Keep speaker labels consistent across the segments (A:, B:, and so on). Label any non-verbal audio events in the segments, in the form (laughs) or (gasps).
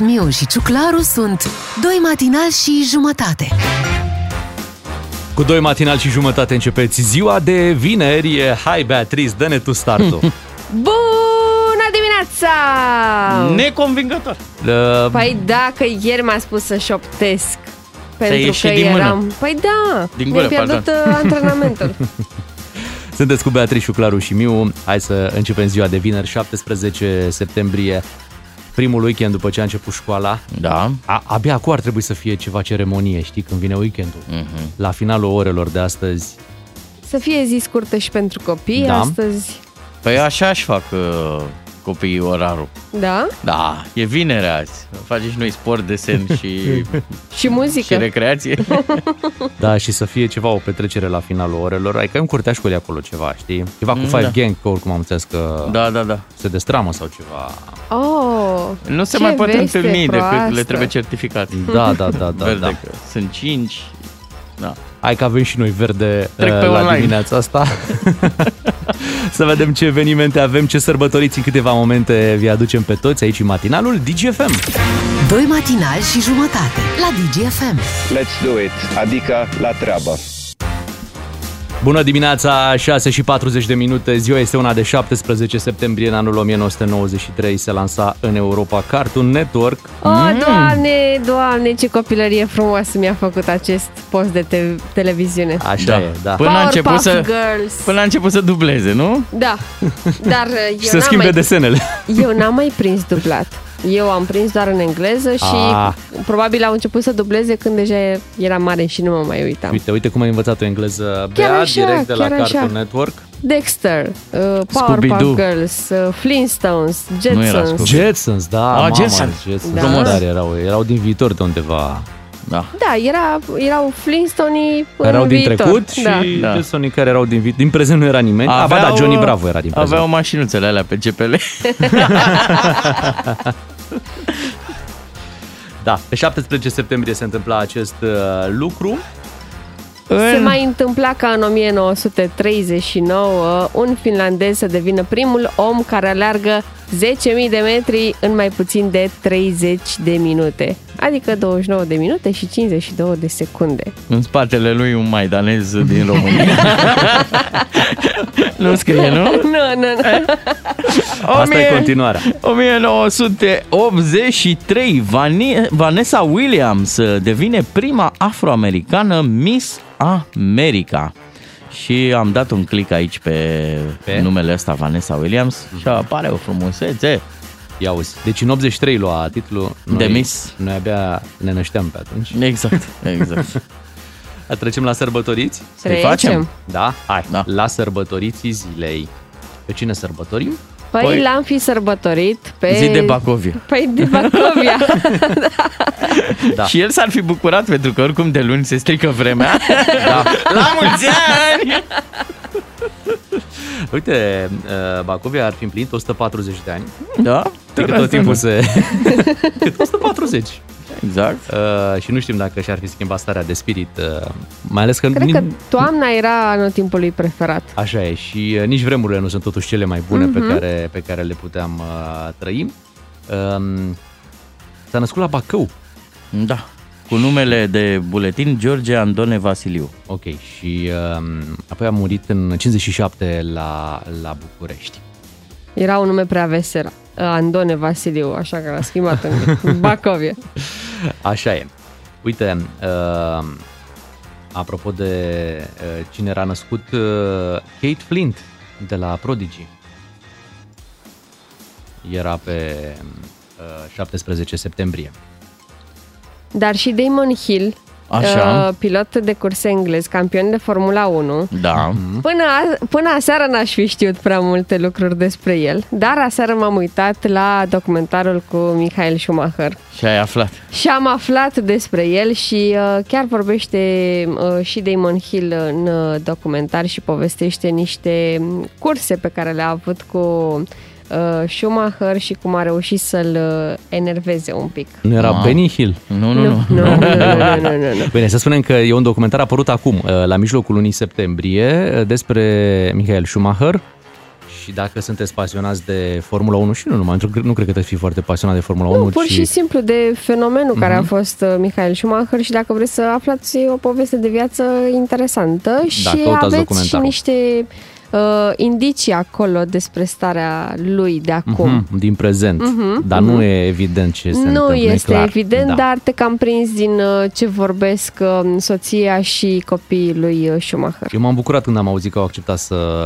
A: Miu și Ciuclaru sunt Doi matinal și jumătate
B: Cu doi matinal și jumătate începeți ziua de vineri. Hai, Beatriz, dă-ne tu
C: (laughs)
B: startul.
D: Bună dimineața!
C: Neconvingător.
B: Uh,
D: Păi da, că ieri m-a spus să șoptesc. Pentru că
C: ieșit din mână.
D: eram... Păi da,
C: Din
D: mi-am
C: gură,
D: pierdut uh,
C: (laughs)
D: antrenamentul.
B: Sunteți cu Beatrice, și Claru și Miu. Hai să începem ziua de vineri, 17 septembrie, primul weekend după ce a început școala.
C: Da.
B: A, abia acum ar trebui să fie ceva ceremonie, știi, când vine weekendul.
C: Mhm.
B: La finalul orelor de
C: (laughs)
B: astăzi.
D: Să fie zi scurtă și pentru copii
B: Da.
D: astăzi.
C: Păi așa aș fac uh, copiii orarul.
D: Da?
C: Da, e vinerea azi. Facem și noi sport, desen
B: (laughs)
C: și,
D: Și
C: și
D: muzică. (laughs)
C: recreație.
B: Da, și să fie ceva, o petrecere la finalul orelor. Adică în curtea școlii acolo ceva, știi? Ceva cu
C: Mm,
B: Five
C: da.
B: Gang, că oricum am înțeles că
C: da, da, da.
B: se destramă sau ceva.
D: Oh,
C: Nu se
D: ce
C: mai pot
D: veste
C: întâlni decât le
D: proastă.
C: trebuie certificat.
B: Da, da, da, da.
C: Verde
B: da.
C: că sunt cinci. Da.
B: Hai că avem și noi verde
C: Trec
B: uh,
C: pe
B: la
C: online.
B: dimineața asta. (laughs) să vedem ce evenimente avem, ce sărbătoriți în câteva momente vi aducem pe toți aici în matinalul DGFM.
A: Doi matinal și jumătate La DGFM
E: Let's do it, adică la treabă.
B: Bună dimineața, 6 și 40 de minute. Ziua este una de 17 septembrie în anul 1993. Se lansa în Europa Cartoon Network.
D: Oh,
C: Mm.
D: doamne, doamne, ce copilărie frumoasă mi-a făcut acest post de te- televiziune.
B: Așa
C: Da.
B: e, da.
C: Până a început să-
D: Girls.
C: Până a început să dubleze, nu?
D: Da,
B: (laughs)
D: dar uh, eu
B: și să
D: n-am
B: schimbe
D: mai...
B: desenele.
D: Eu n-am mai prins dublat. Eu am prins doar în engleză și
B: Ah.
D: ah. probabil au început să dubleze când deja eram mare și nu mă mai uitam.
B: Uite, uite cum ai învățat o engleză,
D: Chiar
B: Bea,
D: așa,
B: direct de la
D: chiar
B: Cartoon
D: așa.
B: Network.
D: Dexter, uh,
C: Scooby-Doo.
D: Powerpuff Girls, uh, Flintstones,
C: era
D: Jetsons.
C: Scooby.
B: Jetsons, da, mama,
C: Jetsons.
B: Jetsons.
D: Da.
B: Da. Dar erau, erau din viitor de undeva.
C: Da.
D: Da, era, erau Flintstone
B: erau
D: în
B: din
D: viitor.
B: trecut și
D: Da.
B: da.
C: Da. (laughs)
B: Jetsonii care erau din, vi- din prezent nu era nimeni. Aveau, ba da, Johnny Bravo era din prezent.
C: Aveau mașinuțele alea pe
B: (laughs)
C: GPL.
B: Da, pe 17 septembrie se întâmpla acest uh, lucru.
D: Se
C: În-
D: mai întâmpla ca în 1939 un finlandez să devină primul om care aleargă 10.000 de metri în mai puțin de 30 de minute, adică 29 de minute și 52 de secunde.
C: În spatele lui un maidanez din
B: (laughs)
C: România. nu scrie, nu?
D: (laughs)
C: Eh?
D: Nu, nu, nu.
B: Asta e continuarea.
C: 1983, Vani- Vanessa Williams uh, devine prima afroamericană Miss America. Și am dat un click aici pe,
B: Pe? Mhm.
C: pe? numele ăsta, Vanessa Williams, și apare o frumusețe.
B: Ia uzi. Deci în 83 lua titlul.
C: De Miss.
B: Noi abia ne nășteam pe atunci.
C: Exact,
B: (laughs)
C: exact.
B: Trecem la sărbătoriți?
C: Să-i facem?
B: Da? Hai, da.
C: Da.
B: la sărbătoriții zilei. Pe cine sărbătorim?
D: Păi,
C: Păi,
D: l-am fi sărbătorit pe...
C: Zi de Bacovia.
D: Păi de Bacovia.
C: (laughs)
B: Da.
C: Da. (laughs) Și el s-ar fi bucurat pentru că oricum de luni se strică vremea.
B: (laughs)
D: (laughs)
B: Da.
C: (laughs) La mulți ani!
B: Uite, uh, Bacovia ar fi împlinit 140 de ani.
C: Da?
B: Cred că tot timpul se... Cât? 140.
C: Exact.
B: Uh, și nu știm dacă și-ar fi schimbat starea de spirit, uh, mai ales că,
D: Cred
B: nici,
D: că toamna era anul timpului preferat.
B: așa e, și uh, nici vremurile nu sunt totuși cele mai bune pe, care, pe care le puteam uh, trăi. Um, s-a născut la Bacău,
C: Da. Cu numele de buletin George Andone Vasiliu.
B: ok, și um, apoi a murit în 57 la, la București.
D: Era un nume prea vesel. Andone Vasiliu, așa că l-a schimbat în Bacovia.
B: Așa e. Uite, uh, apropo de uh, cine era născut, uh, Kate Flint de la Prodigy. Era pe uh, 17 septembrie.
D: Dar și Damon Hill,
C: Așa.
D: uh, pilot de curse englez, campion de Formula 1.
C: Da.
B: Mm-hmm.
D: Până, a, până aseară n-aș fi știut prea multe lucruri despre el, dar aseară m-am uitat la documentarul cu Michael Schumacher.
C: Și ai aflat.
D: Și am aflat despre el și uh, chiar vorbește uh, și Damon Hill în uh, documentar și povestește niște mm, curse pe care le-a avut cu uh, Schumacher și cum a reușit să-l uh, enerveze un pic.
B: Nu era
C: Ah.
B: Benny Hill?
C: Nu, nu, nu.
D: nu, nu, nu, nu, nu, nu.
B: Bine, să spunem că e un documentar apărut acum, uh, la mijlocul lunii septembrie, uh, despre Michael Schumacher Și dacă sunteți pasionați de Formula 1 și nu numai, pentru că nu cred că trebuie fi foarte pasionat de Formula 1,
D: Nu, pur
B: ci...
D: și simplu de fenomenul care
B: Mhm.
D: a fost uh, Michael Schumacher și dacă vreți să aflați o poveste de viață interesantă și
B: căutați
D: aveți și
B: documentarul.
D: niște uh, indicii acolo despre starea lui de acum.
B: Mhm, din prezent. Dar nu e evident ce se
D: Mhm, Nu
B: întâmplă. e
D: este
B: clar.
D: evident,
B: da.
D: dar te cam prins din uh, ce vorbesc uh, soția și copiii lui uh, Schumacher.
B: Eu m-am bucurat când am auzit că au acceptat să,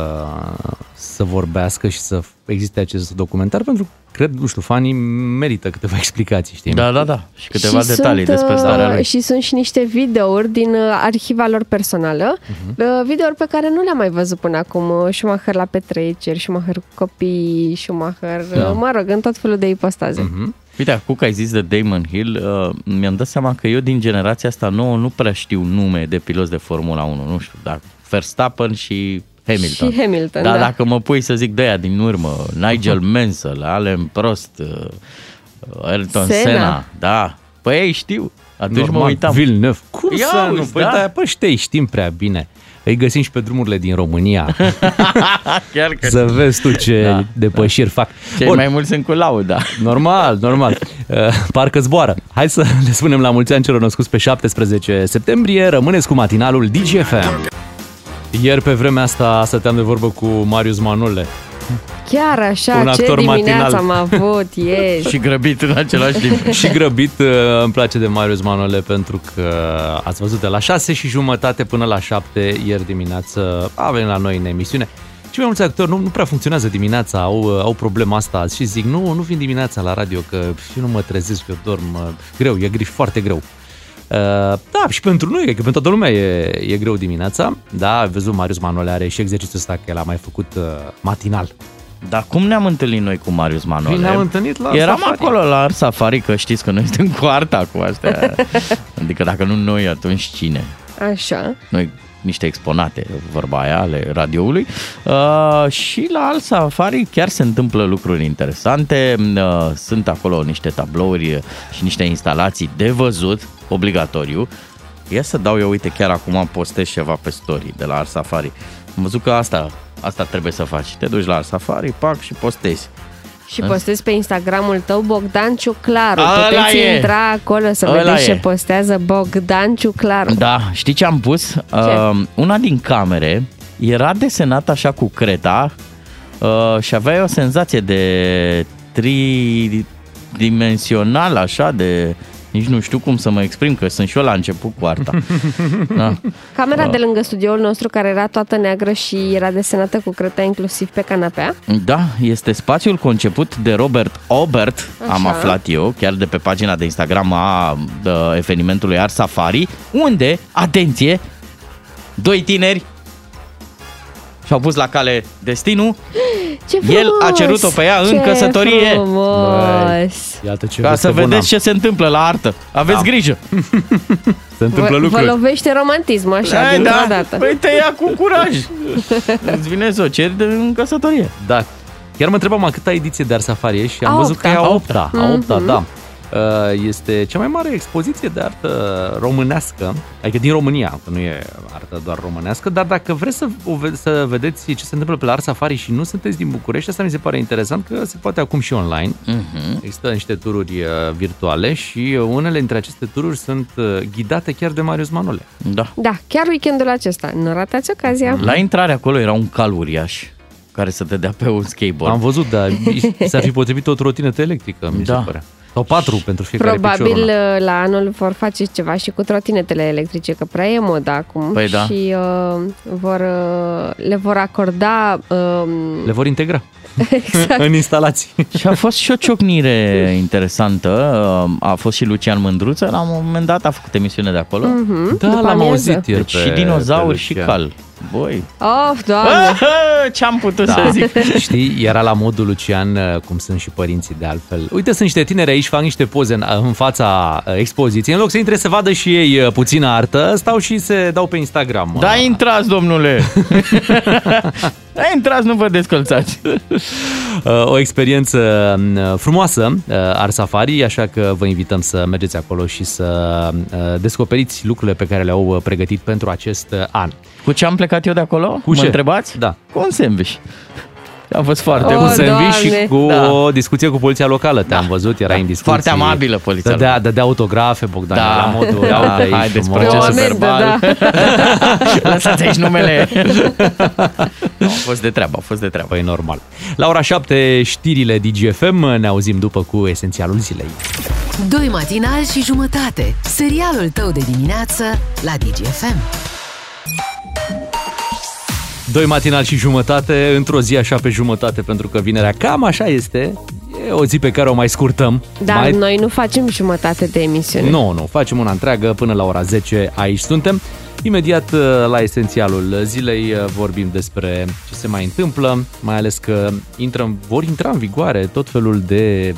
B: să vorbească și să existe acest documentar, pentru că, cred, nu știu, fanii merită câteva (laughs) explicații, știi?
C: Da, da, da. Și câteva
D: și
C: detalii
D: sunt,
C: despre starea
D: uh,
C: lui.
D: Și sunt și niște videouri din uh, arhiva lor personală,
C: Mhm.
D: uh-huh. videouri pe care nu le-am mai văzut până acum. uh, Schumacher la petreceri, Schumacher cu copii, Schumacher, da. mă rog, în tot felul de ipostaze.
C: Mhm.
D: Uh-huh.
B: Mm-hmm.
C: Uite, acum că ai zis de Damon Hill, uh, mi-am dat seama că eu din generația asta nouă nu prea știu nume de piloți de Formula 1, nu știu, dar Verstappen și Hamilton.
D: Și Hamilton,
C: Dar
D: da.
C: dacă mă pui să zic de aia din urmă, Nigel
B: Mhm.
C: Mansell, Alan Prost, uh, Ayrton Senna.
D: Senna.
C: Senna, da, păi ei știu, atunci
B: Normal,
C: mă uitam.
B: Villeneuve. Cum
C: Ia
B: să
C: uzi,
B: nu? Păi,
C: da.
B: da. păi știi, știm prea bine. Îi găsim și pe drumurile din România.
C: (laughs) Chiar că
B: să vezi tu ce
C: Da,
B: da, depășiri da. fac.
C: cei
B: Bun,
C: mai mulți sunt cu lauda.
B: Normal,
C: (laughs)
B: normal. Uh, Parcă zboară. Hai să (laughs) le spunem la mulți ani celor născuți pe 17 septembrie. Rămâneți cu matinalul DGFM. Ieri pe vremea asta stăteam de vorbă cu Marius Manole.
D: Chiar așa,
B: Un
D: ce
B: actor
D: dimineață
B: matinal.
D: am
C: (laughs)
D: avut, yes.
C: și grăbit în același timp.
B: Și grăbit uh, îmi place de Marius Manole pentru că ați văzut de la 6 și jumătate până la 7 ieri dimineață a venit la noi în emisiune. Și mai mulți actori nu, nu prea funcționează dimineața, au, uh, au problema asta azi și zic nu, nu vin dimineața la radio că pf, eu nu mă trezesc, eu dorm uh, greu, e greu, foarte greu. Uh, da, și pentru noi, cred că pentru toată lumea e, e greu dimineața, da, ai văzut Marius Manole are și exercițiul ăsta că l-a mai făcut uh, matinal.
C: Dar cum ne-am întâlnit noi cu Marius Manole?
B: Ne-am întâlnit la
C: Eram
B: safari.
C: acolo la Ars Safari, că știți că noi suntem cu arta cu
B: (laughs)
C: astea. adică dacă nu noi, atunci cine?
D: (laughs) Așa.
C: Noi niște exponate, vorba aia, ale radioului. Uh, și la Al Safari chiar se întâmplă lucruri interesante. Uh, sunt acolo niște tablouri și niște instalații de văzut, obligatoriu. Ia să dau eu, uite, chiar acum postez ceva pe story de la Al Safari. Am văzut că asta, asta trebuie să faci. Te duci la Al Safari, pac și postezi.
D: Și postezi pe Instagramul tău Bogdan Ciuclaru.
C: Ăla
D: Puteți
C: e.
D: intra acolo să
C: Ăla
D: vedeți
C: e.
D: ce postează Bogdan Ciuclaru.
C: Da, știi ce am pus? Uh, una din camere era desenată așa cu creta uh, și aveai o senzație de tridimensional, așa, de... Nici nu știu cum să mă exprim, că sunt și eu la început cu arta. da.
D: Camera de lângă studioul nostru, care era toată neagră și era desenată cu creta inclusiv pe canapea.
C: da, este spațiul conceput de Robert Obert, așa. am
D: Așa.
C: aflat eu, chiar de pe pagina de Instagram a uh, evenimentului Art Safari, unde, atenție, doi tineri și-au pus la cale destinul
D: (gasps) Ce frumos!
C: El a cerut-o pe ea în
D: Ce
C: căsătorie!
D: Frumos!
B: Iată ce
C: Ca
B: veste
C: să
B: bună.
C: vedeți ce se întâmplă la artă. Aveți
B: Da.
C: grijă.
B: se întâmplă
D: vă, vă
B: lucruri.
D: lovește romantismul așa,
C: Ai,
D: dintr-o dată.
C: Păi te ia cu curaj. Îți vine să o ceri de în căsătorie.
B: Da. Chiar mă întrebam a câta ediție de Ars Safari e și am
D: A
B: văzut că e a
C: opta. Mhm.
B: opta. A opta, da. Uh, Este cea mai mare expoziție de artă românească, adică din România, că nu e artă doar românească, dar dacă vreți să, o ve- să vedeți ce se întâmplă pe la Ars Safari și nu sunteți din București, asta mi se pare interesant că se poate acum și online.
C: Mhm.
B: Există niște tururi uh, virtuale și uh, unele dintre aceste tururi sunt uh, ghidate chiar de Marius Manole.
C: Da.
D: (laughs) Da, chiar weekendul acesta. Nu ratați ocazia.
C: La intrare acolo era un cal uriaș care să te dea pe un skateboard.
B: Am văzut,
C: (laughs)
B: dar s-ar fi potrivit o trotinetă electrică, mi
C: Da.
B: se pare. Sau patru pentru fiecare picior.
D: Probabil uh,
B: una.
D: la anul vor face ceva și cu trotinetele electrice, că prea e moda acum
C: Păi da.
D: și uh, vor, uh, le vor acorda uh,
B: Le vor integra exact. în instalații.
C: Și a fost și o ciocnire interesantă. A fost și Lucian Mândruță. La un moment dat a făcut emisiune de acolo.
B: Da,
D: Mhm. după
B: l-am
D: amiază.
B: auzit ieri
C: Deci
B: pe-
C: și dinozauri
B: pe
C: și
B: Lucian.
C: cal. Boi.
D: (laughs) Of, doamne!
C: (laughs) Ce-am
D: (laughs)
C: putut
B: Da.
C: să zic?
B: Știi, era la modul Lucian, uh, cum sunt și părinții de altfel. Uite, sunt niște tineri aici, fac niște poze în, în fața uh, expoziției. În loc să intre să vadă și ei uh, puțină artă, stau și se dau pe Instagram.
C: Da,
B: Uh,
C: intrați, domnule! da, intrați, nu vă descălțați!
B: (laughs) Uh, o experiență uh, frumoasă uh, ar safari, așa că vă invităm să mergeți acolo și să uh, descoperiți lucrurile pe care le-au uh, pregătit pentru acest uh, an.
C: Cu ce am plecat eu de acolo?
B: Cu
C: mă
B: ce?
C: întrebați?
B: Da.
C: Cu un sandwich. Am fost foarte
D: O,
C: bun.
B: un
D: Oh, Doamne.
B: sandwich și cu
C: Da.
B: o discuție cu poliția locală. Te-am văzut, era
C: da.
B: în discuție.
C: Foarte amabilă poliția
B: Dădea,
C: locală.
B: dădea autografe, Bogdan,
C: Da.
B: la modul,
C: Da,
B: ia uite aici
C: haideți,
B: frumos."
C: deci procesul
B: Doamne,
C: verbal.
D: da.
C: (laughs) Lăsați aici
B: (laughs)
D: (laughs)
C: numele. nu, a fost de treabă, a fost de treabă.
B: Păi normal. La ora 7, știrile DGFM, ne auzim după cu esențialul zilei.
A: Doi matinali și jumătate. Serialul tău de dimineață la DGFM.
B: Doi matinal și jumătate, într-o zi așa pe jumătate, pentru că vinerea cam așa este. E o zi pe care o mai scurtăm.
D: Dar
B: mai...
D: noi nu facem jumătate de emisiune.
B: Nu, nu, facem una întreagă până la ora 10, aici suntem. Imediat uh, la esențialul zilei uh, vorbim despre ce se mai întâmplă, mai ales că intrăm, vor intra în vigoare tot felul de...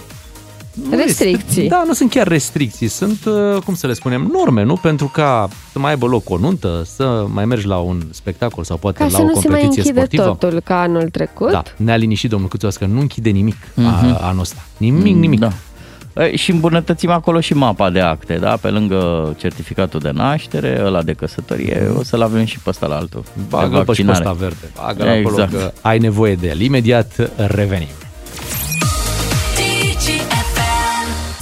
B: nu
D: Restricții.
B: este- Da, nu sunt chiar restricții, sunt, uh, cum să le spunem, norme, nu? Pentru ca să mai aibă loc o nuntă, să mai mergi la un spectacol sau poate
D: Ca
B: la
D: să
B: o
D: nu se mai
B: competiție
D: închide
B: sportivă.
D: totul ca anul trecut.
B: Da, ne-a liniștit domnul Cuțoască, nu închide nimic mm-hmm. anul ăsta. Nimic, nimic.
C: Da. E, Și îmbunătățim acolo și mapa de acte, da? Pe lângă certificatul de naștere, ăla de căsătorie, o să-l avem și pe ăsta la altul. de
B: Bagă Mm. pe și pe
C: vaccinare.
B: ăsta verde. Bagă exact.
C: Exact.
B: acolo că ai nevoie de el. Imediat revenim.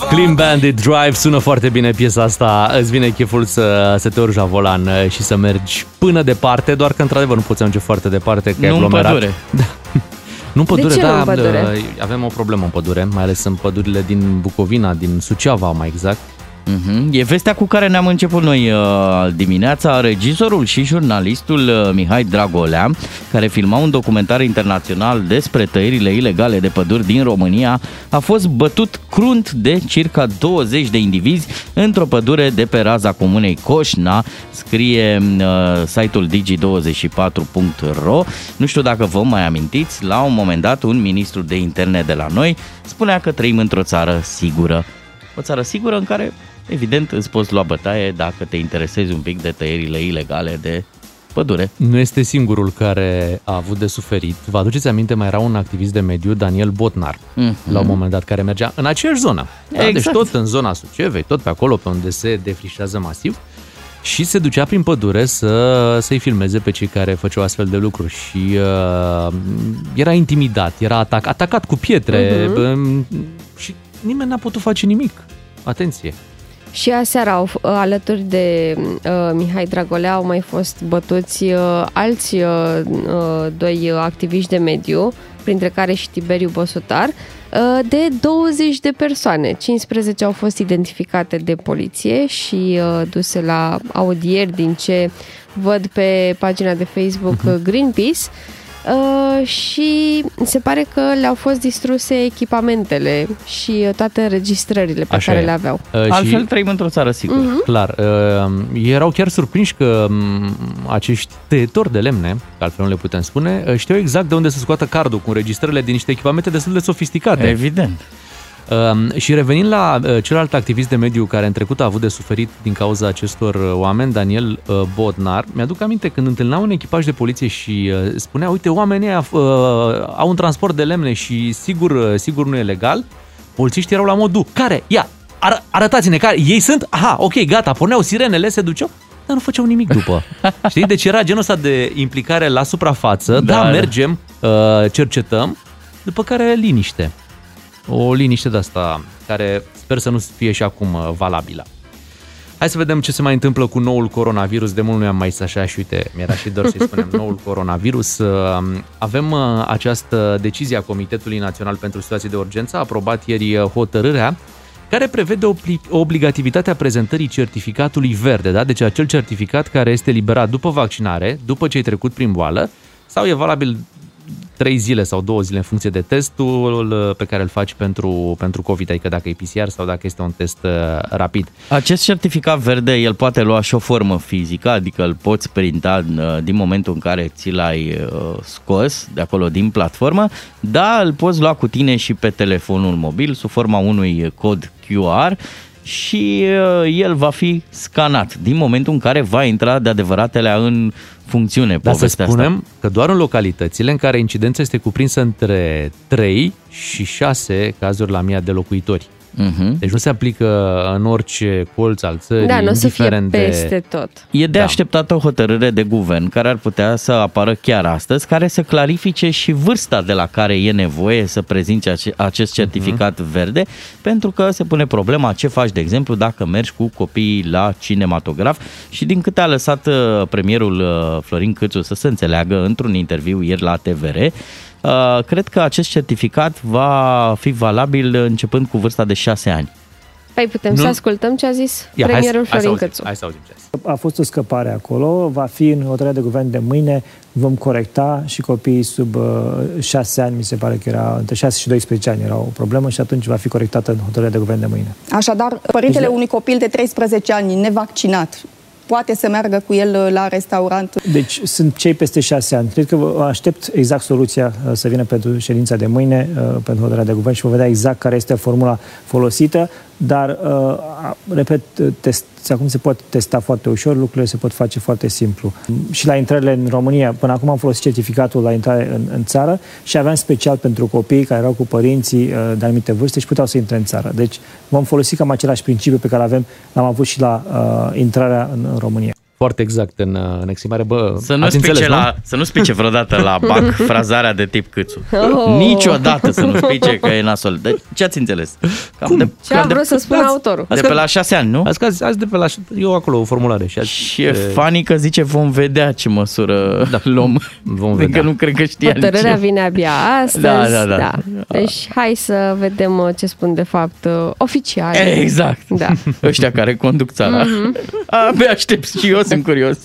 B: Clean Bandit Drive sună foarte bine piesa asta. Îți vine cheful să, să te urci la volan uh, și să mergi până departe, doar că într-adevăr nu poți ajunge foarte departe, că e
C: Nu în
B: aglomerat. Da.
C: pădure.
B: (laughs) Nu în pădure,
D: ce nu
B: da,
D: în pădure?
B: avem o problemă în pădure, mai ales în pădurile din Bucovina, din Suceava mai exact.
C: Mhm. E vestea cu care ne-am început noi uh, dimineața. Regizorul și jurnalistul uh, Mihai Dragolea, care filma un documentar internațional despre tăierile ilegale de păduri din România, a fost bătut crunt de circa 20 de indivizi într-o pădure de pe raza comunei Coșna, scrie uh, site-ul digi24.ro. Nu știu dacă vă mai amintiți, la un moment dat un ministru de interne de la noi spunea că trăim într-o țară sigură. O țară sigură în care, evident, îți poți lua bătaie dacă te interesezi un pic de tăierile ilegale de pădure.
B: Nu este singurul care a avut de suferit. Vă aduceți aminte, mai era un activist de mediu, Daniel Botnar, mm-hmm. la un moment dat, care mergea în aceeași zonă. Da?
C: Mhm. Exact.
B: Deci tot în zona Sucevei, tot pe acolo, pe unde se defrișează masiv. Și se ducea prin pădure să, să-i filmeze pe cei care făceau astfel de lucruri și uh, era intimidat, era atac, atacat cu pietre uh-huh. și nimeni n-a putut face nimic. Atenție!
D: Și aseară au, f- ă, alături de uh, Mihai Dragolea au mai fost bătuți uh, alți uh, uh, doi uh, activiști de mediu, printre care și Tiberiu Bosutar, uh, de 20 de persoane. 15 au fost identificate de poliție și uh, duse la audieri din ce văd pe pagina de Facebook
B: Mhm.
D: uh, Greenpeace. Uh, și se pare că le-au fost distruse echipamentele și uh, toate înregistrările pe
B: Așa
D: care
B: e.
D: le aveau. Mhm.
B: Uh, și-
C: Altfel trăim într-o țară sigură. Mm-hmm.
B: Clar. Uh, erau chiar surprinși că um, acești tăietori de lemne, că altfel nu le putem spune, uh, știau exact de unde să scoată cardul cu înregistrările din niște echipamente destul de sofisticate.
C: Evident.
B: Um, și revenind la uh, celălalt activist de mediu care în trecut a avut de suferit din cauza acestor uh, oameni, Daniel uh, Bodnar, mi-aduc aminte când întâlneam un echipaj de poliție și uh, spunea, uite, oamenii aia, uh, au un transport de lemne și sigur, uh, sigur nu e legal, polițiștii erau la modul, care? Ia, ar- arătați-ne, care? Ei sunt? Aha, ok, gata, porneau sirenele, se duceau, dar nu făceau nimic
C: (laughs)
B: după. (laughs) Știi? Deci era genul ăsta de implicare la suprafață, da,
C: Da,
B: da
C: da.
B: mergem, uh, cercetăm, după care liniște o liniște de asta care sper să nu fie și acum uh, valabilă. Hai să vedem ce se mai întâmplă cu noul coronavirus. De mult nu am mai zis așa și uite, mi-era și dor să-i spunem noul coronavirus. Uh, Avem uh, această decizie a Comitetului Național pentru Situații de Urgență, a aprobat ieri uh, hotărârea care prevede obli- obligativitatea prezentării certificatului verde, da? deci acel certificat care este liberat după vaccinare, după ce ai trecut prin boală, sau e valabil 3 zile sau 2 zile în funcție de testul uh, pe care îl faci pentru, pentru COVID, adică dacă e PCR sau dacă este un test uh, rapid.
C: Acest certificat verde, el poate lua și o formă fizică, adică îl poți printa uh, din momentul în care ți l-ai uh, scos de acolo din platformă, dar îl poți lua cu tine și pe telefonul mobil sub forma unui cod QR și uh, el va fi scanat din momentul în care va intra de adevăratele în funcțiune
B: Dar să
C: povestea
B: spunem
C: asta.
B: asta. că doar în localitățile în care incidența este cuprinsă între 3 și 6 cazuri la 1000 de locuitori.
C: Mhm.
B: Deci nu se aplică în orice colț al țării,
D: Da, nu o să fie
B: indiferent
D: peste
B: de...
D: tot.
C: E de
B: Da.
C: așteptat o hotărâre de guvern care ar putea să apară chiar astăzi, care să clarifice și vârsta de la care e nevoie să prezinți ace-
B: Mhm.
C: acest certificat verde, pentru că se pune problema ce faci, de exemplu, dacă mergi cu copiii la cinematograf și din câte a lăsat uh, premierul uh, Florin Câțu să se înțeleagă într-un interviu ieri la TVR, uh, cred că acest certificat va fi valabil începând cu vârsta de 6 ani.
D: Păi putem
B: Nu.
D: să ascultăm ce a zis
B: Ia, hai, să-
D: premierul
B: hai, să
D: Florin
B: auzim,
D: Cățu.
B: hai să auzim ce a zis.
F: A fost o scăpare acolo, va fi în hotărârea de guvern de mâine, vom corecta și copiii sub uh, 6 ani, mi se pare că era între 6 și 12 ani era o problemă și atunci va fi corectată în hotărârea de guvern de mâine.
G: Așadar, părintele unui copil de 13 ani nevaccinat poate să meargă cu el la restaurant.
F: Deci sunt cei peste 6 ani. Cred că vă aștept exact soluția uh, să vină pentru ședința de mâine, uh, pentru hotărârea de guvern și vom vedea exact care este formula folosită, dar, uh, a- repet, uh, test, acum se pot testa foarte ușor, lucrurile se pot face foarte simplu. Mm, Și la intrările în România, până acum am folosit certificatul la intrare în, în țară și aveam special pentru copii care erau cu părinții uh, de anumite vârste și puteau să intre în țară. Deci vom folosi cam același principiu pe care avem, l-am avut și la uh, intrarea în, în România.
B: Foarte exact în, uh, în exprimare. Bă,
C: Să nu,
B: ați
C: spice
B: înțeles,
C: la, să nu spice vreodată
B: (laughs)
C: la BAC frazarea de tip câțu. Oh. Niciodată să
B: (laughs)
C: nu spice că e nasol. Deci, ce ați înțeles? Cam Cum? De,
D: Ce a vrut să spună autorul?
C: de pe la șase ani, nu?
B: Azi, că azi, azi de pe la... Eu acolo o formulare și azi...
C: Și e funny că zice vom vedea ce măsură da. (laughs) luăm.
B: Vom
C: Că
B: vedea.
C: nu cred că știa
D: Hotărârea
C: nici eu.
D: vine abia astăzi.
C: (laughs) Da, da, da.
D: Deci hai să vedem uh, ce spun de fapt uh, oficial.
C: Exact. (laughs)
D: Da. Mhm.
C: Ăștia care conduc țara. Abia aștept și eu, sunt curios.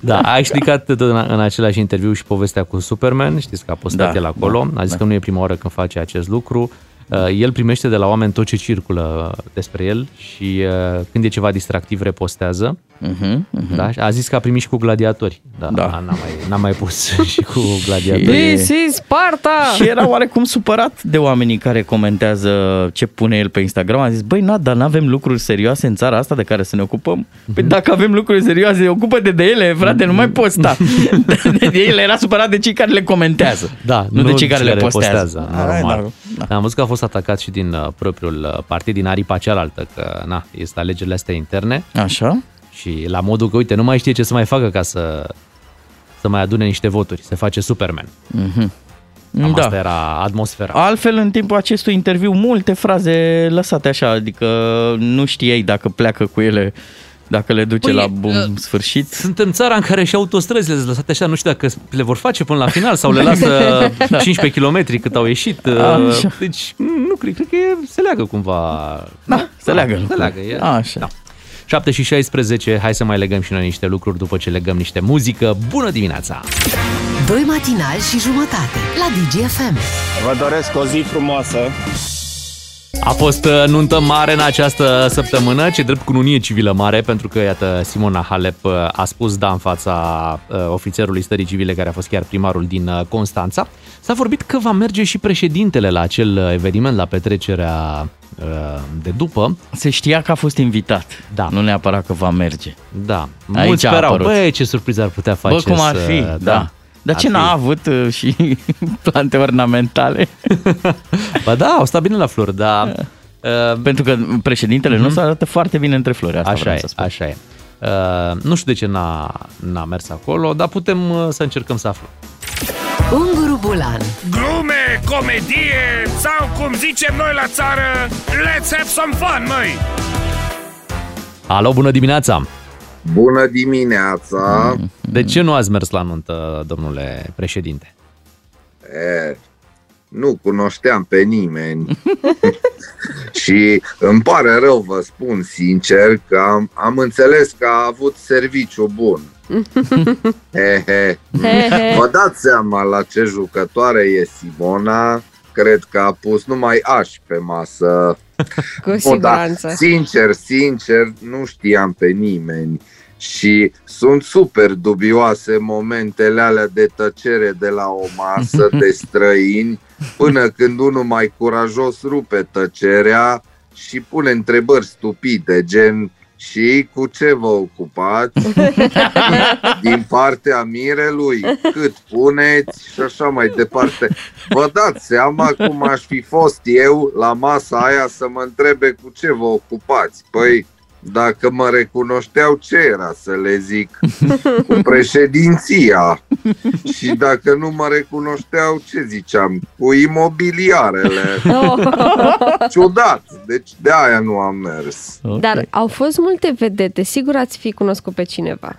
B: Da, a explicat tot în, în același interviu și povestea cu Superman, știți că a postat
C: Da,
B: el acolo, a zis că nu e prima oară când face acest lucru. Uh, El primește de la oameni tot ce circulă uh, despre el și uh, când e ceva distractiv repostează.
C: Mhm, mhm.
B: Da? A zis că a primit și cu gladiatori. Da,
C: Da.
B: da. N-a, mai, n-a mai pus (laughs) și cu gladiatori.
D: This is Sparta!
C: Și era oarecum supărat de oamenii care comentează ce pune el pe Instagram. A zis, băi, na, dar n-avem lucruri serioase în țara asta de care să ne ocupăm? (laughs) Păi dacă avem lucruri serioase, ocupă-te de ele, frate, nu mai posta. De el era supărat de cei care le comentează.
B: Da,
C: nu, de cei care le postează.
B: normal.
C: Hai, da.
B: Da. Am văzut că a fost atacat și din uh, propriul uh, partid, din aripa cealaltă, că na, este alegerile astea interne.
C: Așa?
B: Și la modul că, uite, nu mai știe ce să mai facă ca să, să mai adune niște voturi. Se face Superman. Cam da.
C: da.
B: asta era atmosfera. A-
C: Altfel, în timpul acestui interviu, multe fraze lăsate așa, adică nu știei dacă pleacă cu ele, dacă le duce
B: Păi,
C: la bun
B: uh,
C: sfârșit.
B: Suntem țara în care și autostrăzile sunt lăsate așa, nu știu dacă le vor face până la final
C: (laughs)
B: sau le lasă 15 km cât au ieșit.
C: Da. Așa.
B: Deci, nu cred, cred că e- se leagă cumva.
C: Da, se leagă.
B: Se leagă, e.
C: Așa.
B: Da. 7 și 16, hai să mai legăm și noi niște lucruri după ce legăm niște muzică. Bună dimineața!
A: Doi matinali și jumătate la DGFM.
E: Vă doresc o zi frumoasă.
B: A fost uh, nuntă mare în această săptămână, ce drept cu cununie civilă mare, pentru că, iată, Simona Halep uh, a spus da în fața uh, ofițerului stării civile, care a fost chiar primarul din uh, Constanța. S-a vorbit că va merge și președintele la acel uh, eveniment, la petrecerea uh, de după.
C: Se știa că a fost invitat.
B: Da.
C: Nu neapărat că va merge.
B: Da,
C: Aici
B: mulți
C: a
B: sperau,
C: apărut.
B: băi, ce surpriză ar putea face
C: Bă, cum ar
B: să-
C: fi, da. da. Dar
B: Ar
C: ce
B: fi.
C: n-a avut uh, și (laughs) plante ornamentale?
B: (laughs) Ba da, au stat bine la flori, dar... Uh,
C: Da.
B: Mhm.
C: Pentru că președintele mm-hmm. nostru arată foarte bine între flori, asta
B: Așa
C: vreau
B: e,
C: să spun.
B: așa e. Uh, nu știu de ce n-a, n-a mers acolo, dar putem uh, să încercăm să aflăm.
A: Unguru Bulan
H: Glume, comedie sau cum zicem noi la țară, let's have some fun, măi!
B: Alo, bună dimineața! Mm-hmm.
I: Bună dimineața! Mm.
B: De ce nu ați mers la nuntă, domnule președinte?
I: E, nu cunoșteam pe
D: (laughs)
I: nimeni și îmi pare rău, vă spun sincer, că am, am înțeles că a avut serviciu
D: (laughs)
I: bun. he, he.
D: He, he.
I: Vă dați seama la ce jucătoare e Simona? Cred că a pus numai aș pe masă.
D: Cu
I: Bă, da,
D: siguranță.
I: sincer, sincer, nu știam pe nimeni și sunt super dubioase momentele alea de tăcere de la o masă de străini până când unul mai curajos rupe tăcerea și pune întrebări stupide, gen și cu ce vă ocupați din partea mirelui, cât puneți și așa mai departe. Vă dați seama cum aș fi fost eu la masa aia să mă întrebe cu ce vă ocupați. Păi, dacă mă recunoșteau, ce era să le zic? Cu președinția. Și dacă nu mă recunoșteau, ce ziceam? Cu imobiliarele. Ciudat. Deci de aia nu am mers.
C: Okay.
D: (laughs) Dar au fost multe vedete, sigur ați fi cunoscut pe cineva.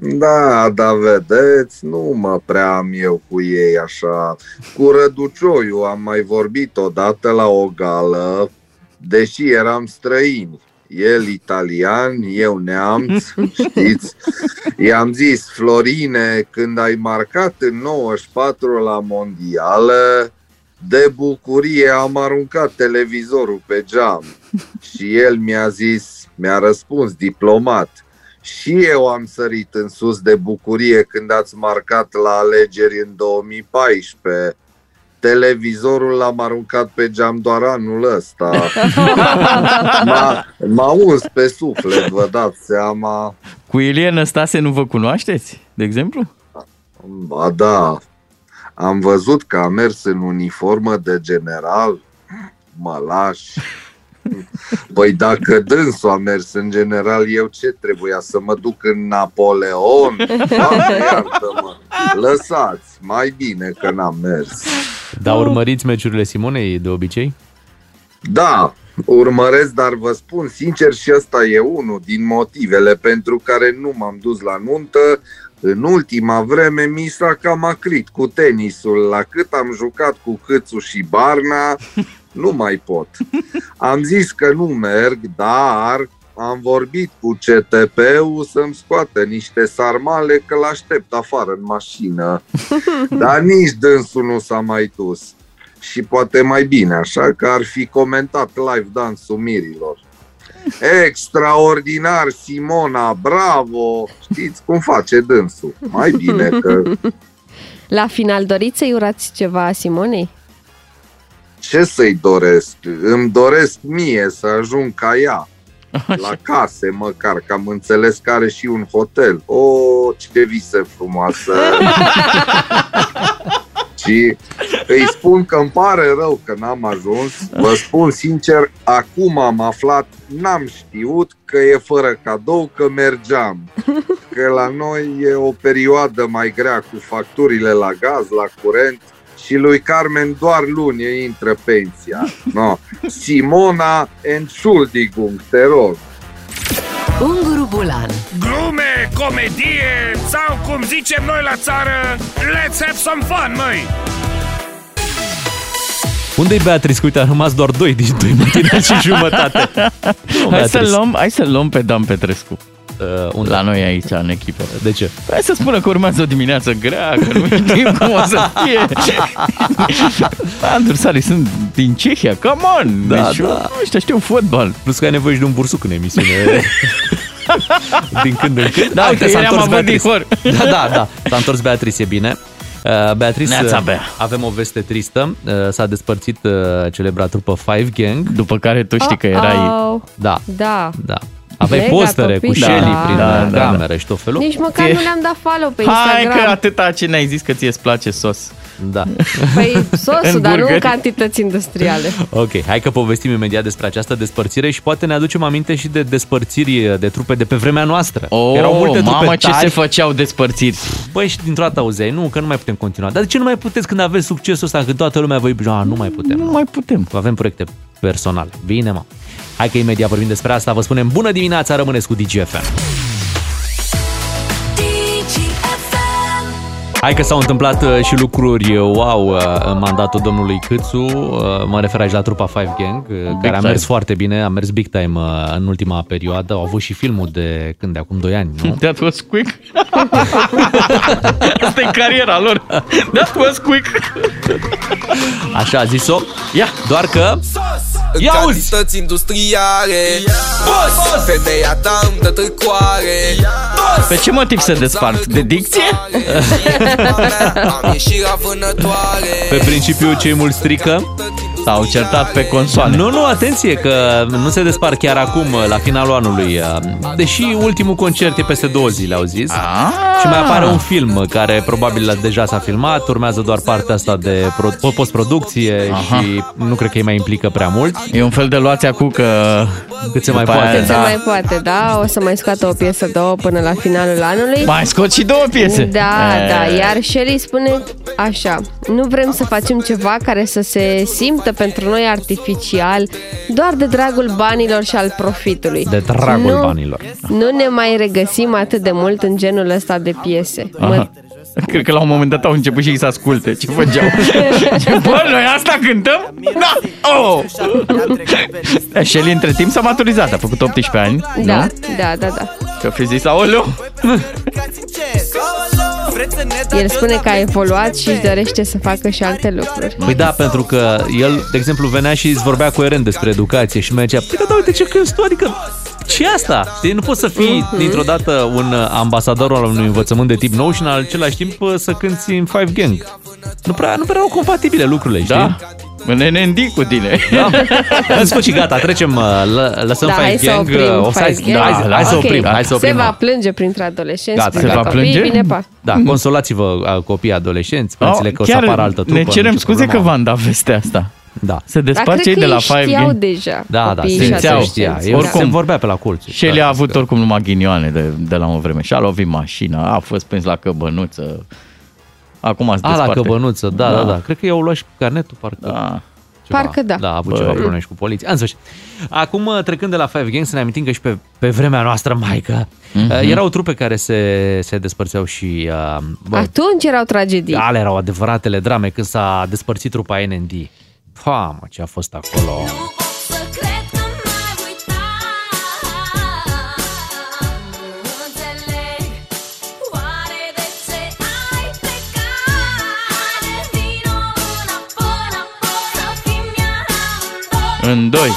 I: Da, da, vedeți, nu mă prea am eu cu ei așa. Cu Răducioiu am mai vorbit odată la o gală, deși eram străini. El italian, eu neamț, știți? I-am zis, Florine, când ai marcat în 94 la mondială, de bucurie am aruncat televizorul pe geam. Și el mi-a zis, mi-a răspuns diplomat, și eu am sărit în sus de bucurie când ați marcat la alegeri în 2014. Televizorul l-am aruncat pe geam doar anul ăsta. M-a, m-a uns pe suflet, vă dați seama.
C: Cu Ilie Năstase nu vă cunoașteți, de exemplu?
I: Ba da, am văzut că a mers în uniformă de general. Mă lași. Păi dacă dânsul a mers în general, eu ce trebuia să mă duc în Napoleon? Doamne, iartă-mă! Lăsați, mai bine că n-am mers.
B: Dar Da,
C: Da.
B: urmăriți meciurile Simonei de obicei?
I: Da, urmăresc, dar vă spun sincer și ăsta e unul din motivele pentru care nu m-am dus la nuntă. În ultima vreme mi s-a cam acrit cu tenisul, la cât am jucat cu Câțu și Barna, nu mai pot. Am zis că nu merg, dar am vorbit cu CTP-ul să-mi scoată niște sarmale că l-aștept afară în mașină. (laughs)
C: Da.
I: Dar nici dânsul nu s-a mai dus. Și poate mai bine, așa că ar fi comentat live dansul mirilor. Extraordinar, Simona, bravo! Știți cum face dânsul. Mai bine că...
D: La final doriți să-i urați ceva Simonei?
I: Ce să-i doresc? Îmi doresc mie să ajung ca ea. La case măcar, că am înțeles că are și un hotel. O, oh, ce vise frumoasă! Și îi spun că îmi pare rău că n-am ajuns. Vă spun sincer, acum am aflat, n-am știut că e fără cadou, că mergeam. Că la noi e o perioadă mai grea cu facturile la gaz, la curent și lui Carmen doar luni îi intră pensia. No. Simona Entschuldigung, te rog.
A: Unguru Bulan
H: Glume, comedie sau cum zicem noi la țară Let's have some fun, măi!
B: Unde-i Beatrice? Uite, a rămas doar 2 din 2 matinal și
C: (laughs)
B: jumătate. Nu,
C: Hai
B: Beatrice.
C: să, luăm, hai să luăm pe Dan Petrescu.
B: Uh, unde?
C: La noi aici, în echipă.
B: De ce?
C: Hai să spună că urmează o dimineață grea, că nu
B: (laughs)
C: știm cum o să fie. Adversarii sunt din Cehia, come on!
B: Da,
C: deci,
B: da.
C: Ăștia știu fotbal.
B: Plus că ai nevoie și de un bursuc în
C: (laughs)
B: emisiune. din când în când.
C: Da,
B: uite,
C: că
B: s-a
C: ieri am
B: întors
C: avut
B: Beatrice.
C: dihor.
B: Da, da, da. S-a întors Beatrice, e bine. Uh, Beatrice,
C: Neața,
B: uh,
C: Bea.
B: avem o veste tristă. Uh, S-a despărțit uh, celebra trupă Five Gang.
C: După care tu știi că erai...
D: Au,
B: Da,
D: Da.
B: da. Aveai
D: Mega
B: postere cu
D: topic,
B: Shelly
D: da.
B: prin
C: Da,
B: uh,
C: da,
B: cameră și tot felul.
D: Nici măcar
C: Ție-
D: nu le-am dat follow pe
C: Hai că
D: Instagram.
C: atâta ce ne-ai zis că ție îți place sos.
B: Da.
D: Păi sosul,
C: În
D: dar nu în
C: burgeri.
D: cantități
C: (laughs)
D: industriale.
B: Ok, hai că povestim imediat despre această despărțire și poate ne aducem aminte și de despărțiri de trupe de pe vremea noastră.
C: Oh,
B: Erau multe trupe
C: mamă, ce
B: tari.
C: se făceau despărțiri.
B: Băi, și dintr-o dată auzeai, nu, că nu mai putem continua. Dar de ce nu mai puteți când aveți succesul ăsta, când toată lumea vă iubește? Ah, nu mai putem.
C: Nu mai putem.
B: Avem proiecte personale. Bine, mă. Hai că imediat vorbim despre asta. Vă spunem bună dimineața, rămâneți cu DGFM. Hai că s-au întâmplat uh, și lucruri uh, wow uh, în mandatul domnului Câțu. Uh, Mă refer aici la trupa Five Gang, uh, care a
C: time.
B: mers foarte bine, a mers big time uh, în ultima perioadă. Au avut și filmul de când, de acum 2 ani,
C: (laughs)
B: nu?
C: That was quick. Asta e cariera lor. That was quick.
B: Așa a zis-o. Ia, doar că... Ia uzi!
J: Calități industriale Boss Femeia ta îmi dă târcoare Boss
C: Pe ce motiv se despart? De
D: (laughs)
C: dicție?
J: Am ieșit la vânătoare
C: (laughs)
B: Pe principiu, cei mulți strică,
C: S-au certat pe consoale.
B: Nu, nu, atenție că nu se despar chiar acum, la finalul anului. Deși ultimul concert e peste două zile, au zis. Și mai apare un film care probabil deja s-a filmat, urmează doar partea asta de pro- postproducție
C: Aha.
B: și nu cred că îi mai implică prea mult.
C: E un fel de luația cu că...
B: Cât se mai
C: după Păi aia,
B: poate.
D: Cât se mai poate, da? O să mai scoată o piesă, două până la finalul anului.
C: Mai scot și două piese.
D: Da,
C: E.
D: da, iar Shelly spune așa Nu vrem să facem ceva care să se simtă pentru noi artificial Doar de dragul banilor și al profitului
B: De dragul
D: nu,
B: banilor.
D: Nu ne mai regăsim atât de mult în genul ăsta de piese mă,
C: Aha. Cred că la un moment dat au început și ei să asculte ce făceau. Bă, noi asta cântăm? Da! Oh! Shelly între timp s-a maturizat, a făcut 18 ani,
D: da,
C: nu?
D: da, da, da
C: Că fi zis, aoleu!
D: El spune că a evoluat și își dorește să facă și alte lucruri
B: Păi da, pentru că el, de exemplu, venea și îți vorbea coerent despre educație și mai zicea, păi da, da, uite ce crezi tu, adică ce e asta? Știi, nu poți să fii dintr-o dată un uh, ambasador al unui învățământ de tip nou și în același timp uh, să cânti în Five Gang. Nu prea, nu prea erau compatibile lucrurile, știi?
C: Da? NND cu tine. (laughs)
B: Da. În sfârșit, gata, trecem, uh, lă- lăsăm
D: Da,
B: Five
D: hai să
B: Gang.
D: oprim
B: o, hai,
D: Five Gang.
B: da, hai, hai să
D: Ok,
B: oprim, hai să
D: Se
B: oprim.
D: va plânge printre adolescenți,
B: Gata,
D: printre
B: se va
D: copii,
C: plânge? Oh,
D: bine pa
B: Da, consolați-vă a, copiii adolescenți, părințile, că o să
C: chiar
B: apară altă trupă.
C: ne cerem
B: nicio
C: scuze că
B: problemă.
C: v-am dat vestea asta.
B: Da.
C: Se
D: Dar
C: despar
D: cred
C: cei
D: că
C: de la
D: ei
C: Five
D: știau
C: Gang.
D: deja
B: Da, da,
D: copiii și
C: simțeau.
B: știa.
D: adolescenții,
B: Eu
D: da.
B: oricum vorbea pe la colțuri.
C: Și el a
B: Da,
C: avut
B: că-
C: oricum numai ghinioane de, de la o vreme. Și-a lovit mașina, a fost prins la căbănuță. Acum ați
B: A, la
C: desparte.
B: căbănuță, da, da,
C: Da.
B: da. Cred că i-au luat și carnetul, parcă.
C: Da.
B: Ceva.
D: Parcă da.
B: Da, a avut
C: Băi.
B: ceva probleme și cu poliția. În sfârșit. Acum, uh, trecând de la Five Gang, să ne amintim că și pe, pe vremea noastră, maică, mm-hmm.
C: Mhm.
B: erau trupe care se, se despărțeau și... Uh, bă,
D: Atunci erau tragedii.
B: ale erau adevăratele drame când s-a despărțit trupa NND. Pamă, ce a fost acolo.
C: În doi.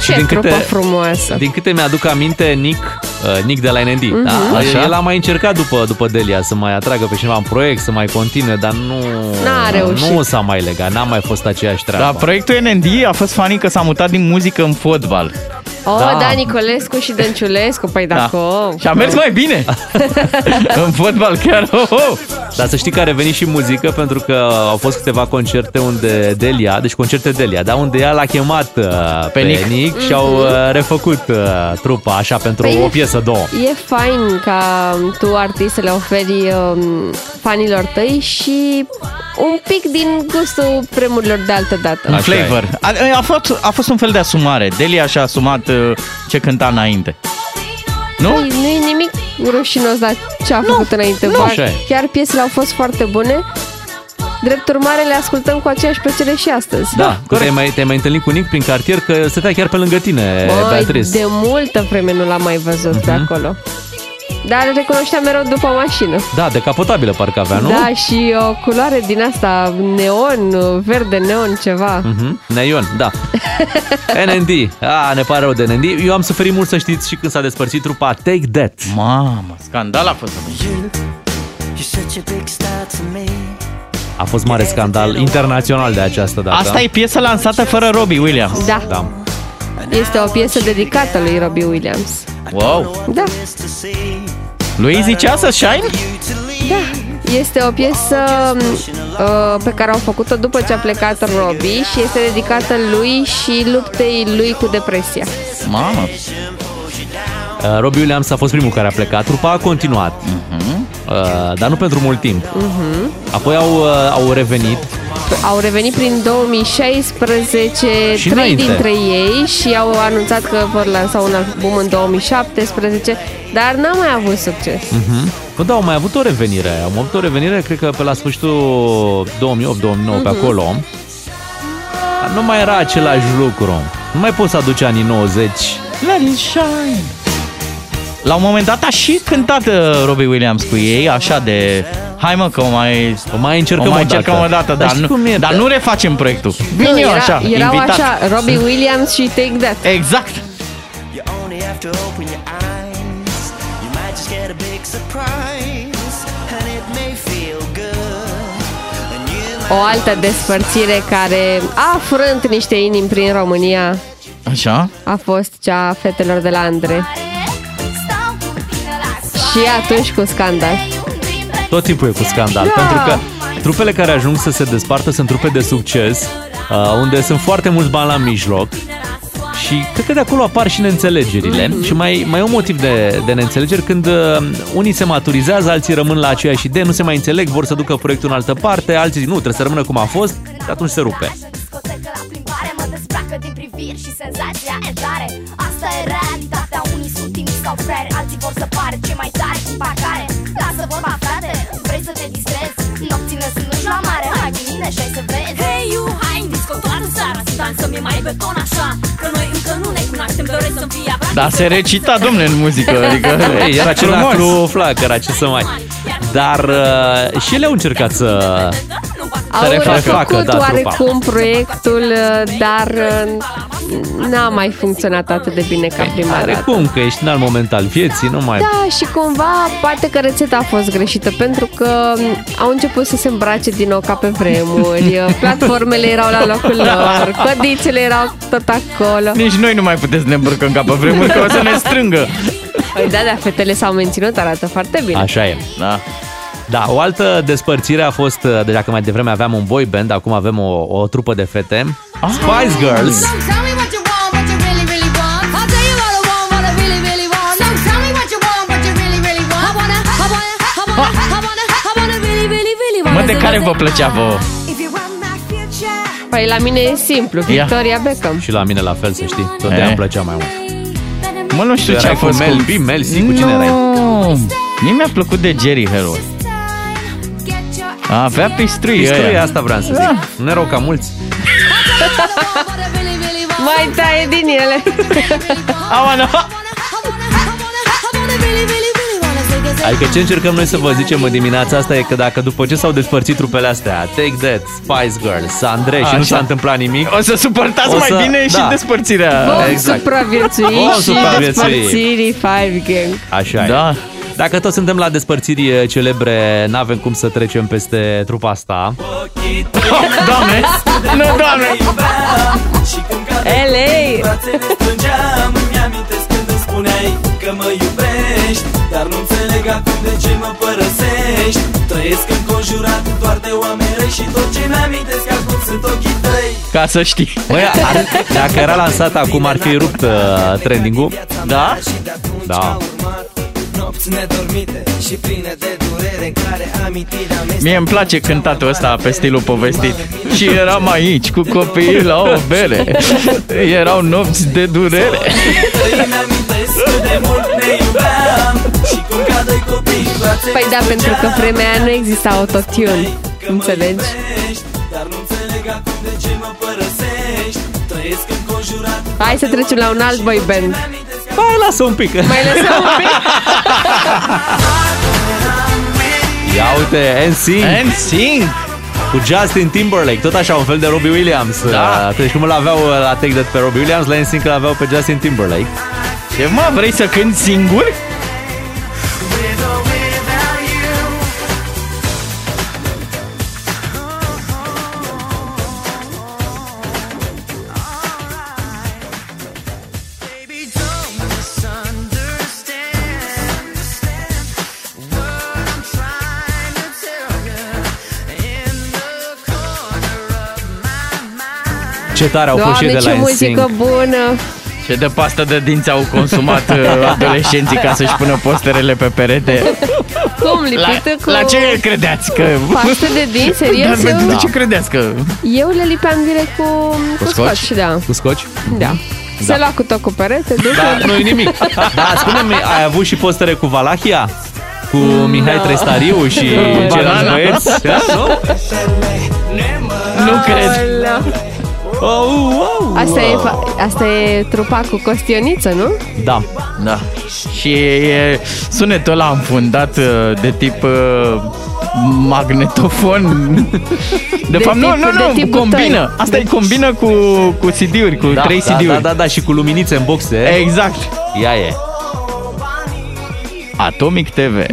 B: Și
D: Ce
B: din
D: trupă
B: câte-
D: frumoasă.
B: Din câte mi-aduc aminte, Nick, uh, Nick de la NND, mm-hmm.
D: Mhm.
B: da?
C: Așa.
B: el a mai încercat după, după Delia să mai atragă pe cineva în proiect, să mai continue, dar nu,
D: N-a reușit.
B: nu s-a mai legat, n-a mai fost aceeași treabă.
C: Dar proiectul NND a fost funny că s-a mutat din muzică în fotbal.
D: Oh,
B: Da.
D: da. da, Nicolescu și Dănciulescu, păi da, cum?
C: Și a mers
D: (laughs)
C: mai (laughs) bine. (laughs) în fotbal chiar. Oh, oh.
B: Dar să știi că a revenit și muzică pentru că au fost câteva concerte unde Delia, deci concerte Delia, da, unde ea l-a chemat uh, pe, pe Nick,
C: Nick.
B: Nick și au uh, refăcut uh, trupa așa pentru
D: Mhm. Păi
B: o
D: e-
B: piesă, două.
D: E fain ca tu, artist, să le oferi um, fanilor tăi și un pic din gustul premurilor de altă dată.
C: Un
B: Așa e.
C: flavor. A, a, fost, a fost un fel de asumare. Delia și-a asumat uh, ce cânta înainte. Nu?
D: Păi, nu e nimic rușinos la ce a făcut înainte. Ba,
B: așa e.
D: chiar piesele au fost foarte bune. Drept urmare, le ascultăm cu aceeași plăcere și astăzi.
B: Da, da te-ai mai, te-ai mai întâlnit cu Nick prin cartier că stătea chiar pe lângă tine,
D: Băi,
B: Beatrice. Mhm.
D: de multă vreme nu l-am mai văzut pe acolo. Dar îl recunoșteam mereu după mașină.
B: Da, decapotabilă parcă avea, nu?
D: Da, și o culoare din asta, neon, verde, neon, ceva.
B: (laughs) Mhm, Neion,
D: (laughs)
B: da. NND. A, ne pare rău de NND. Eu am suferit mult, să știți, și când s-a despărțit trupa Take That.
C: Mamă, scandal a fost.
B: A fost mare scandal internațional de această dată.
C: Asta e piesă lansată fără Robbie Williams.
D: Da.
B: Da.
D: Este o piesă dedicată lui Robbie Williams.
C: Wow.
D: Da,
C: Lui îi zicea să shine?
D: da. Este o piesă uh, pe care au făcut-o după ce a plecat Robbie și este dedicată lui și luptei lui cu depresia.
C: Mamă.
B: Uh, Robbie Williams a fost primul care a plecat, trupa a continuat,
C: Mhm.
B: uh, dar nu pentru mult timp. Apoi au, uh, au revenit.
D: Mhm. Au revenit prin 2016
B: Și
D: trei
B: înainte.
D: dintre ei și au anunțat că vor lansa un album în 2017, dar n-a mai avut succes.
C: Mhm.
B: Bă, da, au mai avut o revenire. Au mai avut o revenire, cred că pe la sfârșitul 2008-2009, pe acolo. Dar Nu mai era același lucru. Nu mai poți să aduci anii 90.
C: Let it shine. La un moment dat a și cântat uh, Robbie Williams cu ei, așa de... Hai mă că o mai...
B: O mai încercăm
C: o mai
B: o dată.
C: încercăm o dată,
B: dar
C: dar,
B: știi cum e?
C: nu, dar nu refacem proiectul. Vin
D: Nu,
C: eu
D: era,
C: așa,
D: erau
C: invitat.
D: așa, Robbie Williams și Take That.
C: Exact.
D: o altă despărțire care a frânt niște inimi prin România
C: Așa?
D: a fost cea a fetelor de la Andre. Și atunci cu scandal.
B: Tot timpul e cu scandal,
D: Da.
B: pentru că trupele care ajung să se despartă sunt trupe de succes, uh, unde sunt foarte mulți bani la mijloc și cred că de acolo apar și neînțelegerile.
D: Mhm.
B: Și mai, mai e un motiv de, de neînțelegeri când uh, unii se maturizează, alții rămân la aceeași idee, nu se mai înțeleg, vor să ducă proiectul în altă parte, alții zic nu, trebuie să rămână cum a fost și atunci se rupe.
K: Discotecă la plimbare Mă desbracă din priviri și senzația e tare Asta e realitatea, unii sunt timizi sau frere Alții vor să pare cei mai tari cu pacare Lasă vorba, frate, vrei să te distrezi Nopțile sunt lungi la mare, hai cu mine și hai să vezi Hei, you, hai în disco toată seara Să dansăm, e mai beton așa Că noi încă nu ne cunoaștem, doresc să-mi fii abrac
C: Dar Da, se recita, domne, în muzică, adică
B: (laughs) Ei, era
C: frumos.
B: celacru flacăra, ce să mai... Dar uh, și ele au încercat să...
D: Au refăcut
B: da, trupa.
D: oarecum proiectul, uh, dar uh, n-a mai funcționat atât de bine ca prima
B: Are
D: dată.
B: cum, că ești în alt moment al vieții, nu mai...
D: Da, și cumva poate că rețeta a fost greșită pentru că um, au început să se îmbrace din nou ca pe
B: (laughs)
D: vremuri, uh, platformele erau la locul lor, codițele erau tot acolo.
C: Nici noi nu mai puteți să ne îmbrcăm ca pe vremuri, că o să ne strângă.
D: Păi da, da, fetele s-au menținut, arată foarte bine.
B: Așa e.
C: Da.
B: Da, o altă despărțire a fost, de dacă mai devreme aveam un boy band, acum avem o, o trupă de fete.
C: Ah.
B: Spice Girls.
C: Mă, de care vă plăcea vouă?
D: Păi la mine e simplu,
B: Ia.
D: Victoria
B: (laughs)
D: Beckham.
B: Și la mine la fel, să știi. Tot de-aia
C: E.
B: îmi plăcea mai mult.
C: Mă, nu știu
B: Tu
C: ce a
B: erai cu
C: fost
B: Mel B, Mel C, cu cine
C: Nu.
B: erai?
C: Mie mi-a plăcut de Jerry Harrow. Avea pistrui
B: Pistrui,
C: ăia.
B: asta vreau să zic.
C: Da.
B: Nu erau ca mulți.
D: Mai taie din ele.
B: Adică ce încercăm noi să vă zicem în dimineața asta e că dacă după ce s-au despărțit trupele astea, Take That, Spice Girls, Andrei și nu
C: Așa.
B: s-a întâmplat nimic,
C: O să suportați
B: o
C: mai
B: să-
C: bine și
B: da.
C: despărțirea.
D: Vom
B: Exact.
D: supraviețui
B: Vom
D: și
B: supraviețui.
D: despărțirii Five Gang.
B: Așa da. e. Dacă tot suntem la despărțiri eh, celebre, n-avem cum să trecem peste trupa asta.
C: (laughs) Doamne! Nu, doamne!
D: Elei!
L: Dar nu înțeleg acum de ce mă părăsești Trăiesc înconjurat doar de oameni răi Și tot ce-mi amintesc acum sunt ochii tăi
C: Ca să știi.
B: Băi, ar, dacă era lansat acum, ar fi rupt uh, trending-ul.
C: Da?
B: Da.
L: Nopți nedormite și pline de durere În care amintirea mea
C: Mie îmi place cântatul ăsta pe stilul povestit. Și eram aici cu copiii la o bere. Erau nopți de durere.
L: Îmi amintesc cât de mult ne iubeam Și cum ca doi copii brațe
D: Păi da, pentru că vremea aia nu exista autotune. Înțelegi?
L: Dar nu înțeleg acum de ce mă părăsești Trăiesc înconjurat
D: Hai să trecem la un alt boy band.
B: Hai, lasă un pic.
D: Mai lăsăm un pic?
B: Ia uite, NSYNC. NSYNC. Cu Justin Timberlake, tot așa, un fel de Robbie Williams. Da. Deci cum îl aveau uh, la Take That pe Robbie Williams, la NSYNC îl aveau pe Justin Timberlake.
C: Ce mă, vrei să cânti singur?
B: Ce tare au fost și ei
D: Doamne,
B: de
D: ce
B: la
D: muzică
B: NSYNC.
D: bună!
C: Ce de pastă de dinți au
B: (laughs)
C: consumat uh, adolescenții ca să-și pună posterele pe perete.
D: Cum, lipită cu...
C: La ce credeți că...
D: Pastă de dinți, serios? Da.
C: Dar
D: Eu,
C: de ce credeți că...
D: eu le lipeam direct cu, cu, scoci, da.
B: Cu scoci?
D: Da. Se lua cu tot cu deci- perete, duce...
B: Da, nu-i nimic. Da, spune-mi, ai avut și postere cu Valahia? Cu Mihai Trestariu (laughs) și
D: (laughs)
B: ceilalți
C: Banana.
B: băieți? da. (laughs)
D: Da, (laughs)
B: Nu?
C: Nu cred.
D: Asta e, fa- asta e trupa cu costioniță, nu?
B: Da.
C: Da. Și e sunetul ăla înfundat uh, de tip uh, magnetofon. De,
B: De
C: fapt, nu,
B: tip-
C: nu, nu,
B: de tip
C: combină.
B: butoi.
C: Asta e combină cu, cu CD-uri, cu
B: Da,
C: trei
B: da,
C: CD-uri.
B: da, da, da, și cu luminițe în boxe.
C: Exact.
B: Ea e.
C: Atomic TV.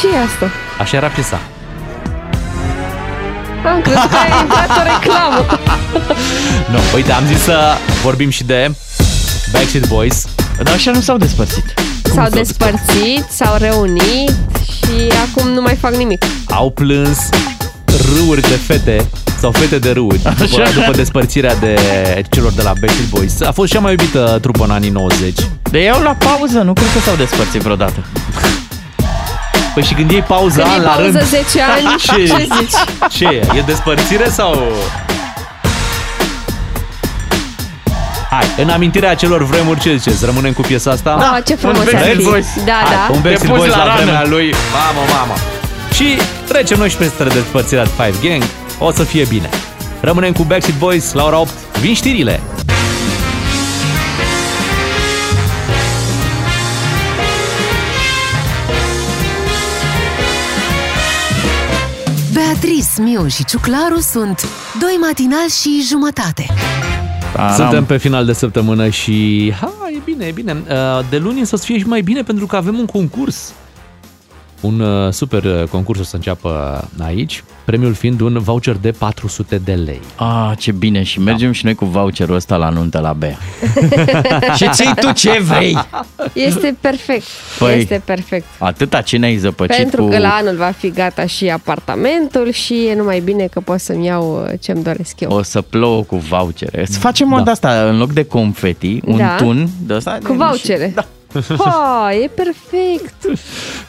D: ce e asta?
B: Așa era piesa.
D: Am crezut că a intrat o
C: (laughs)
D: reclamă.
B: Nu, no, uite, am zis să vorbim și de Backstreet Boys.
C: Dar așa nu s-au despărțit.
D: S-au despărțit, s-au reunit și acum nu mai fac nimic.
B: Au plâns râuri de fete sau fete de râuri după,
C: Așa.
B: după despărțirea de celor de la Backstreet Boys. A fost cea mai iubită trupă în anii 90.
C: De iau la pauză, nu cred că s-au despărțit vreodată.
B: Păi și când iei pauză
D: Când
B: an
D: e
B: la
D: pauză
B: rând...
D: 10
B: (laughs)
D: ani, ce zici?
B: Ce e? E despărțire sau... Hai, în amintirea acelor vremuri, ce ziceți? Rămânem cu piesa asta?
D: Da, Ah, ce frumos ar
B: Backstreet
D: fi.
B: Boys.
D: Da,
B: Hai,
D: da.
B: Un Backstreet
C: Te
B: Boys
C: puși la
B: la,
C: rană.
B: vremea lui. Mamă, mamă. Și trecem noi și peste despărțirea de Five Gang. O să fie bine. Rămânem cu Backstreet Boys la ora 8. Vin știrile.
A: Beatrice, Miu și Ciuclaru sunt doi matinali și jumătate.
B: Suntem pe final de săptămână și... Ha, Da, e bine, e bine. Uh, De luni însă o să fie și mai bine pentru că avem un concurs. Un uh, super uh, concurs o să înceapă aici, premiul fiind un voucher de 400 de lei.
C: (laughs) Ah, ce bine și mergem da. și noi cu voucherul ăsta la nuntă la Bea. (laughs) (laughs) și ții tu ce vrei?
D: Este perfect.
C: Păi,
D: este perfect.
C: Atâta ce ne-ai zăpăcit
D: Pentru
C: cu...
D: că la anul va fi gata și apartamentul și e numai bine că pot să-mi iau uh, ce-mi doresc eu.
C: O să plouă cu vouchere. Să facem da. o
D: Da.
C: asta, în loc de confeti, un
D: Da.
C: tun de ăsta.
D: Cu
C: (laughs)
D: vouchere. Da. Ha, e perfect.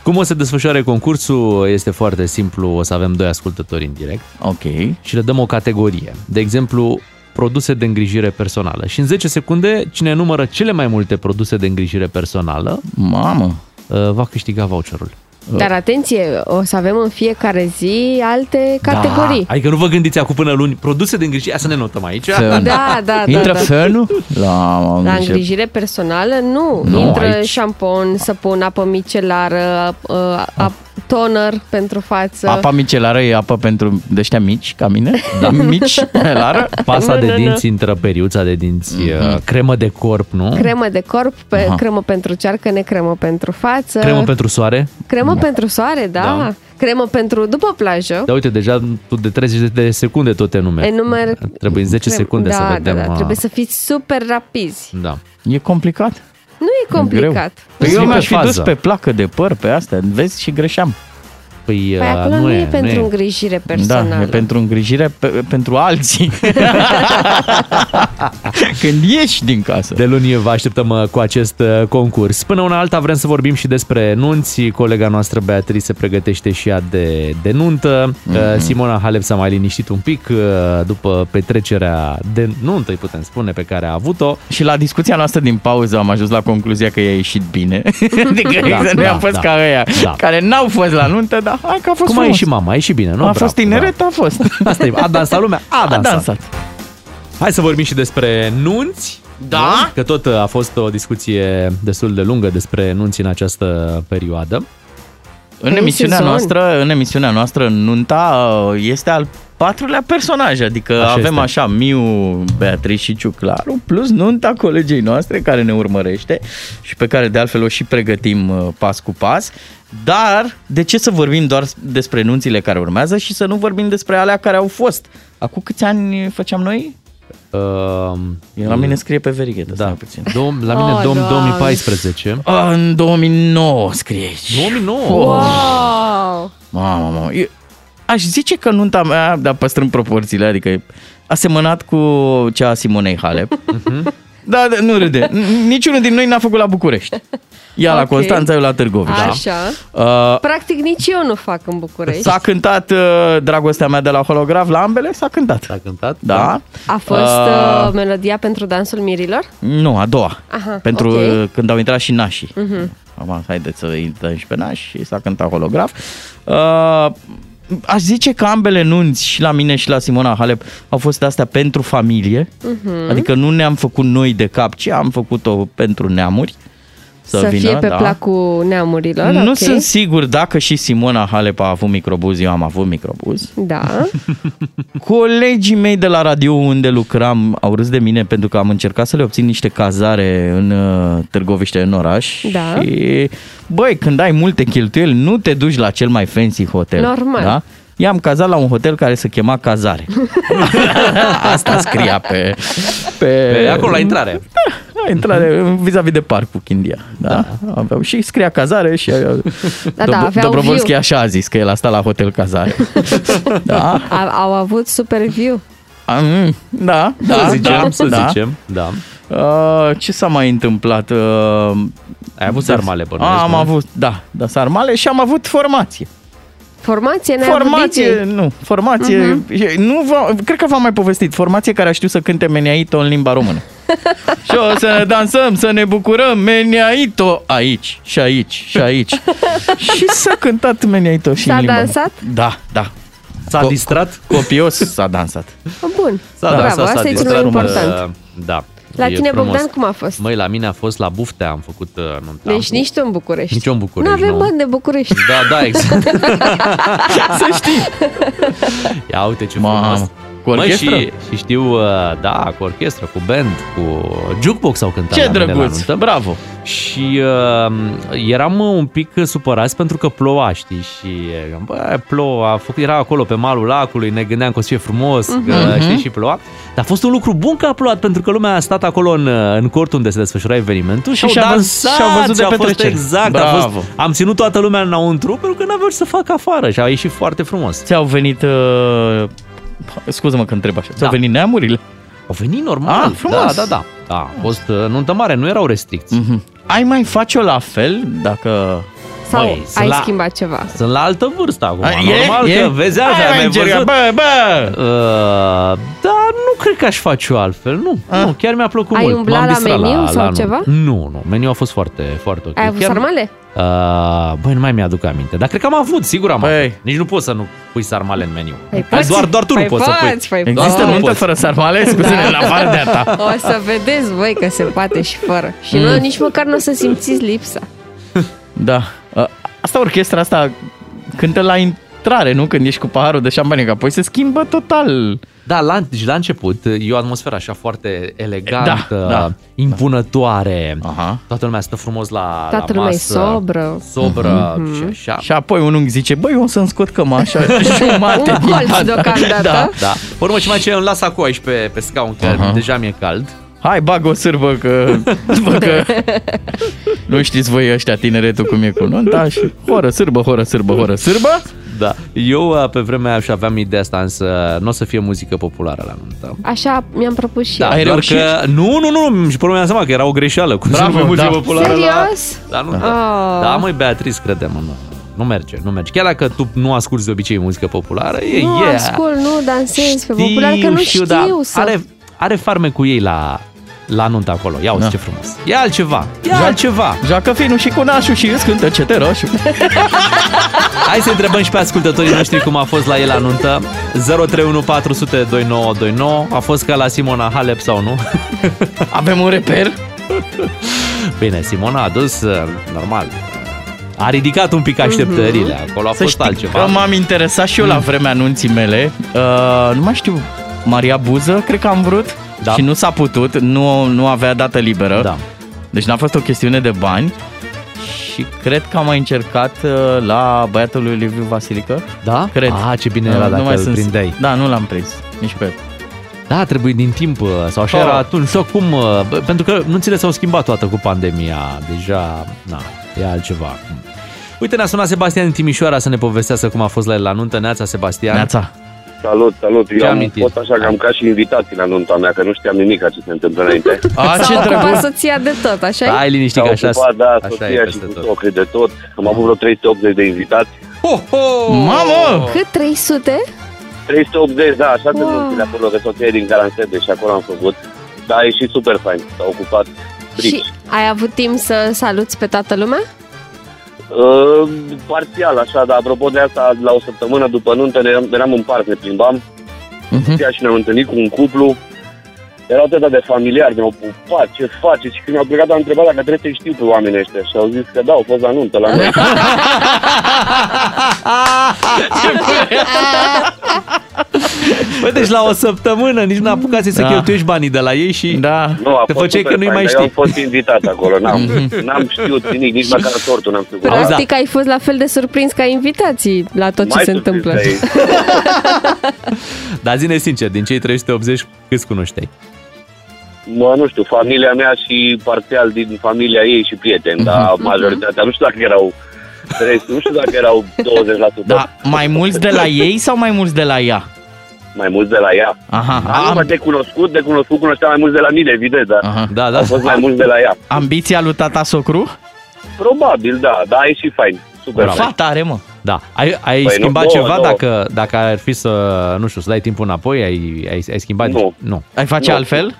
B: Cum o să desfășoare concursul este foarte simplu, o să avem doi ascultători în direct.
C: Ok.
B: Și le dăm o categorie. De exemplu, produse de îngrijire personală. Și în 10 secunde, cine numără cele mai multe produse de îngrijire personală, uh,
C: mamă, Uh,
B: va câștiga voucherul.
D: Dar atenție, o să avem în fiecare zi alte categorii.
B: Da. Adică nu vă gândiți acum până luni produse de îngrijire, să ne notăm aici.
D: Fern. Da, da, da,
C: Intră
D: da.
C: fernul? La,
D: La îngrijire personală, nu.
C: Nu,
D: Intră
C: aici.
D: șampon, săpun, apă micelară, uh,
B: Ah.
D: ap- toner pentru față.
C: Apa micelară e apă pentru de ăștia mici, ca mine?
D: (laughs)
C: Da. Mici, lară?
B: Pasta
D: Nu,
B: de
D: nu, nu.
B: dinți intră periuța de dinți,
C: Mhm.
B: mm-hmm. cremă de corp, nu?
D: Cremă de corp, pe,
B: Ah. Aha.
D: cremă pentru cearcă, necremă pentru față.
B: cremă pentru soare.
D: cremă pentru soare, da.
B: Da.
D: Cremă pentru după plajă.
B: Da, uite, deja tu de 30 de secunde tot te numeri.
D: Enumer...
B: Trebuie în 10
D: crem-
B: secunde
D: da,
B: să vedem.
D: Da, da.
B: uh,
D: Trebuie să fiți super rapizi.
B: da.
C: E complicat.
D: Nu e complicat.
C: Păi
B: Să
C: eu
B: fii
C: mi-aș
B: pe
C: fi dus
B: fază.
C: pe placă de păr pe astea, vezi și greșeam.
B: Păi,
D: Păi acolo nu, e pentru îngrijire personală.
C: Da, e pentru îngrijire pe, pentru
B: (laughs)
C: alții. (laughs) Când ieși din casă.
B: Da. De luni vă așteptăm uh, cu acest uh, concurs. Până una alta vrem să vorbim și despre nunți. Colega noastră Beatrice se pregătește și ea de, de nuntă. Mm-hmm.
C: Mhm.
B: Simona Halep s-a mai liniștit un pic uh, după petrecerea de nuntă, îi putem spune, pe care a avut-o.
C: Și la discuția noastră din pauză am ajuns la concluzia că i-a ieșit bine. (laughs) adică
B: Da,
C: da, să nu
B: da,
C: am fost
B: da.
C: da, ca ăia,
B: Da.
C: da. care n-au fost la nuntă, dar hai că a fost
B: Cum a
C: frumos.
B: ieșit mama? A ieșit bine, nu?
C: a fost tineret, a fost.
B: Asta e, a dansat lumea?
C: (laughs)
B: A dansat.
C: dansat.
B: Hai să vorbim și despre nunți. Da? Că tot a fost o discuție destul de lungă despre nunți în această perioadă.
C: În emisiunea noastră, în emisiunea noastră, nunta uh, este al patrulea personaj, adică
B: Așa
C: așa avem
B: este.
C: așa Miu, Beatrice și Ciuclaru, plus nunta colegei noastre care ne urmărește și pe care de altfel o și pregătim uh, pas cu pas. Dar de ce să vorbim doar despre nunțile care urmează și să nu vorbim despre alea care au fost? Acum câți ani făceam noi?
B: Uh,
C: La mine scrie pe verighetă, da. puțin.
B: Dom- la mine
C: Oh,
B: oh, dom-
C: Doamne.
B: 2014.
C: În 2009 scrie aici.
B: 2009?
D: Wow!
C: Mamă, mamă. Eu aș zice că nunta mea, dar păstrând proporțiile, adică e asemănat cu cea a Simonei Halep. da, da, nu râde. N- Niciunul din noi n-a făcut la București. Ea la
D: Ok.
C: Constanța, eu la Târgoviște.
D: Așa.
C: Uh,
D: Practic nici eu nu fac în București.
C: s-a cântat uh, dragostea mea de la holograf, la ambele s-a cântat. S-a
B: cântat?
C: Da.
D: A fost uh... Uh, melodia pentru dansul mirilor?
C: Nu, a doua.
D: Aha,
C: Pentru
D: ok.
C: uh, când au intrat și nașii.
D: Mhm.
C: Acum, haideți să intrăm și pe naș și s-a cântat holograf. Uh, aș zice că ambele nunți, și la mine și la Simona Halep, au fost astea pentru familie.
L: Mhm.
C: Adică nu ne-am făcut noi de cap, ci am făcut-o pentru neamuri. să,
D: să
C: vină.
D: fie pe
C: da.
D: placul neamurilor.
C: Nu
D: ok.
C: sunt sigur dacă și Simona Halep a avut microbuz, eu am avut microbuz.
D: Da.
C: Colegii mei de la radio unde lucram au râs de mine pentru că am încercat să le obțin niște cazare în uh, Târgoviște, în oraș.
D: Da.
C: Și, băi, când ai multe cheltuieli, nu te duci la cel mai fancy hotel.
D: Normal.
C: Da? I-am cazat la un hotel care se
D: (laughs)
C: chema Cazare. Asta scria pe... Pe,
B: Pe acolo, la intrare.
C: Da, la intrare, vis-a-vis de parcul Chindia. Da? da. Aveau și scria Cazare și... uh,
D: Da, da, aveau
C: Dobrovolski
D: view.
C: așa a zis că el a stat la hotel Cazare. da?
D: A, au avut super view.
C: Am, da, da,
B: să zicem,
C: da,
B: să
C: da.
B: zicem, da.
C: Uh, ce s-a mai întâmplat? Uh,
B: Ai avut sarmale, bănuiesc,
C: Am
B: nu?
C: avut, da, da, sarmale și am avut formație.
D: Formație n-ai
C: Formație,
D: avut DJ? Mhm.
C: nu, formație, uh-huh. nu v- cred că v-am mai povestit, formație care a știut să cânte Meneaito în limba română. și o să ne dansăm, să ne bucurăm, Meneaito aici și aici și aici. și s-a cântat Meneaito și
D: S-a
C: în limba
D: dansat?
C: Da, da. S-a
B: distrat?
C: Copios s-a dansat.
D: Oh, Bun.
B: S-a
D: Bravo,
B: dat, s-a, s-a
D: asta e cel mai
B: distrat,
D: important.
B: uh, Da.
D: La
B: e
D: tine,
B: frumos.
D: Bogdan, cum a fost?
B: Măi, la mine a fost la buftea, am făcut uh, nunta.
D: Deci nici tu în București.
B: Nici eu în București,
D: Nu avem
B: nu.
D: bani de București.
B: Da, da, exact. Să știi. Ia uite ce frumos.
C: cu
B: Măi,
C: orchestră?
B: și, și știu, uh, da, cu orchestră, cu band, cu jukebox au cântat
C: Ce
B: la mine la
C: drăguț,
B: nuntă.
C: bravo.
B: Și uh, eram un pic supărați pentru că ploua, știi, și uh, bă, ploua, a făcut- era acolo pe malul lacului, ne gândeam că o să fie frumos,
M: Mhm.
B: că,
M: Mhm.
B: știi, și ploua. Dar a fost un lucru bun că a plouat, pentru că lumea a stat acolo în, uh, în cortul unde se desfășura evenimentul și,
C: Și
B: au
C: și-a văz-
B: dansat,
C: și-au văzut de
B: a fost
C: petrecere.
B: Exact, a
C: Bravo.
B: fost, am ținut toată lumea înăuntru pentru că n-aveau ce să fac afară și a ieșit foarte frumos.
C: Ți-au venit, uh, scuză-mă că întreb așa, ți-au venit neamurile?
B: Da. Au venit normal,
C: Ah, frumos.
B: da, da, da. Da, a fost uh, nuntă mare, nu erau restricții.
C: Mm-hmm. Ai mai face-o la fel dacă...
D: (laughs) Sau
B: Măi,
D: ai
B: la-
D: schimbat ceva?
B: Sunt la altă vârstă acum.
C: A, e?
B: Normal
C: E?
B: că vezi
C: Hai,
B: asta,
C: mai
B: ai
C: încerca.
B: văzut.
C: Bă, bă!
B: Uh, da, nu cred că aș face-o altfel, nu. Nu, chiar mi-a plăcut
D: Ah. Ai
B: mult.
D: umblat
B: M-am
D: la
B: distrat
D: meniu sau
B: anul.
D: ceva?
B: Nu, nu, meniu a fost foarte, foarte ok.
D: Ai avut
B: Chiar-
D: sarmale?
B: Uh, băi, nu mai mi-aduc aminte. Dar cred că am avut, sigur am
C: Păi.
B: avut. Nici nu poți să nu pui sarmale în meniu.
D: Păi poți.
B: doar, doar tu
D: Păi
B: nu poți să
D: poți,
B: pui.
D: păi Există
B: Doar tu
D: nuntă
B: poți. Da.
C: fără sarmale? Scuze-ne, în afară de a ta.
D: O să vedeți voi că se poate și fără. Și
C: Mm.
D: nu, nici măcar nu o să simțiți lipsa.
C: Da. Uh, Asta, orchestra asta cântă la intrare, nu? Când ești cu paharul de șampanie, că apoi se schimbă total.
B: Da, la, deci la început e o atmosferă așa foarte elegantă,
C: Da, da.
B: impunătoare. Aha. Toată lumea stă frumos la, la
D: Toată lumea e
B: masă.
D: sobră.
B: Sobră
D: Mhm.
B: și așa.
C: Și apoi unul îmi zice, băi, eu o să-mi scot
D: (laughs)
C: cămașa jumate
D: Un
C: din
D: colț
C: pat."
D: deocamdată.
C: Da,
B: da. Pe urmă, ce mai ce îmi las acolo aici pe, pe scaun, că
C: Aha.
B: deja mi-e cald.
C: Hai, bag o sârbă
D: (laughs)
C: că... Bă, că...
D: Da.
C: nu știți voi ăștia tineretul cum e cu nunta și horă sârbă, horă sârbă, horă sârbă.
B: Da. Eu uh, pe vremea așa aveam ideea asta, însă nu o să fie muzică populară la nuntă.
D: Așa mi-am propus și
B: Da,
D: eu.
B: doar Că, nu, nu, nu, nu, și pe urmă mi-am seama că era o greșeală cu
C: Bravo,
B: Bravo, muzică
C: da.
B: populară
D: Serios?
B: la, la nuntă.
D: Ah.
B: Da, măi, Beatriz, credem în nu merge, nu merge. Chiar dacă tu nu asculti de obicei muzică populară, e
D: Nu
B: yeah.
D: ascult, nu dansez pe popular, că nu știu,
B: dar
D: să...
B: Are, are farme cu ei la, la nuntă acolo. Ia uite da. ce frumos. E altceva. E
C: Joacă-
B: altceva.
C: Joacă finul și cu nașul și îți cântă cete roșu.
B: Hai să întrebăm și pe ascultătorii noștri cum a fost la el la nuntă. 031402929 a fost ca la Simona Halep sau nu? (laughs)
C: Avem un reper?
B: Bine, Simona a dus uh, normal. uh, A ridicat un pic așteptările. Acolo a
C: Mhm. Să
B: fost
C: știi
B: altceva. Mm.
C: Că m-am interesat și eu la vremea anunții mele. Uh, nu mai știu, Maria Buză, cred că am vrut.
B: Da.
C: Și nu s-a putut, nu, nu avea dată liberă.
B: Da.
C: Deci n-a fost o chestiune de bani. Și cred că am mai încercat uh, la băiatul lui Liviu Vasilică.
B: Da?
C: Cred.
B: Ah, ce bine era dacă
C: mai
B: îl
C: sunt-
B: prindeai.
C: Da, nu l-am prins. Nici pe el.
B: Da, trebuie din timp uh, sau așa
C: Oh.
B: era atunci. Sau cum, uh, bă, pentru că nunțile s-au schimbat toată cu pandemia. Deja, na, e altceva acum. Uite, ne-a sunat Sebastian din Timișoara să ne povestească cum a fost la el la nuntă. Neața, Sebastian.
C: Neața.
N: Salut, salut. Eu
B: Ce
N: am
B: amintiri?
N: fost așa că am ca și invitații la nunta mea, că nu știam nimic ce se întâmplă
B: (laughs)
N: înainte.
D: A, ce ocupat soția de tot, așa e?
B: liniștit
N: că
B: așa-
N: Ocupat, da,
B: așa e
N: soția și
B: peste
N: cu
B: tot.
N: socrii de tot. Am avut vreo 380 de invitați.
B: Ho, ho!
D: Cât? 300?
N: 380, da, așa wow. sunt nunțile acolo, că soția e din Garansebe și acolo am făcut. Da, e și super fain. S-a ocupat strict.
D: Și ai avut timp să saluți pe toată lumea?
N: Uh, parțial, așa, dar apropo de asta, la o săptămână
B: Mhm.
N: după nuntă ne, eram în parc, ne plimbam. Uh-huh. Și ne-am întâlnit cu un cuplu Erau atât de familiari, ne-au pupat, ce faceți? Și când mi-au plecat, am întrebat dacă trebuie să știu pe oamenii ăștia. Și au zis că da, au fost la nuntă la noi.
B: Bă, deci la o săptămână nici n-a apucat să-i să
N: Da.
B: cheltuiești banii de la ei și da.
N: Nu, a
B: te
N: fost
B: făceai
N: super
B: că nu-i
N: fain,
B: mai
N: dar
B: știi. Mhm.
N: Eu am fost invitat acolo, n-am, n-am știut nimic, nici măcar tortul n-am știut.
B: da.
D: Practic ai fost la fel de surprins ca invitații la tot
N: Mai
D: ce se
N: surprins
D: întâmplă.
N: ca ei.
B: (laughs) Dar zine sincer, din cei 380, câți cunoșteai?
N: Mă, nu știu, familia mea și parțial din familia ei și prieteni, dar
B: Mhm.
N: majoritatea, nu știu dacă erau, trei- nu știu dacă
B: (laughs)
N: erau 20%.
C: Da, mai mulți de la ei sau mai mulți de la ea?
N: Mai mulți de la ea.
C: Aha,
N: Am, am... de cunoscut, de cunoscut cunoșteam mai mulți de la mine, evident, dar
C: Aha.
B: Da,
N: da. au fost mai mulți de la ea.
C: Ambiția lui tata socru?
N: Probabil, da, da, e și fain,
C: (laughs)
N: super
B: Bravo.
N: fain.
C: Fata are, mă.
B: Da. Ai, ai
N: Păi,
B: păi
N: nu,
B: schimbat
N: două,
B: ceva
N: două.
B: dacă, dacă ar fi să, nu știu, să dai timpul înapoi? Ai, ai, ai schimbat?
N: Nu.
B: nu.
C: Ai face
B: Nu.
C: altfel?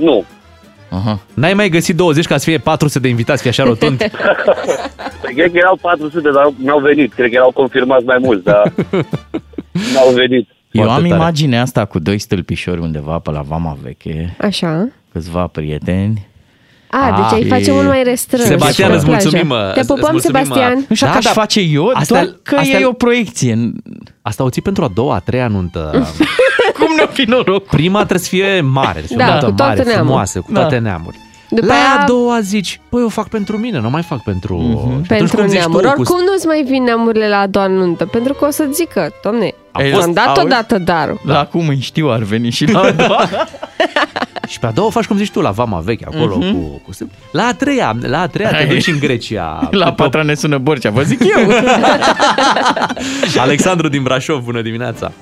N: Nu.
C: Aha.
B: N-ai mai găsit 20 ca să fie 400 de invitați, fi așa rotund?
N: Păi, Cred că erau 400, dar n-au venit, cred că erau confirmați mai mulți,
C: (laughs)
N: dar n-au venit.
C: Eu am imaginea asta cu doi stâlpișori undeva pe la Vama Veche,
D: Așa.
C: câțiva prieteni.
D: A, deci ai
C: și-
D: face mult mai restrâns.
B: Sebastian,
D: pe
B: îți
D: plajă.
B: mulțumim, mă.
D: Te
B: Îți- îți
D: pupăm,
B: mulțumim, uh, mă.
D: Sebastian.
C: Nu
B: Da,
C: știu dacă aș face eu,
B: Asta-
C: asta, doar că
B: asta-
C: asta... e o proiecție.
B: Asta o ții pentru a doua, a treia nuntă.
C: (laughs) Cum nu fi noroc?
B: Prima trebuie să fie mare, să fie
D: Da,
B: o nuntă
D: cu toate
B: mare,
D: neamurile.
B: frumoasă, cu
D: Da.
B: toate neamuri.
D: După
B: la
D: aia-
B: a doua zici, păi eu fac pentru mine, nu mai fac pentru...
C: Mhm.
B: Mm-hmm.
D: Pentru neamuri. Oricum nu-ți mai vin neamurile la a doua nuntă, pentru că o să zică, domne,
C: Ei,
D: am dat
C: auzi?
D: odată darul.
C: La cum îi știu ar veni și
B: (laughs)
C: la a doua.
B: Și pe a doua o faci cum zici tu, la vama veche, acolo
C: Mhm.
B: mm-hmm. cu, cu... semn. La a treia, la a treia te
C: Hai.
B: duci în Grecia.
C: (laughs) La patra ne sună Borcea, vă zic eu.
B: (laughs) Alexandru din Brașov, bună dimineața.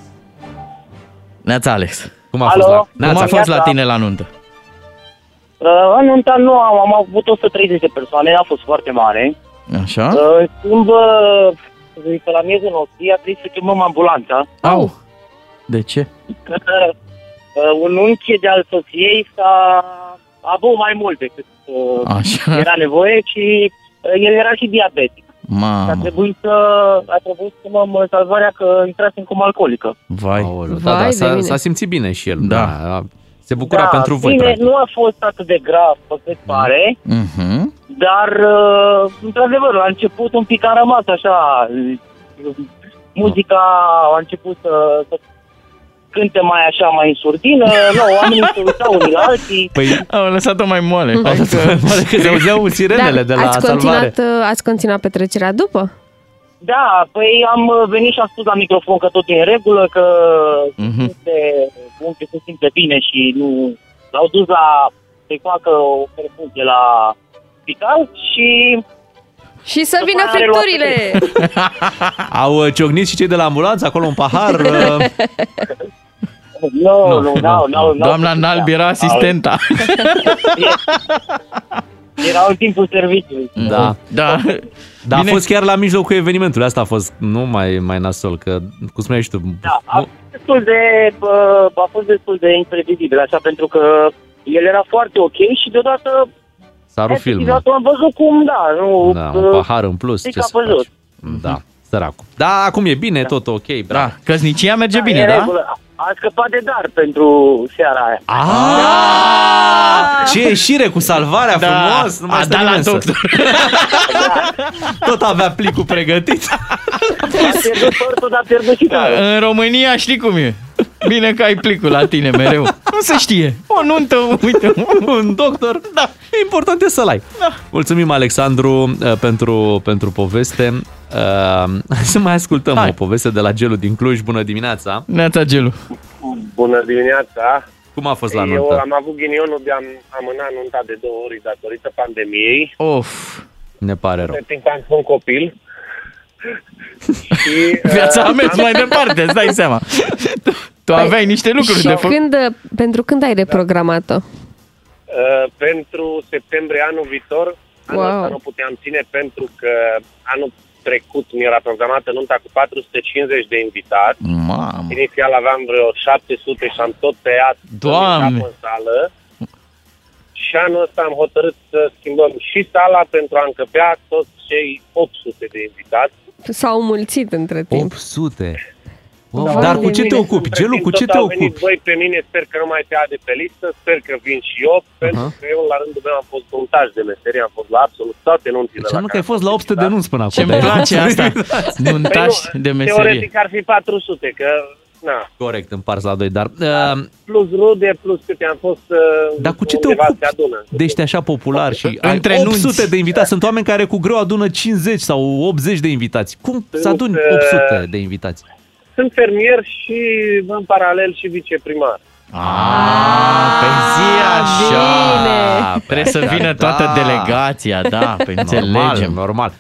C: Neața, Alex.
B: Cum a
M: Alo?
B: fost la...
C: Cum a
M: Neața.
C: fost la tine la nuntă?
M: (laughs) Uh, în nunta nu am, am avut 130 de persoane, a fost foarte mare.
C: Așa?
M: Uh, în schimb, uh, să zic, pe la miezul nopții a trebuit să chemăm ambulanța.
C: Au! De ce?
M: Că (laughs) uh, un unchi de al soției s-a a avut mai mult decât uh,
C: Așa.
M: era nevoie și uh, el era și diabetic. Și A
C: Mamă,
D: Mhm.
M: trebuit să, a trebuit să chemăm uh, salvarea că intrase în comă alcoolică.
C: vai.
B: Aolo,
M: Vai
B: da, da,
M: de
B: s-a,
M: mine.
B: s-a simțit bine și el. Da. da. Se bucura pentru voi.
M: bine,
B: practic.
M: nu a fost atât de grav, pe cât pare.
C: Mhm.
M: Dar, uh, într-adevăr, la început un pic a rămas așa. Muzica a început să, să cânte mai așa, mai în surdină. Nu, oamenii se uitau unii la alții.
B: Păi
C: au lăsat-o mai moale.
B: Au lăsat-o mai moale, că se auzeau
C: (laughs)
B: sirenele de la
D: Da, ați
B: salvare.
D: continuat, uh, ați continuat petrecerea după?
M: Da, păi am uh, venit și am spus la microfon că tot e în regulă, că mm-hmm. se, unchiul se simte bine și nu... L-au dus la... să-i facă o perfuzie la spital și...
D: Și să
M: După
D: vină
M: aia a reluat
D: fripturile!
B: Au uh, ciognit și cei de la ambulanță acolo un pahar. uh,
M: Nu, nu, nu, nu, nu.
C: Doamna Nalbi era asistenta.
M: Era în timpul serviciului.
B: Da.
C: Da.
B: Dar
C: Bine.
B: a fost chiar la mijlocul evenimentului. Asta a fost nu mai, mai nasol, că cum spuneai și tu.
M: Da, a fost destul de, bă, a fost destul de imprevizibil, așa, pentru că el era foarte ok și deodată,
B: S-a rupt filmul.
M: deodată am văzut cum, da, nu...
B: Da,
M: bă,
B: un pahar în plus.
M: zic
B: Ce
M: că
B: să
M: a văzut.
B: faci? Da, săracul. Da, acum e bine, tot ok. Bravo. Da,
C: căsnicia merge
M: e în regulă. A scăpat de dar pentru seara aia.
B: Ce ieșire cu salvarea
M: Da,
B: frumos! Nu mai
M: a
B: stă
M: dat la
B: nimeni să- Tot avea plicul (laughs) pregătit.
M: A pierdut tortul, dar a pierdut și
C: Da,
M: darul.
C: în România știi cum e. Bine că ai plicul la tine mereu. Nu se știe. O nuntă, uite,
B: un doctor. Da, important e să-l ai.
O: Da.
B: Mulțumim, Alexandru, uh, pentru, pentru poveste. Uh, (laughs) Să mai ascultăm
C: Hai.
B: o poveste de la Gelu din Cluj. Bună dimineața!
C: Neața Gelu.
O: Bună dimineața!
B: Cum a fost la
O: Eu
B: nuntă?
O: am avut ghinionul de am amâna nunta de două ori datorită pandemiei.
C: Of,
B: ne pare rău.
O: Pe timp am fost un copil. și,
C: (laughs) Viața
O: uh,
C: a mers mai departe, îți dai seama. Tu
D: Păi,
O: Păi,
C: aveai niște lucruri
D: și
C: de făcut.
D: când, uh, pentru când ai reprogramat-o?
O: Uh, pentru septembrie anul viitor. Anul
D: Wow.
O: ăsta nu puteam ține pentru că anul trecut mi era programată nunta cu 450 de invitați.
C: Mm. Mamă.
O: Inițial aveam vreo 700 și am tot tăiat
C: Doamne.
O: în capă în sală. Și anul ăsta am hotărât să schimbăm și sala pentru a încăpea toți cei 800 de invitați.
D: S-au mulțit între timp.
B: 800.
D: Da.
B: Wow.
O: Da,
B: Dar cu ce te ocupi, Gelu? Cu ce te ocupi?
O: Voi pe mine, sper că nu mai te ia de pe listă, sper că vin și eu, pentru că eu la rândul meu am fost montaj de meserie, am fost la absolut toate nunțile
B: Deci
O: la
B: nu că ai fost Exact. la 800 de nunți până acum. Deci,
O: Ce-mi
B: (laughs)
O: place asta,
B: nuntași
O: Păi nu, Teoretic ar fi 400, că na,
B: Corect, împarți la doi, dar... Uh,
O: plus rude, plus câte am fost uh,
B: dar cu ce te
O: undeva se
B: ocupi?
O: adună.
B: Deci ești așa popular și ai
O: Între
B: 800
O: nunți.
B: de invitați. Sunt oameni care cu greu adună 50 sau 80 de invitați. Cum să
O: Sunt,
B: aduni
O: uh,
B: 800 de invitați?
O: Sunt fermier și în paralel și viceprimar.
B: Ah,
C: Pe zi așa.
O: Ah, bine.
C: Trebuie să vină
B: Da.
C: toată delegația,
B: (laughs)
C: da, pe
B: Normal,
C: înțelegem.
B: normal.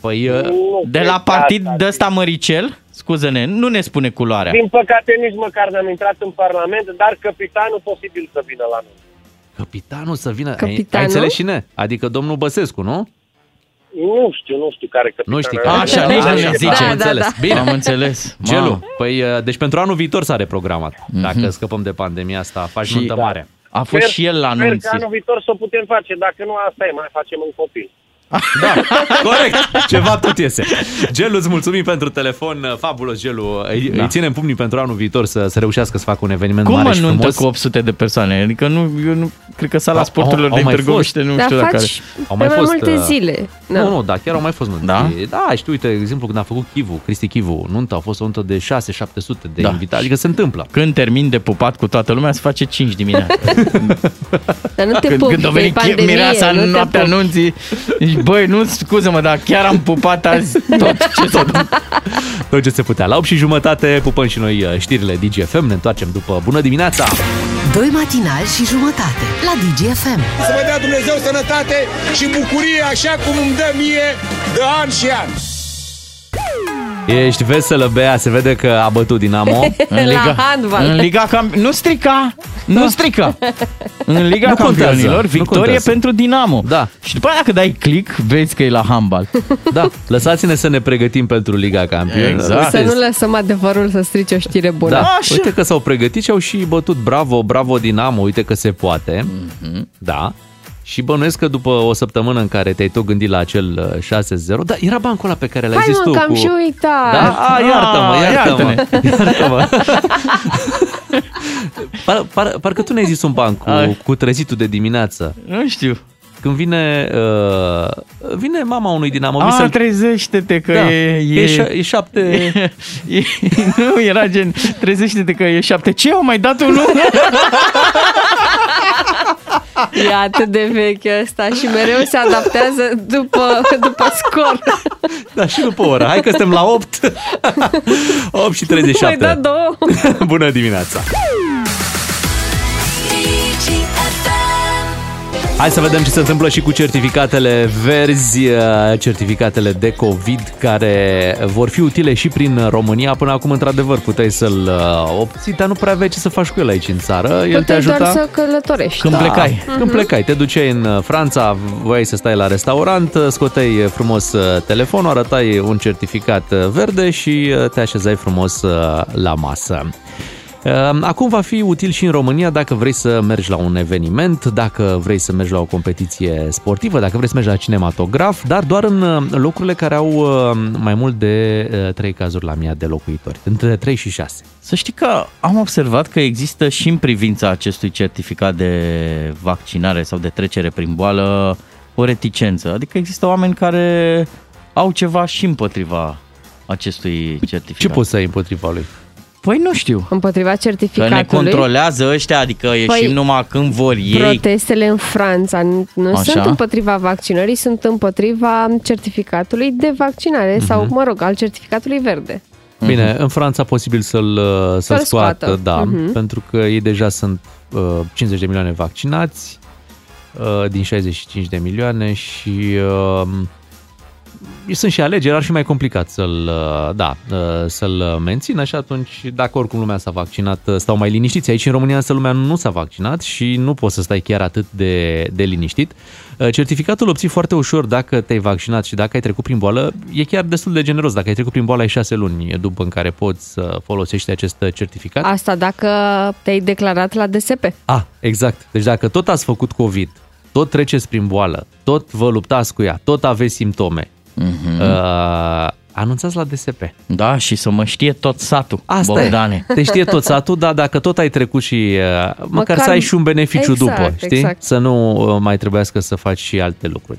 B: Păi,
C: uh, de la partid de ăsta măricel, scuză-ne, nu ne spune culoarea.
O: Din păcate nici măcar n-am intrat în parlament, dar capitanul posibil să vină la noi.
B: Capitanul să vină. Ai- Ai
O: Capitanul?
B: înțeles și ne? Adică domnul Băsescu, nu?
O: Nu știu, nu știu care capitan.
B: Nu știi.
O: era. Da,
B: Am înțeles. Bine.
C: Am înțeles.
B: Gelu,
C: Mamă. Mhm.
B: păi, uh, deci pentru anul viitor s-a reprogramat. Dacă scăpăm de pandemia asta, faci
C: Și-
B: nuntă
C: Da.
B: mare.
C: A
O: Sper- Sper că anul viitor să o putem face, dacă nu asta e, mai facem un copil.
B: Corect, ceva tot iese. Gelu, îți mulțumim pentru telefon, fabulos Gelu. Îi, da.
C: Da.
B: îi ținem pumnii pentru anul viitor să, să reușească să facă un eveniment
C: Cum
B: mare și
C: anuntă
B: frumos.
C: cu 800 de persoane? Adică nu, eu nu, cred că sala
B: Au-
C: sporturilor
B: au-
C: din
B: au mai
C: Târgoviște,
B: fost.
C: nu
D: Dar
C: știu la care.
D: faci pe mai, multe
B: uh,
D: zile. Da.
B: Nu, nu, da, chiar au mai fost nunți. Da? da, știu, uite, de exemplu, când a făcut Chivu, Cristi Chivu, nunta a fost o nuntă de 6-700 de da. invitați. Adică se întâmplă.
C: Când termin de pupat cu toată lumea, se face 5 dimineața.
D: Dar nu (laughs) te
C: când,
D: pupi,
C: când a
D: că e
C: venit che-
D: pandemie,
C: mireasa
D: nu
C: în
D: te
C: noaptea
D: pupi.
C: anunții, zici, băi, nu, scuză-mă, dar chiar am pupat azi
D: (laughs)
C: tot ce s-a dat.
B: Tot Păi, ce se putea. La 8 și jumătate pupăm și noi uh, știrile DGFM, ne întoarcem după. Bună dimineața!
A: Doi matinali și jumătate la DGFM.
H: Să vă dea Dumnezeu sănătate și bucurie așa cum îmi dă mie de an și an.
B: Ești veselă, Bea, se vede că a bătut
D: (laughs)
B: Dinamo.
D: În La Liga- handbal.
C: În Liga Cam... Nu strica! Nu strica! În Liga
B: Nu contează,
C: Campionilor,
B: nu
C: victorie
B: contează.
C: pentru Dinamo. Da. Și după aia dacă dai click, vezi că e la handbal.
B: Da, lăsați-ne să ne pregătim pentru Liga Campionilor.
C: Exact.
D: Să nu lăsăm adevărul să strice o știre bună.
B: Da. Uite că s-au pregătit și au și bătut bravo, bravo Dinamo, uite că se poate.
D: Mhm.
B: Da. Și bănuiesc că după o săptămână în care te-ai tot gândit la acel uh, 6-0, da, era bancul ăla pe care l-ai
D: Hai
B: zis
D: mă,
B: tu
D: că am
B: cu...
D: și uitat.
B: Da, a, iartă-mă,
C: Ah,
B: iartă-mă,
C: iartă-ne.
B: iartă-mă. (laughs) par, par, parcă tu ne-ai zis un ban cu, cu trezitul de dimineață.
C: Nu știu.
B: Când vine, uh, vine mama unui dinamo,
D: Ah,
B: mi
C: A,
B: se-
C: trezește-te că
B: Da,
C: e...
B: că e șa- e șapte-
C: (laughs) e- nu, era gen, trezește-te că e șapte. Ce, au mai dat (laughs) unul?
D: (laughs) E atât de vechi ăsta și mereu se adaptează după, după scor.
B: Da, și după ora. Hai că suntem la
D: (laughs)
B: 8. 8 și 37.
D: Mai dat două.
B: (laughs) Bună dimineața! Hai să vedem ce se întâmplă și cu certificatele verzi, eh, certificatele de COVID care vor fi utile și prin România. Până acum, într-adevăr, puteai să-l eh, obții, dar nu prea aveai ce să faci cu el aici în țară. el te
D: Puteai
B: ajuta...
D: doar să călătorești.
B: Când plecai. Când
D: Mhm.
B: plecai, te duceai în uh, Franța, voiai să stai la restaurant, uh, scoteai uh, frumos uh, telefonul, arătai un certificat uh, verde și uh, te așezai frumos uh, la masă. Uh, Acum va fi util și în România dacă vrei să mergi la un eveniment, dacă vrei să mergi la o competiție sportivă, dacă vrei să mergi la cinematograf, dar doar în uh, locurile care au uh, mai mult de 3 cazuri la mia de locuitori, între 3 și 6.
C: Să știi că am observat că există și în privința acestui certificat de vaccinare sau de trecere prin boală o reticență. Adică există oameni care au ceva și împotriva acestui certificat.
B: Ce poți să ai împotriva lui?
C: Păi nu știu.
D: Împotriva
C: Că
D: certificatului.
C: ne controlează ăștia, adică ieșim
D: Păi,
C: numai când vor ei.
D: Protestele în Franța nu nu
C: Așa.
D: sunt împotriva vaccinării, sunt împotriva certificatului de vaccinare
B: Mhm.
D: sau, mă rog, al certificatului verde.
B: Bine, în Franța posibil să-l, uh, Mhm. să-l,
D: Să-l
B: scoată,
D: scoată.
B: da,
D: Mhm.
B: pentru că ei deja sunt uh, 50 de milioane vaccinați uh, din 65 de milioane și uh, sunt și alegeri, ar fi mai complicat să-l, uh, da, uh, să-l mențină și atunci, dacă oricum lumea s-a vaccinat, uh, stau mai liniștiți. Aici în România însă lumea nu s-a vaccinat și nu poți să stai chiar atât de, de liniștit. Uh, Certificatul îl obții foarte ușor dacă te-ai vaccinat și dacă ai trecut prin boală. E chiar destul de generos. Dacă ai trecut prin boală, ai șase luni după în care poți să folosești acest uh, certificat.
D: Asta dacă te-ai declarat la DSP.
B: Ah, exact. Deci dacă tot ați făcut COVID, tot treceți prin boală, tot vă luptați cu ea, tot aveți simptome, uh, anunțați la DSP.
C: Da, și să mă știe tot satul,
B: Asta
C: Bogdane.
B: e. Te știe tot satul, dar dacă tot ai trecut și uh, măcar, măcar
C: Măcar-
B: să ai și un beneficiu
C: Exact,
B: după, știi?
C: exact.
B: Să nu uh, mai trebuiască să faci și alte lucruri.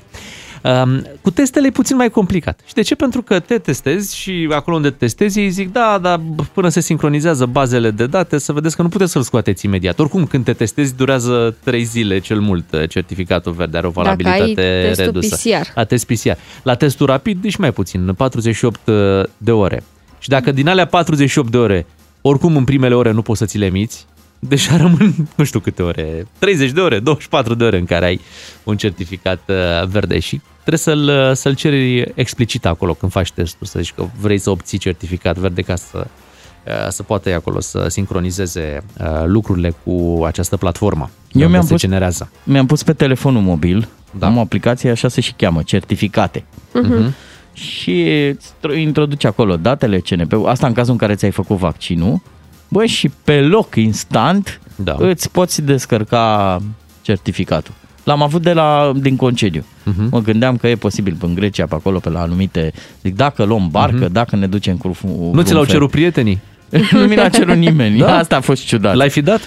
B: Um, Cu testele e puțin mai complicat. Și de ce? Pentru că te testezi și acolo unde te testezi ei zic da, dar b- până se sincronizează bazele de date să vedeți că nu puteți să-l scoateți imediat. Oricum, când te testezi durează 3 zile cel mult uh, certificatul verde, are o
D: Dacă ai
B: valabilitate
D: testul
B: redusă.
D: PCR.
B: La test PCR. La testul rapid, nici mai puțin, 48 uh, de ore. Și dacă din alea 48 de ore, oricum în primele ore nu poți să ți le miți, deja rămân (laughs) nu știu câte ore, 30 de ore, 24 de ore în care ai un certificat uh, verde și trebuie să-l, uh, să-l ceri explicit acolo când faci testul, să zici că vrei să obții certificat verde ca să uh, să poată ei acolo să sincronizeze uh, lucrurile cu această platformă.
C: Eu
B: unde
C: mi-am
B: se
C: pus,
B: generează.
C: mi-am pus pe telefonul mobil, da. am o aplicație, așa se și cheamă, certificate.
B: Mhm.
C: Și îți tr- introduci acolo datele CNP, asta în cazul în care ți-ai făcut vaccinul, bă, și pe loc, instant, da. îți poți descărca certificatul. L-am avut de la, din concediu.
B: Mhm.
C: Uh-huh. Mă gândeam că e posibil în Grecia, pe acolo, pe la anumite... Zic, dacă luăm barcă, uh-huh. dacă ne ducem cu...
B: Mhm. Nu ți l-au cerut prietenii?
C: (laughs) nu mi l-a cerut
B: (laughs)
C: nimeni. Da? Asta a fost ciudat.
B: L-ai fi dat?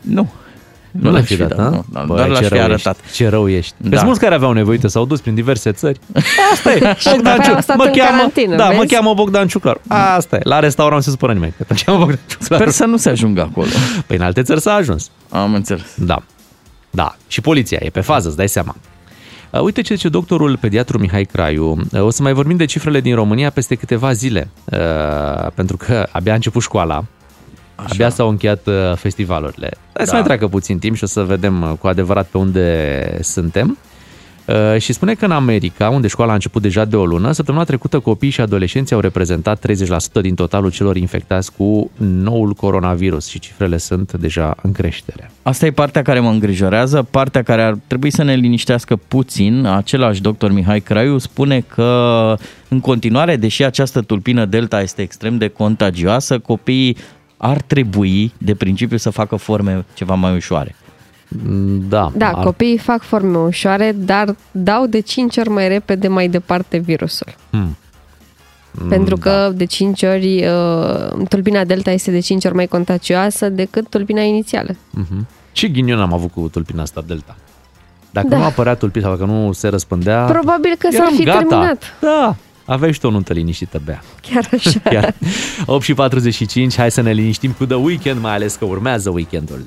C: Nu.
B: Nu l-ai fi dat,
C: nu,
B: da?
C: dar doar l-aș
B: ce
C: fi
B: rău
C: arătat.
B: Ești, ce rău ești. Da.
C: Da.
B: Sunt mulți care aveau nevoie, uite, s-au dus prin diverse țări. Asta e.
C: (laughs) Și după
B: Bogdan
C: aia au
B: Ciuc-
C: stat
B: mă
C: în
B: cheamă,
C: carantină,
B: da, mă
C: vezi?
B: cheamă Bogdan Ciuclar. Asta e. La restaurant nu se supără nimeni. Că te cheamă Bogdan Ciuclar.
C: Da. Sper să nu se ajungă acolo.
B: Păi în alte țări s-a ajuns.
C: Am înțeles.
B: Da. Da. Și poliția e pe fază, îți dai seama. Uh, Uite ce zice doctorul pediatru Mihai Craiu. Uh, O să mai vorbim de cifrele din România peste câteva zile, uh, pentru că abia a început școala, Așa. abia s-au încheiat uh, festivalurile. Hai da. să mai treacă puțin timp și o să vedem uh, cu adevărat pe unde suntem. Uh, Și spune că în America, unde școala a început deja de o lună, săptămâna trecută copiii și adolescenții au reprezentat 30% din totalul celor infectați cu noul coronavirus și cifrele sunt deja în creștere.
C: Asta e partea care mă îngrijorează, partea care ar trebui să ne liniștească puțin. Același doctor Mihai Craiu spune că în continuare, deși această tulpină Delta este extrem de contagioasă, copiii ar trebui de principiu să facă forme ceva mai ușoare.
B: Da,
D: Da, Ar... copiii fac forme ușoare, dar dau de 5 ori mai repede mai departe virusul.
B: Hmm. Mm, da.
D: Pentru că de 5 ori uh, tulpina delta este de 5 ori mai contagioasă decât tulpina inițială.
B: Mm-hmm. Ce ghinion am avut cu tulpina asta Delta? Dacă
D: Da.
B: nu apărea tulpina, dacă nu se răspândea,
D: Probabil că s-ar
B: Da. eram
D: fi
B: gata.
D: terminat.
B: Da. aveai și tu o nuntă liniștită, Bea.
D: Chiar așa.
B: (laughs)
D: (laughs)
B: Chiar. 8 și 45, hai să ne liniștim cu The Weekend, mai ales că urmează weekendul.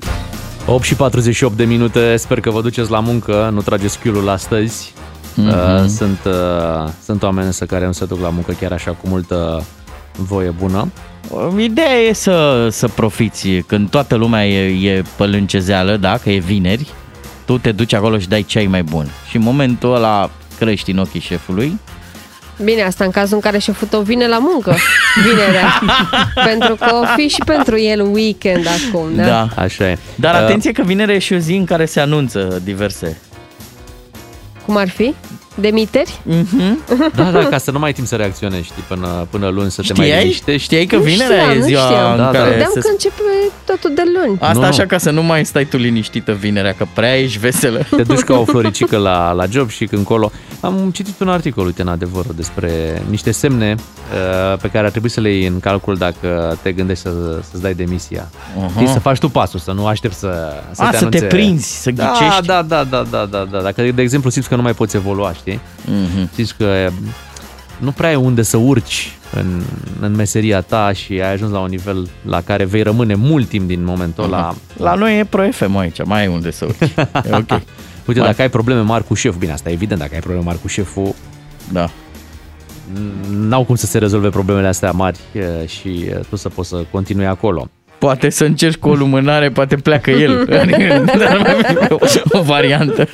B: 8 și 48 de minute, sper că vă duceți la muncă, nu trageți chiulul astăzi. Mm-hmm.
C: Mhm.
B: Sunt, uh, sunt oameni însă care nu se duc la muncă chiar așa cu multă voie bună.
C: Um, Ideea e să, să profiți când toată lumea e, e pălâncezeală, da, că e vineri, tu te duci acolo și dai ceai mai bun. Și în momentul ăla crești în ochii șefului,
D: Bine, asta în cazul în care șeful tău vine la muncă vinerea.
B: (laughs)
D: pentru că o fi și pentru el weekend acum, da?
C: Da.
B: Așa e.
C: Dar
B: Uh,
C: atenție că vinere e și o zi în care se anunță diverse.
D: Cum ar fi? Demiteri? (laughs)
C: Mhm.
B: Da, da, ca să nu mai ai timp să reacționezi, știi, până, până luni să te mai
C: Știai?
B: liniștești.
C: Știai că Nu vinerea
D: știam, e nu ziua știam. în
B: da,
C: care
B: da.
D: Vedeam că începe totul de luni.
C: Asta
B: Nu,
C: nu,
B: nu.
C: așa ca să nu mai stai tu liniștită vinerea, că prea ești veselă.
B: Te duci ca o floricică la, la job și când colo. Am citit un articol, uite, în adevăr, despre niște semne uh, pe care ar trebui să le iei în calcul dacă te gândești să, să-ți dai demisia.
C: Aha.
B: Uh-huh. Știi, să faci tu pasul, să nu aștepți să, să
C: A,
B: te
C: să te
B: anunțe.
C: prinzi, să ghicești.
B: Da, da, da, da, da, da. Dacă, de exemplu, simți că nu mai poți evolua, știi?
C: Mhm.
B: Știți că nu prea e unde să urci în, în meseria ta și ai ajuns la un nivel la care vei rămâne mult timp din momentul ăla.
C: La noi e Pro FM aici, mai e unde să urci.
B: (laughs)
C: E Mhm. ok.
B: Uite,
C: Mai-
B: dacă ai probleme mari cu șeful, bine, asta e evident, dacă ai probleme mari cu șeful,
C: da.
B: N-au cum să se rezolve problemele astea mari e, și e, tu să poți să continui
C: (laughs)
B: acolo.
C: Poate să încerci cu o lumânare, poate pleacă
B: (laughs)
C: el.
D: Mhm.
C: (laughs) Dar mai fi o- o variantă.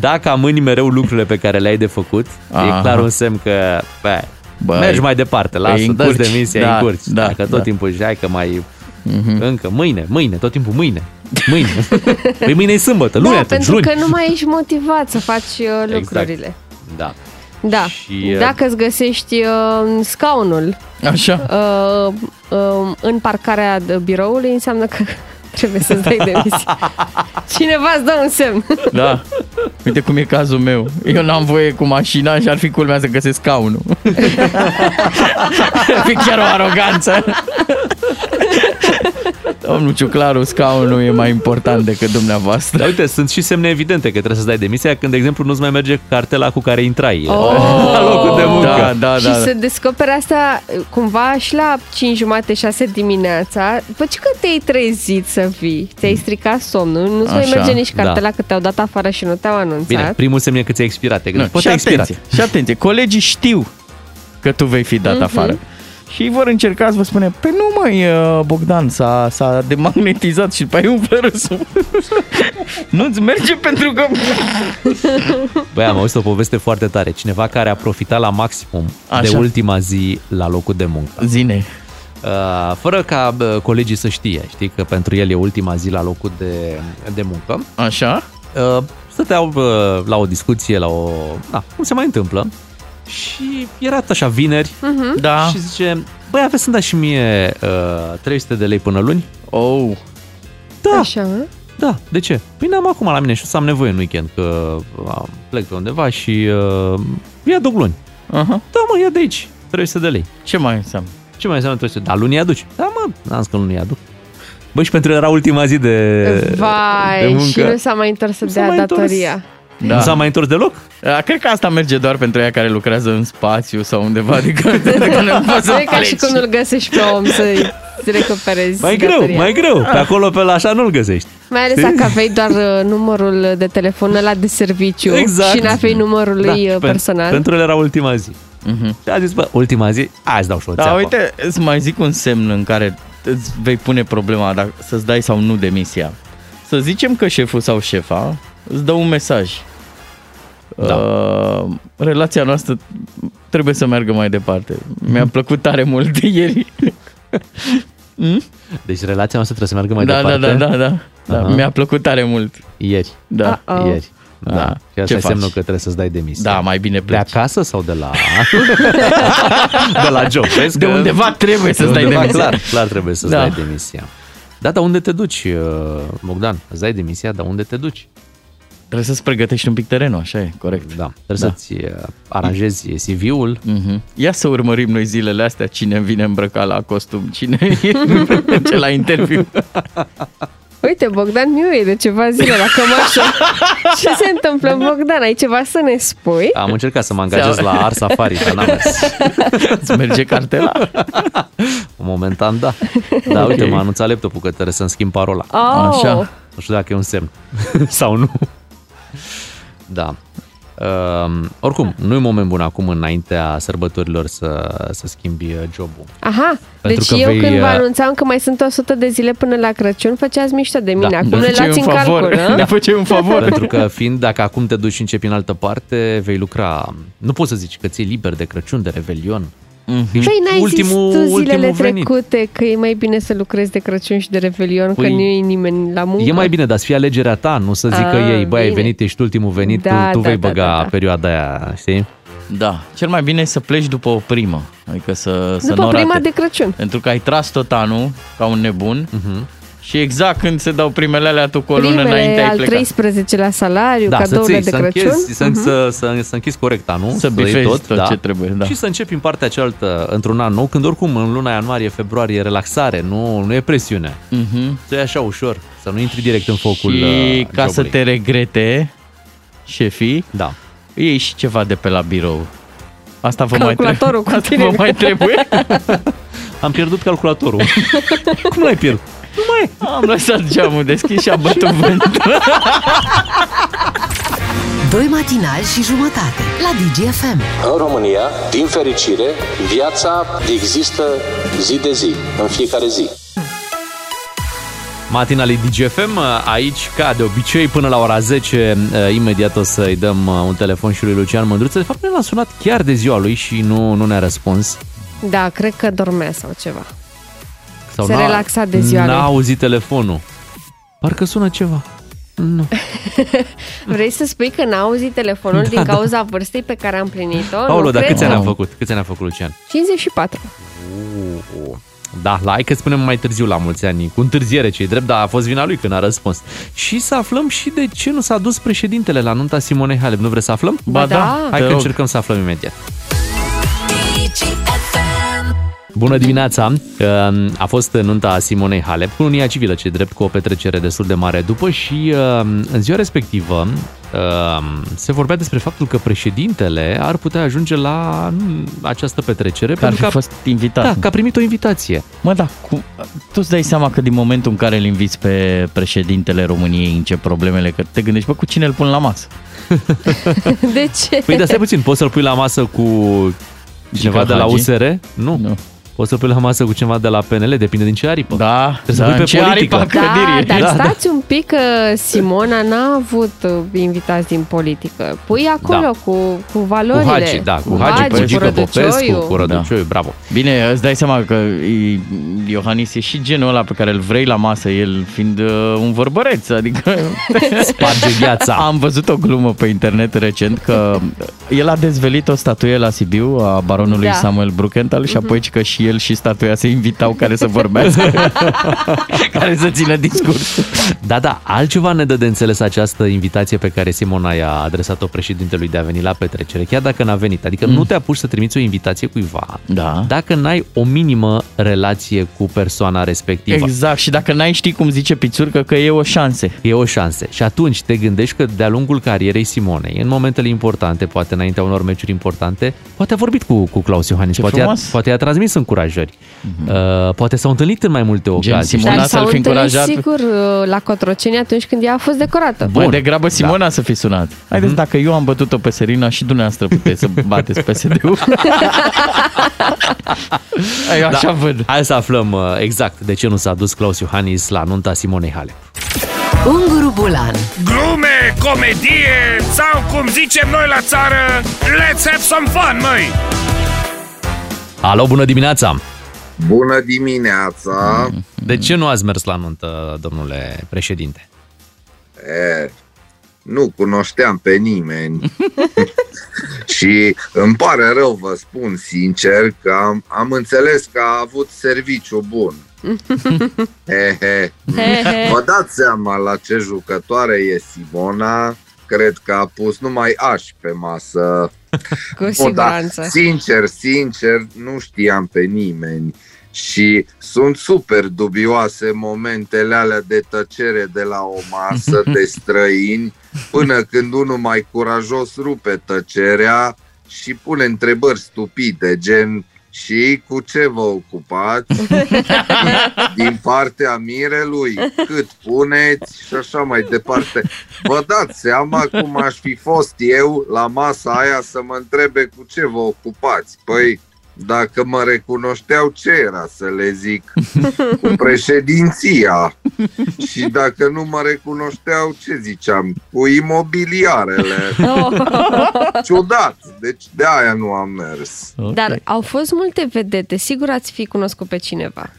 B: Dacă amâni mereu lucrurile pe care le-ai de făcut, Aha. e
C: Aha.
B: clar un semn că bă,
C: Bă,
B: mergi mai departe,
C: îi
B: lasă, dă
C: încurci.
B: demisia,
C: Da,
B: da, încurci. Da,
C: da,
B: Dacă tot
C: da. Mhm.
B: timpul își ai că mai... Încă, mâine, mâine, tot timpul mâine,
C: (laughs)
B: mâine. păi mâine e sâmbătă, luni
D: da,
B: atunci,
D: pentru
B: luni.
D: că nu mai ești motivat să faci uh, lucrurile.
B: Da.
D: Da,
B: Și, uh,
D: dacă îți găsești uh, scaunul
C: Așa.
D: Uh, uh, în parcarea de biroului, (laughs)
C: (laughs)
D: înseamnă că trebuie să-ți dai demisia. Cineva îți dă un semn.
C: Da. Uite cum e cazul meu. Eu n-am voie cu mașina și ar fi culmea să găsesc scaunul. ar fi chiar o aroganță. Domnul Ciuclaru, scaunul e mai important decât dumneavoastră.
B: Dar uite, sunt și semne evidente că trebuie să-ți dai demisia când, de exemplu, nu-ți mai merge cartela cu care intrai
D: Oh!
B: la locul de muncă.
C: Da, da,
D: și să descoperi asta cumva și la 5 jumate, 6 dimineața. Bă, ce că te-ai trezit să vii? Ți-ai stricat somnul, nu-ți mai
B: Hmm. Așa,
D: merge nici
B: da.
D: cartela că te-au dat afară și nu te-au anunțat.
B: Bine, primul semn e că ți-a expirat. Te gândești,
C: Nu,
B: Poate
C: și
B: a expirat.
C: atenție, și atenție, colegii știu că tu vei fi dat
B: Mhm.
C: afară. Și vor încerca să vă spune, pe nu mai uh, Bogdan s-a, s-a demagnetizat și după aia umflă râsul. (laughs) Nu-ți merge pentru că...
B: Băi, am auzit o poveste foarte tare. Cineva care a profitat la maximum
C: Așa.
B: de ultima zi la locul de muncă.
C: Zine.
B: Uh, fără ca uh, colegii să știe, știi, că pentru el e ultima zi la locul de, de muncă.
C: Așa.
B: Uh, stăteau uh, la o discuție, la o... Da, cum se mai întâmplă. Și era tot așa vineri
C: Mhm. Da.
B: și zice, băi, aveți să-mi dați și mie uh, 300 de lei până luni?
C: Oh.
B: Da.
D: Așa, mă?
B: Da, de ce? Păi n-am acum la mine și o să am nevoie în weekend, că uh, plec pe undeva și uh, ia duc luni.
C: Aha.
B: Da, mă, ia de aici, 300 de lei.
C: Ce mai înseamnă?
B: Ce mai înseamnă 300? Da, luni aduci. Da, mă, n-am zis că luni aduc. Băi, și pentru el era ultima zi de, de
D: Vai,
B: muncă.
D: și nu s-a mai întors să dea
B: mai întors. (laughs)
D: datoria.
B: Da. Nu s-a mai întors deloc?
C: Da, cred că asta merge doar pentru ea care lucrează în spațiu sau undeva, adică, adică nu poți să
D: e ca și
C: pleci.
D: cum nu-l găsești pe om să-i recuperezi
B: Mai greu,
D: datoria.
B: mai greu. Pe
D: Ah.
B: acolo, pe la așa nu-l găsești.
D: Mai ales
B: Știi? (laughs)
D: dacă aveai doar uh, numărul de telefon la de serviciu
B: Exact.
D: și n-aveai numărul
B: Da,
D: lui
B: și
D: uh,
B: pen-
D: personal.
B: Pentru el era ultima zi. Și a zis, bă, ultima zi, azi dau și o
C: Mhm. Da,
B: țeapă.
C: uite, îți mai zic un semn în care îți vei pune problema dacă să-ți dai sau nu demisia. Să zicem că șeful sau șefa îți dă un mesaj. Da. Uh, relația noastră trebuie să meargă mai departe. Mi-a
B: Mhm.
C: plăcut tare mult
B: (laughs)
C: ieri. Hmm?
B: Deci relația noastră trebuie să meargă mai
C: Da, da,
B: departe.
C: da, da, da.
B: Aha.
C: Mi-a plăcut tare mult.
B: Ieri.
C: Da.
B: Uh-oh. Ieri. Da.
C: Da.
B: Și asta
C: Ce
B: e
C: faci?
B: semnul că trebuie să-ți dai demisia.
C: Da, mai bine pleci.
B: De acasă sau de
C: (laughs)
B: la... de la job. Vezi
C: De
B: că-
C: undeva trebuie să-ți
B: De
C: dai
B: undeva,
C: demisia.
B: Clar, clar trebuie să-ți
C: Da.
B: dai demisia. Da, dar unde te duci, uh, Bogdan? Îți dai demisia, dar unde te duci?
C: Trebuie să-ți pregătești un pic terenul, așa e, corect.
B: Da, trebuie să-ți uh, aranjezi CV-ul.
C: Mhm. Ia să urmărim noi zilele astea cine vine îmbrăcat la costum, cine (laughs) ce la interviu.
D: Uite, Bogdan Miu e de ceva zile la cămașă.
B: (laughs)
D: Ce se întâmplă, Bogdan? Ai ceva să ne spui?
B: Am încercat să mă angajez la Ars Safari, dar n-am mers.
C: (laughs) Îți merge cartela?
B: (laughs) Momentan, da. Da,
C: Ok. Oh.
B: uite, m-a anunțat laptopul că trebuie să-mi schimb parola.
D: Au. Așa.
B: Nu știu dacă e un semn (laughs) sau nu. Da. Um, oricum, nu e moment bun acum înaintea sărbătorilor să, să schimbi uh, jobul.
D: Aha,
B: Pentru că
D: deci eu
B: vei,
D: când vă
B: uh,
D: anunțam că mai sunt 100 de zile până la Crăciun, făceați mișto de mine.
C: Da.
D: Acum
B: Ne
D: le
B: făceai
D: luați în
C: (laughs)
D: calcul, da? nu?
B: Da. Pentru că fiind, dacă acum te duci și începi în altă parte, vei lucra. Nu poți să zici că ți-e liber de Crăciun, de Revelion.
C: Mhm.
B: Mm-hmm.
D: Păi n-ai zis tu zilele trecute că e mai bine să lucrezi de Crăciun și de Revelion, că
B: Păi,
D: nu e nimeni la muncă.
B: E mai bine, dar să fie alegerea ta, nu să zică
D: Ah,
B: ei, băi, ai
D: bine.
B: venit, ești ultimul venit,
D: Da,
B: tu, tu
D: da,
B: vei
D: da,
B: băga
D: da, da.
B: perioada aia, știi?
C: Da, cel mai bine e să pleci după o primă, adică să, să
D: După
C: nu
D: prima
C: rate.
D: de Crăciun.
C: Pentru că ai tras tot anul ca un nebun
B: Mhm.
C: și exact când se dau primele alea, tu cu o lună înainte
D: Primele
C: ai
D: al
C: plecat.
D: 13-lea salariu,
B: Da, să-ți
D: cadourile
B: iei,
D: de
B: să
D: Crăciun.
B: închizi, să,
D: Mhm.
B: să, să, să închizi corect anul,
C: Să
B: să, iei
C: bifezi
B: tot,
C: tot
B: da.
C: ce trebuie, da.
B: Și să începi în partea cealaltă într-un an nou, când oricum în luna ianuarie, februarie e relaxare, nu, nu e presiune.
C: Mhm.
B: Să iei așa ușor, să nu intri direct în focul
C: Și
B: uh,
C: ca să
B: jobului.
C: te regrete, șefii,
B: da.
C: iei și ceva de pe la birou. Asta vă mai trebuie.
D: Calculatorul cu
C: Asta
D: tine.
C: (laughs) vă mai trebuie.
B: (laughs) Am pierdut calculatorul. (laughs) Cum l-ai pierdut? Nu
C: mai Am lăsat geamul deschis și a
B: (laughs)
C: bătut vântul.
A: (laughs) Doi matinali și jumătate la DGFM.
P: În România, din fericire, viața există zi de zi, în fiecare zi.
B: Matinale DGFM, aici ca de obicei până la ora 10, uh, imediat o să-i dăm uh, un telefon și lui Lucian Mândruță. De fapt, noi l-am sunat chiar de ziua lui și nu, nu ne-a răspuns.
D: Da, cred că dormea sau ceva.
B: Sau
D: Se
B: n-a-
D: relaxa de ziua
B: N-a
D: lui.
B: auzit telefonul. Parcă sună ceva. Nu.
D: Vrei să spui că n-a auzit telefonul
B: Da,
D: din
B: da.
D: cauza vârstei pe care am plinit-o?
B: Paolo,
D: Oh, nu
B: dar
D: cred
B: câți ani
D: că-
B: am făcut? Câți ani am făcut, Lucian?
D: 54.
B: Da, la hai că spunem mai târziu la mulți ani, cu întârziere ce drept, dar a fost vina lui când a răspuns. Și să aflăm și de ce nu s-a dus președintele la nunta Simonei Halep. Nu vreți să aflăm?
C: Ba da, da,
B: Hai
C: te
B: că
C: rog.
B: încercăm să aflăm imediat. Bună dimineața! Uh, A fost nunta Simonei Halep cu unia civilă, ce drept cu o petrecere destul de mare după și uh, în ziua respectivă uh, se vorbea despre faptul că președintele ar putea ajunge la mm, această petrecere.
C: Că ar fi fost invitat.
B: Da, că a primit o invitație.
C: (laughs) Mă, da, cu... tu îți dai seama că din momentul în care îl inviți pe președintele României încep problemele, că te gândești, bă, cu cine îl pun la masă?
D: (laughs) De ce?
B: Păi, dar stai
D: (laughs)
B: puțin, poți să-l pui la masă cu cineva
C: Gică
B: de la
C: Hagi?
B: USR? Nu. nu. Poți să-l pui la masă cu cineva de la PNL, depinde din ce aripă.
C: Da,
B: Trebuie să
C: da,
B: pui pe
C: în ce
B: politică.
C: aripă
D: Da, dar stați un pic că Simona n-a avut uh, invitați din politică. Pui acolo
C: Da.
D: cu, cu valorile.
C: Cu Hagi, da, cu Hagi,
D: cu Rădăciu.
B: cu Răduciuiu, da. bravo.
C: Bine, îți dai seama că e- Iohannis e și genul ăla pe care îl vrei la masă, el fiind uh, un vorbăreț, adică (laughs)
B: sparge gheața.
C: Am văzut o glumă pe internet recent că el a dezvelit o statuie la Sibiu a baronului
B: Da.
C: da. Samuel Brukenthal și apoi că și el și statuia se invitau care să vorbească.
F: (laughs)
B: care să țină discurs. Da, da, altceva ne dă de înțeles această invitație pe care Simona i-a adresat-o președintelui de a veni la petrecere, chiar dacă n-a venit. Adică mm. nu te apuci să trimiți o invitație cuiva
C: da.
B: dacă n-ai o minimă relație cu persoana respectivă.
C: Exact, și dacă n-ai ști cum zice Pițurcă că e o șanse.
B: E o șanse. Și atunci te gândești că de-a lungul carierei Simonei, în momentele importante, poate înaintea unor meciuri importante, poate a vorbit cu, cu Claus Iohannis,
C: Ce
B: poate, a,
C: frumos. Mhm.
B: poate i-a transmis încurajări, mm-hmm. uh, poate s-au întâlnit în mai multe ocazii.
C: Da, Simona Dar să-l s-au fi întâlnit încurajat.
D: Sigur, uh, la Cotroceni atunci când ea a fost decorată.
C: Bun. Mai degrabă Simona da. să fi sunat. Haideți, mm-hmm. dacă eu am bătut-o pe Serina și dumneavoastră puteți să bateți (laughs) PSD-ul. Eu așa
B: da. văd. Hai să aflăm uh, exact de ce nu s-a dus Claus Iohannis la nunta Simonei Halep.
A: Unguru Bulan
H: Glume, comedie sau cum zicem noi la țară, let's have some fun, măi!
B: Alo, bună dimineața! Mm-hmm.
I: Bună dimineața!
B: De ce nu ați mers la nuntă, domnule președinte?
I: E, nu cunoșteam pe
Q: (laughs)
I: nimeni și îmi pare rău, vă spun sincer, că am, am înțeles că a avut serviciu
Q: (laughs)
I: bun. He, he.
Q: He, he.
I: Vă dați seama la ce jucătoare e Simona? Cred că a pus numai aș pe masă.
D: Cu
I: Nu,
D: siguranță.
I: Dar, sincer, sincer, nu știam pe nimeni și sunt super dubioase momentele alea de tăcere de la o
D: (laughs)
I: masă de străini până când unul mai curajos rupe tăcerea și pune întrebări stupide, gen și cu ce vă ocupați din partea mirelui, cât puneți și așa mai departe. Vă dați seama cum aș fi fost eu la masa aia să mă întrebe cu ce vă ocupați. Păi, dacă mă recunoșteau, ce era să le zic? Cu președinția. Și dacă nu mă recunoșteau, ce ziceam? Cu imobiliarele. Ciudat. Deci de aia nu am mers.
D: Dar au fost multe vedete, sigur ați fi cunoscut pe cineva.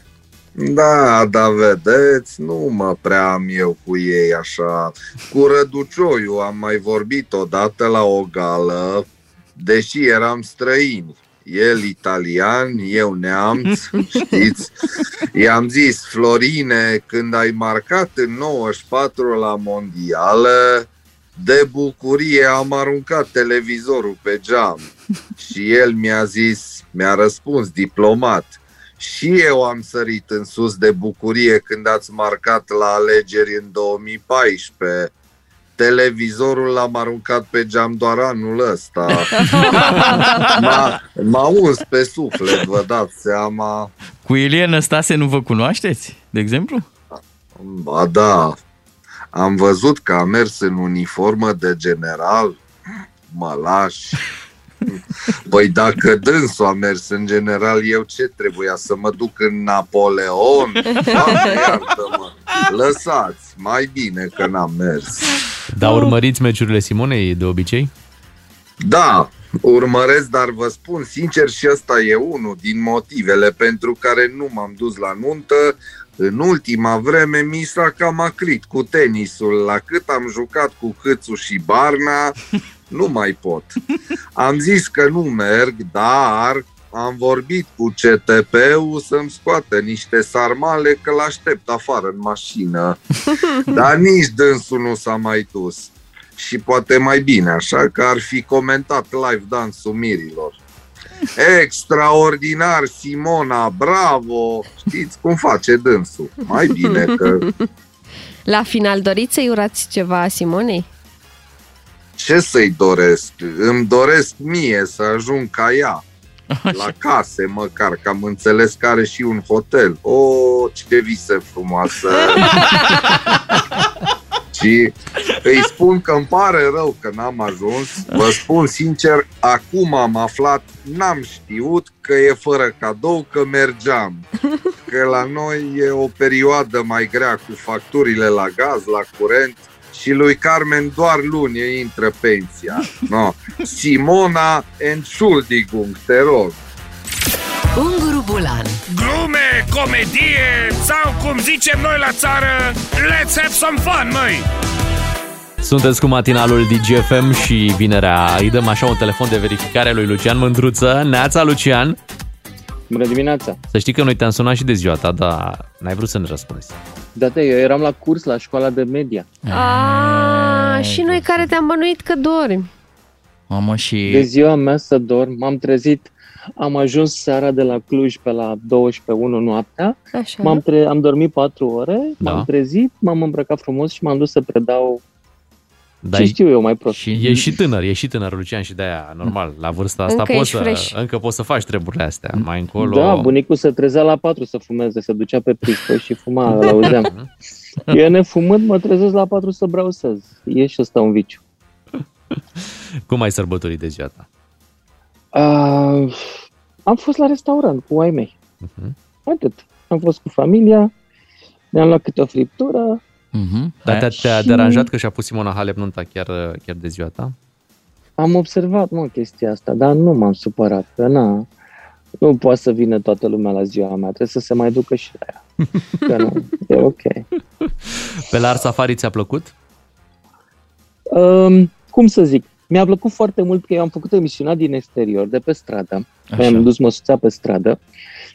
I: Da, da, vedeți, nu mă prea am eu cu ei așa. Cu Răducioiu am mai vorbit odată la o gală, deși eram străini. El italian, eu neamț, știți? I-am zis, Florine, când ai marcat în 94 la mondială, de bucurie am aruncat televizorul pe geam. Și el mi-a zis, mi-a răspuns diplomat, și eu am sărit în sus de bucurie când ați marcat la alegeri în 2014. Televizorul l-am aruncat pe geam doar anul ăsta. M-a, m-a uns pe suflet, vă dați seama.
C: Cu Ilie Năstase nu vă cunoașteți, de exemplu?
I: Ba da, am văzut că a mers în uniformă de general. Mă lași. Păi dacă dânsul a mers în general, eu ce trebuia să mă duc în Napoleon? Doamne, iartă-mă. Lăsați, mai bine că n-am mers.
B: Dar Da, urmăriți meciurile Simonei de obicei?
I: Da, urmăresc, dar vă spun sincer și ăsta e unul din motivele pentru care nu m-am dus la nuntă. În ultima vreme mi s-a cam acrit cu tenisul, la cât am jucat cu Hâțu și Barna, nu mai pot. Am zis că nu merg, dar am vorbit cu CTP-ul să-mi scoată niște sarmale că l-aștept afară în mașină,
C: Mhm.
I: dar nici dânsul nu s-a mai dus. Și poate mai bine, așa că ar fi comentat live dansul mirilor. Extraordinar, Simona, bravo! Știți cum face dânsul. Mai bine că...
D: La final doriți să-i urați ceva Simonei?
I: Ce să-i doresc? Îmi doresc mie să ajung ca ea. La case, măcar, că am înțeles că are și un hotel. O, oh, ce vise frumoasă! și îi spun că îmi pare rău că n-am ajuns. Vă spun sincer, acum am aflat, n-am știut că e fără cadou, că mergeam. Că la noi e o perioadă mai grea cu facturile la gaz, la curent și lui Carmen doar luni îi intră pensia. No. Simona Entschuldigung, te rog.
A: Unguru Bulan
H: Glume, comedie sau cum zicem noi la țară, let's have some fun, măi!
B: Sunteți cu matinalul DGFM și vinerea îi dăm așa un telefon de verificare lui Lucian Mândruță. Neața, Lucian!
Q: (laughs) Bună dimineața!
B: Să știi că noi te-am sunat și de ziua ta, dar n-ai vrut să ne răspunzi.
Q: Da, te, eu eram la curs la școala de media.
D: Ah, și noi care te-am bănuit că dormi.
C: Mamă și...
Q: De ziua mea să dorm, m-am trezit, am ajuns seara de la Cluj pe la 12.1 noaptea,
D: Așa.
Q: m-am tre- am dormit 4 ore,
B: Da.
Q: m-am trezit, m-am îmbrăcat frumos și m-am dus să predau
B: Da,
Q: ce știu eu mai prost.
B: Și e și tânăr, e și tânăr, Lucian, și de-aia, normal, la vârsta asta
Q: Încă
B: poți
Q: ești fresh.
B: să, încă poți să faci treburile astea. Mai încolo...
Q: Da, bunicul se trezea la 4 să fumeze, se ducea pe priscă și fuma, îl auzeam. Eu nefumând mă trezesc la 4 să beau săz. E și ăsta un viciu.
B: Cum ai sărbătorit de ziua ta?
Q: Uh, am fost la restaurant cu ai mei.
B: Mhm.
Q: Atât. Am fost cu familia, ne-am luat câte o friptură.
C: Mhm.
B: Mm-hmm. Dar te-a, te-a
Q: Și-
B: deranjat că și-a pus Simona Halep nunta chiar, chiar de ziua ta?
Q: Am observat, mă, chestia asta, dar nu m-am supărat, că na, nu poate să vină toată lumea la ziua mea, trebuie să se mai ducă și la ea. Că nu, e ok.
B: (laughs) Pe la Art Safari ți-a plăcut?
Q: Um, cum să zic, mi-a plăcut foarte mult că eu am făcut emisiunea din exterior, de pe stradă.
C: Așa.
Q: Am dus măsuța pe stradă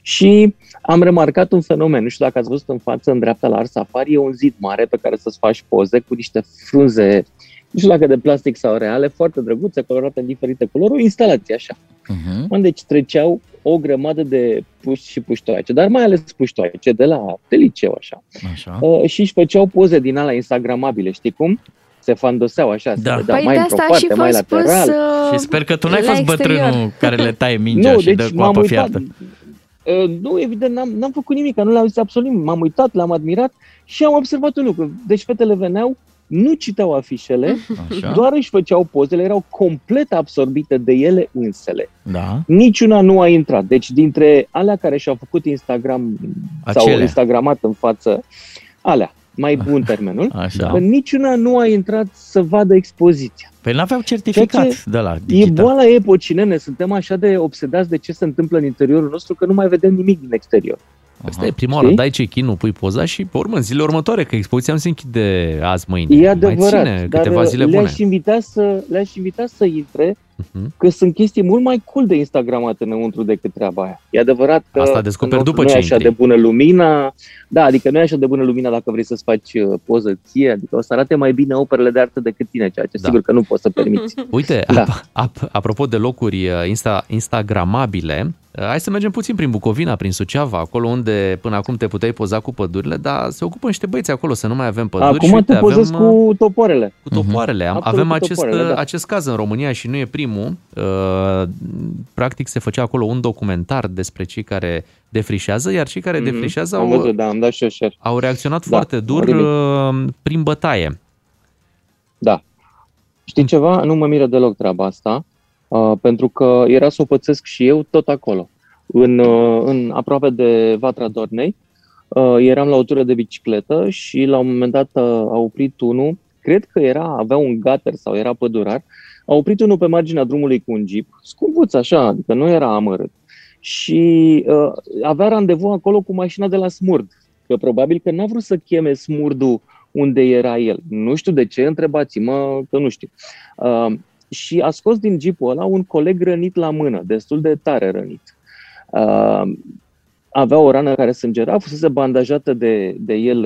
Q: și am remarcat un fenomen. Nu știu dacă ați văzut în față, în dreapta la Ars Safari, e un zid mare pe care să-ți faci poze cu niște frunze, nu știu dacă de plastic sau reale, foarte drăguțe, colorate în diferite culori, o instalație așa.
C: Uh-huh.
Q: Unde deci treceau o grămadă de puști și puștoaice, dar mai ales puștoaice de la de liceu așa.
C: Așa.
Q: Uh, și își făceau poze din alea instagramabile, știi cum? Se fandoseau așa, se vedeau
D: Păi
Q: da, mai
D: de
Q: într-o
D: asta și
Q: parte,
D: v-am
Q: mai lateral.
D: spus uh,
C: Da. Și sper că tu n-ai
Q: la
C: fost
Q: exterior.
C: bătrânul care le
Q: (laughs)
C: taie mingea
Q: Nu,
C: și
Q: deci
C: dă cu
Q: m-am
C: apă
Q: uitat.
C: fiartă.
Q: Uh, nu, evident, n-am, n-am făcut nimic, nu le-am zis absolut nimic. M-am uitat, l-am admirat și am observat un lucru. Deci fetele veneau, nu citeau afișele,
C: Așa.
Q: doar își făceau pozele, erau complet absorbite de ele însele.
C: Da.
Q: Niciuna nu a intrat. Deci dintre alea care și-au făcut Instagram sau
C: Acelea.
Q: Instagramat în față, alea, mai
C: (laughs)
Q: bun termenul,
C: Așa.
Q: că niciuna nu a intrat să vadă expoziția.
C: Păi n-aveau certificat
Q: Ceea ce
C: de la
Q: E
C: digital.
Q: boala epocii, nene, suntem așa de obsedați de ce se întâmplă în interiorul nostru că nu mai vedem nimic din exterior.
B: Asta e prima oară, dai check-in-ul, pui poza și pe urmă, în zilele următoare, că expoziția nu se închide azi, mâine.
Q: E
B: Mai
Q: adevărat,
B: ține
Q: dar uh,
B: câteva zile bune.
Q: le-aș invita, să, le-aș invita să intre,
B: Mhm.
Q: că sunt chestii mult mai cool de instagramat înăuntru decât treaba aia. E adevărat că
B: Asta descoperi
Q: înăuntru
B: după
Q: nu
B: ce
Q: e așa
B: intri.
Q: de bună lumina, da, adică nu e așa de bună lumina dacă vrei să-ți faci uh, poză ție, adică o să arate mai bine operele de artă decât tine, ceea ce
B: Da.
Q: sigur că nu poți să permiți.
B: Uite, da.
Q: Da.
B: ap, ap, apropo de locuri uh, insta, instagramabile, uh, hai să mergem puțin prin Bucovina, prin Suceava, acolo unde până acum te puteai poza cu pădurile, dar se ocupă niște băieți acolo să nu mai avem păduri. și,
Q: Acum
B: uite,
Q: te pozezi
B: avem, uh,
Q: cu topoarele.
B: cu topoarele. Am,
Q: Absolut
B: avem
Q: cu
B: acest, uh,
Q: topoarele, da.
B: acest caz în România și nu e primul. Uh, Practic se făcea acolo un documentar despre cei care defrișează, iar cei care
Q: Mhm.
B: defrișează
Q: Am
B: au,
Q: văzut, da, am dat și eu share.
B: au reacționat
Q: Da,
B: foarte dur
Q: oribil.
B: uh, prin bătaie.
Q: Da. Știi ceva? Nu mă miră deloc treaba asta, uh, pentru că era să o pățesc și eu tot acolo. În, uh, în aproape de Vatra Dornei, uh, eram la o tură de bicicletă și la un moment dat uh, a oprit unul, cred că era, avea un gater sau era pădurar, a oprit unul pe marginea drumului cu un jeep, scumpuț așa, adică nu era amărât. Și uh, avea randevu acolo cu mașina de la Smurd, că probabil că n-a vrut să cheme Smurdul unde era el. Nu știu de ce, întrebați-mă că nu știu. Uh, și a scos din jeepul ăla un coleg rănit la mână, destul de tare rănit. uh, avea o rană care sângera, fusese bandajată de, de el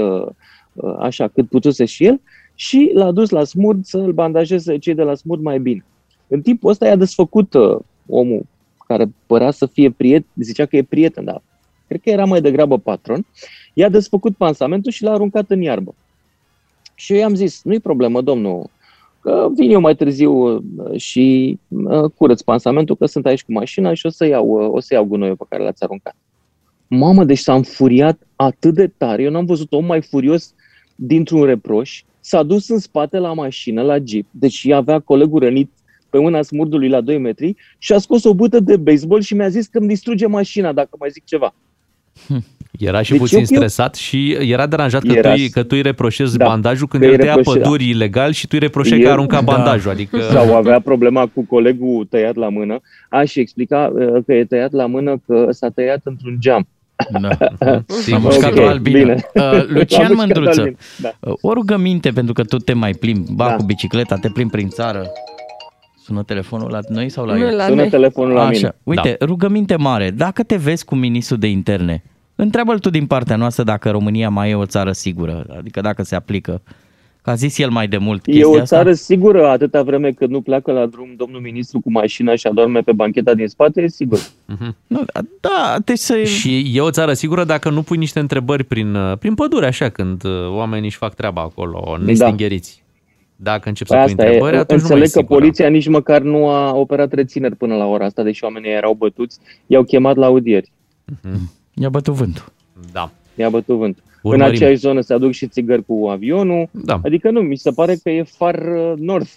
Q: uh, așa cât putuse și el și l-a dus la smurd să-l bandajeze cei de la smurd mai bine. În timpul ăsta i-a desfăcut uh, omul care părea să fie prieten, zicea că e prieten, dar cred că era mai degrabă patron, i-a desfăcut pansamentul și l-a aruncat în iarbă. Și eu i-am zis, nu-i problemă, domnul, că vin eu mai târziu uh, și uh, curăț pansamentul, că sunt aici cu mașina și o să iau, uh, o să iau gunoiul pe care l-ați aruncat. Mamă, deci s-a înfuriat atât de tare, eu n-am văzut om mai furios dintr-un reproș, s-a dus în spate la mașină, la Jeep, deci avea colegul rănit pe mâna smurdului la 2 metri și a scos o bută de baseball și mi-a zis că îmi distruge mașina dacă mai zic ceva.
B: Era și deci
Q: Deci
B: puțin
Q: eu-
B: eu, stresat și era deranjat că,
Q: Era-
B: tu, îi- că tu îi reproșezi
Q: Da,
B: da, bandajul când
Q: că
B: el
Q: îi
B: tăia
Q: reproșe-
B: păduri ilegal și tu îi reproșeai că
Q: El-
B: a aruncat bandajul. Adică...
Q: Sau avea problema cu colegul tăiat la mână. A, și explica uh, că e tăiat la mână, că s-a tăiat într-un geam. (laughs)
C: Da.
Q: S-a mușcat o albină.
C: Uh,
Q: S-a
C: Lucian
Q: mușcat o
C: Mândruță,
Q: albină, da.
C: uh, o rugăminte pentru că tot te mai plimbi, ba da. cu bicicleta, te plimbi prin țară. Sună telefonul la noi sau la
Q: Nu,
C: el?
Q: la Sună noi. telefonul la
C: Așa.
Q: mine.
C: Uite,
Q: Da.
C: rugăminte mare, dacă te vezi cu ministrul de interne, întreabă-l tu din partea noastră dacă România mai e o țară sigură, adică dacă se aplică. Că a zis el mai de mult
Q: E
C: chestia
Q: o țară
C: asta.
Q: sigură atâta vreme cât nu pleacă la drum domnul ministru cu mașina și adorme pe bancheta din spate, e sigur.
C: Mhm. Nu, da, deci să...
B: Și e o țară sigură dacă nu pui niște întrebări prin, uh, prin pădure, așa, când uh, oamenii își fac treaba acolo, nestingheriți. Da. Dacă încep să
Q: Păi
B: pui întrebări,
Q: e,
B: atunci nu mai e
Q: înțeleg că
B: sigură.
Q: poliția nici măcar nu a operat rețineri până la ora asta, deși oamenii erau bătuți, i-au chemat la audieri.
C: I-a bătut vântul.
B: Da.
Q: I-a bătut vânt. În
C: Urmărim.
Q: aceeași zonă se aduc și țigări cu avionul.
B: Da.
Q: Adică nu, mi se pare că e far uh, north.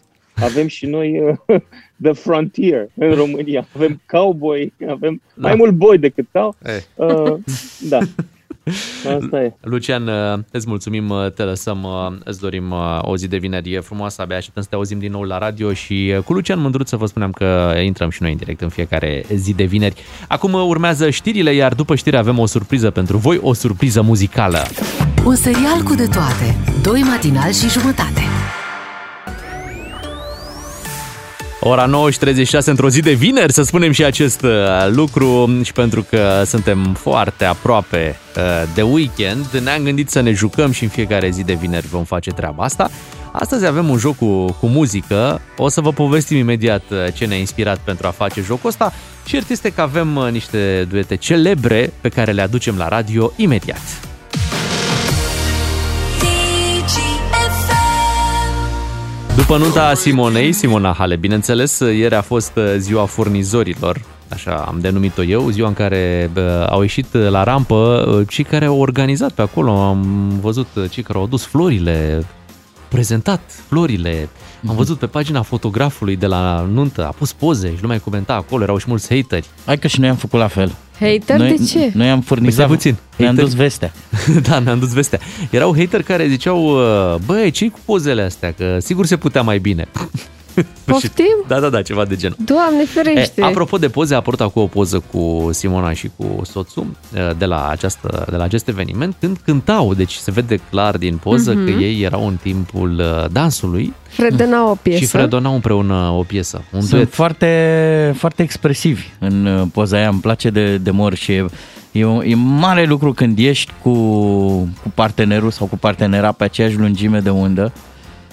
Q: Avem și noi uh, (laughs) the frontier în România. Avem cowboy, avem da. mai mult boi decât cow.
B: Eh.
Q: Uh,
B: (laughs)
Q: da. Asta e.
B: Lucian, uh, îți mulțumim, uh, te lăsăm, uh, îți dorim uh, o zi de vineri frumoasă, abia așteptăm să te auzim din nou la radio și uh, cu Lucian Mândruț să vă spuneam că intrăm și noi în direct în fiecare zi de vineri. Acum uh, urmează știrile, iar după știri avem o surpriză pentru voi, o surpriză muzicală.
A: Un serial cu de toate. Doi matinali și jumătate.
B: Ora 9.36 într-o zi de vineri, să spunem și acest uh, lucru și pentru că suntem foarte aproape uh, de weekend, ne-am gândit să ne jucăm și în fiecare zi de vineri vom face treaba asta. Astăzi avem un joc cu, cu muzică, o să vă povestim imediat uh, ce ne-a inspirat pentru a face jocul ăsta. Cert este că avem uh, niște duete celebre pe care le aducem la radio imediat. După nunta Simonei, Simona Hale, bineînțeles, ieri a fost uh, ziua furnizorilor, așa am denumit-o eu, ziua în care uh, au ieșit uh, la rampă uh, cei care au organizat pe acolo, am văzut uh, cei care au adus florile, prezentat florile, am văzut pe pagina fotografului de la nuntă, a pus poze și lumea îi comenta acolo, erau și mulți hateri.
C: Hai că și noi am făcut la fel.
D: Hater
C: Noi-
D: de ce?
C: Noi am furnizat,
B: Păi stai puțin.
C: ne-am
B: Hater.
C: dus vestea.
B: (laughs) da, ne-am dus vestea. Erau hateri care ziceau, uh, băi, ce cu pozele astea, că sigur se putea mai bine. (laughs)
D: Poftim? Păi
B: Da, da, da, ceva de genul.
D: Doamne ferește!
B: E, apropo de poze, a apărut acum o poză cu Simona și cu soțul eh, de la, această, de la acest eveniment când cântau, deci se vede clar din poză
D: Mhm.
B: mm-hmm. că ei erau în timpul eh, dansului
D: Fredona o piesă.
B: și fredonau împreună o piesă, un
C: Sunt
B: duet.
C: foarte, foarte expresivi în uh, poza aia, îmi place de, de mor și e, e, un- e mare lucru când ești cu, cu partenerul sau cu partenera pe aceeași lungime de undă,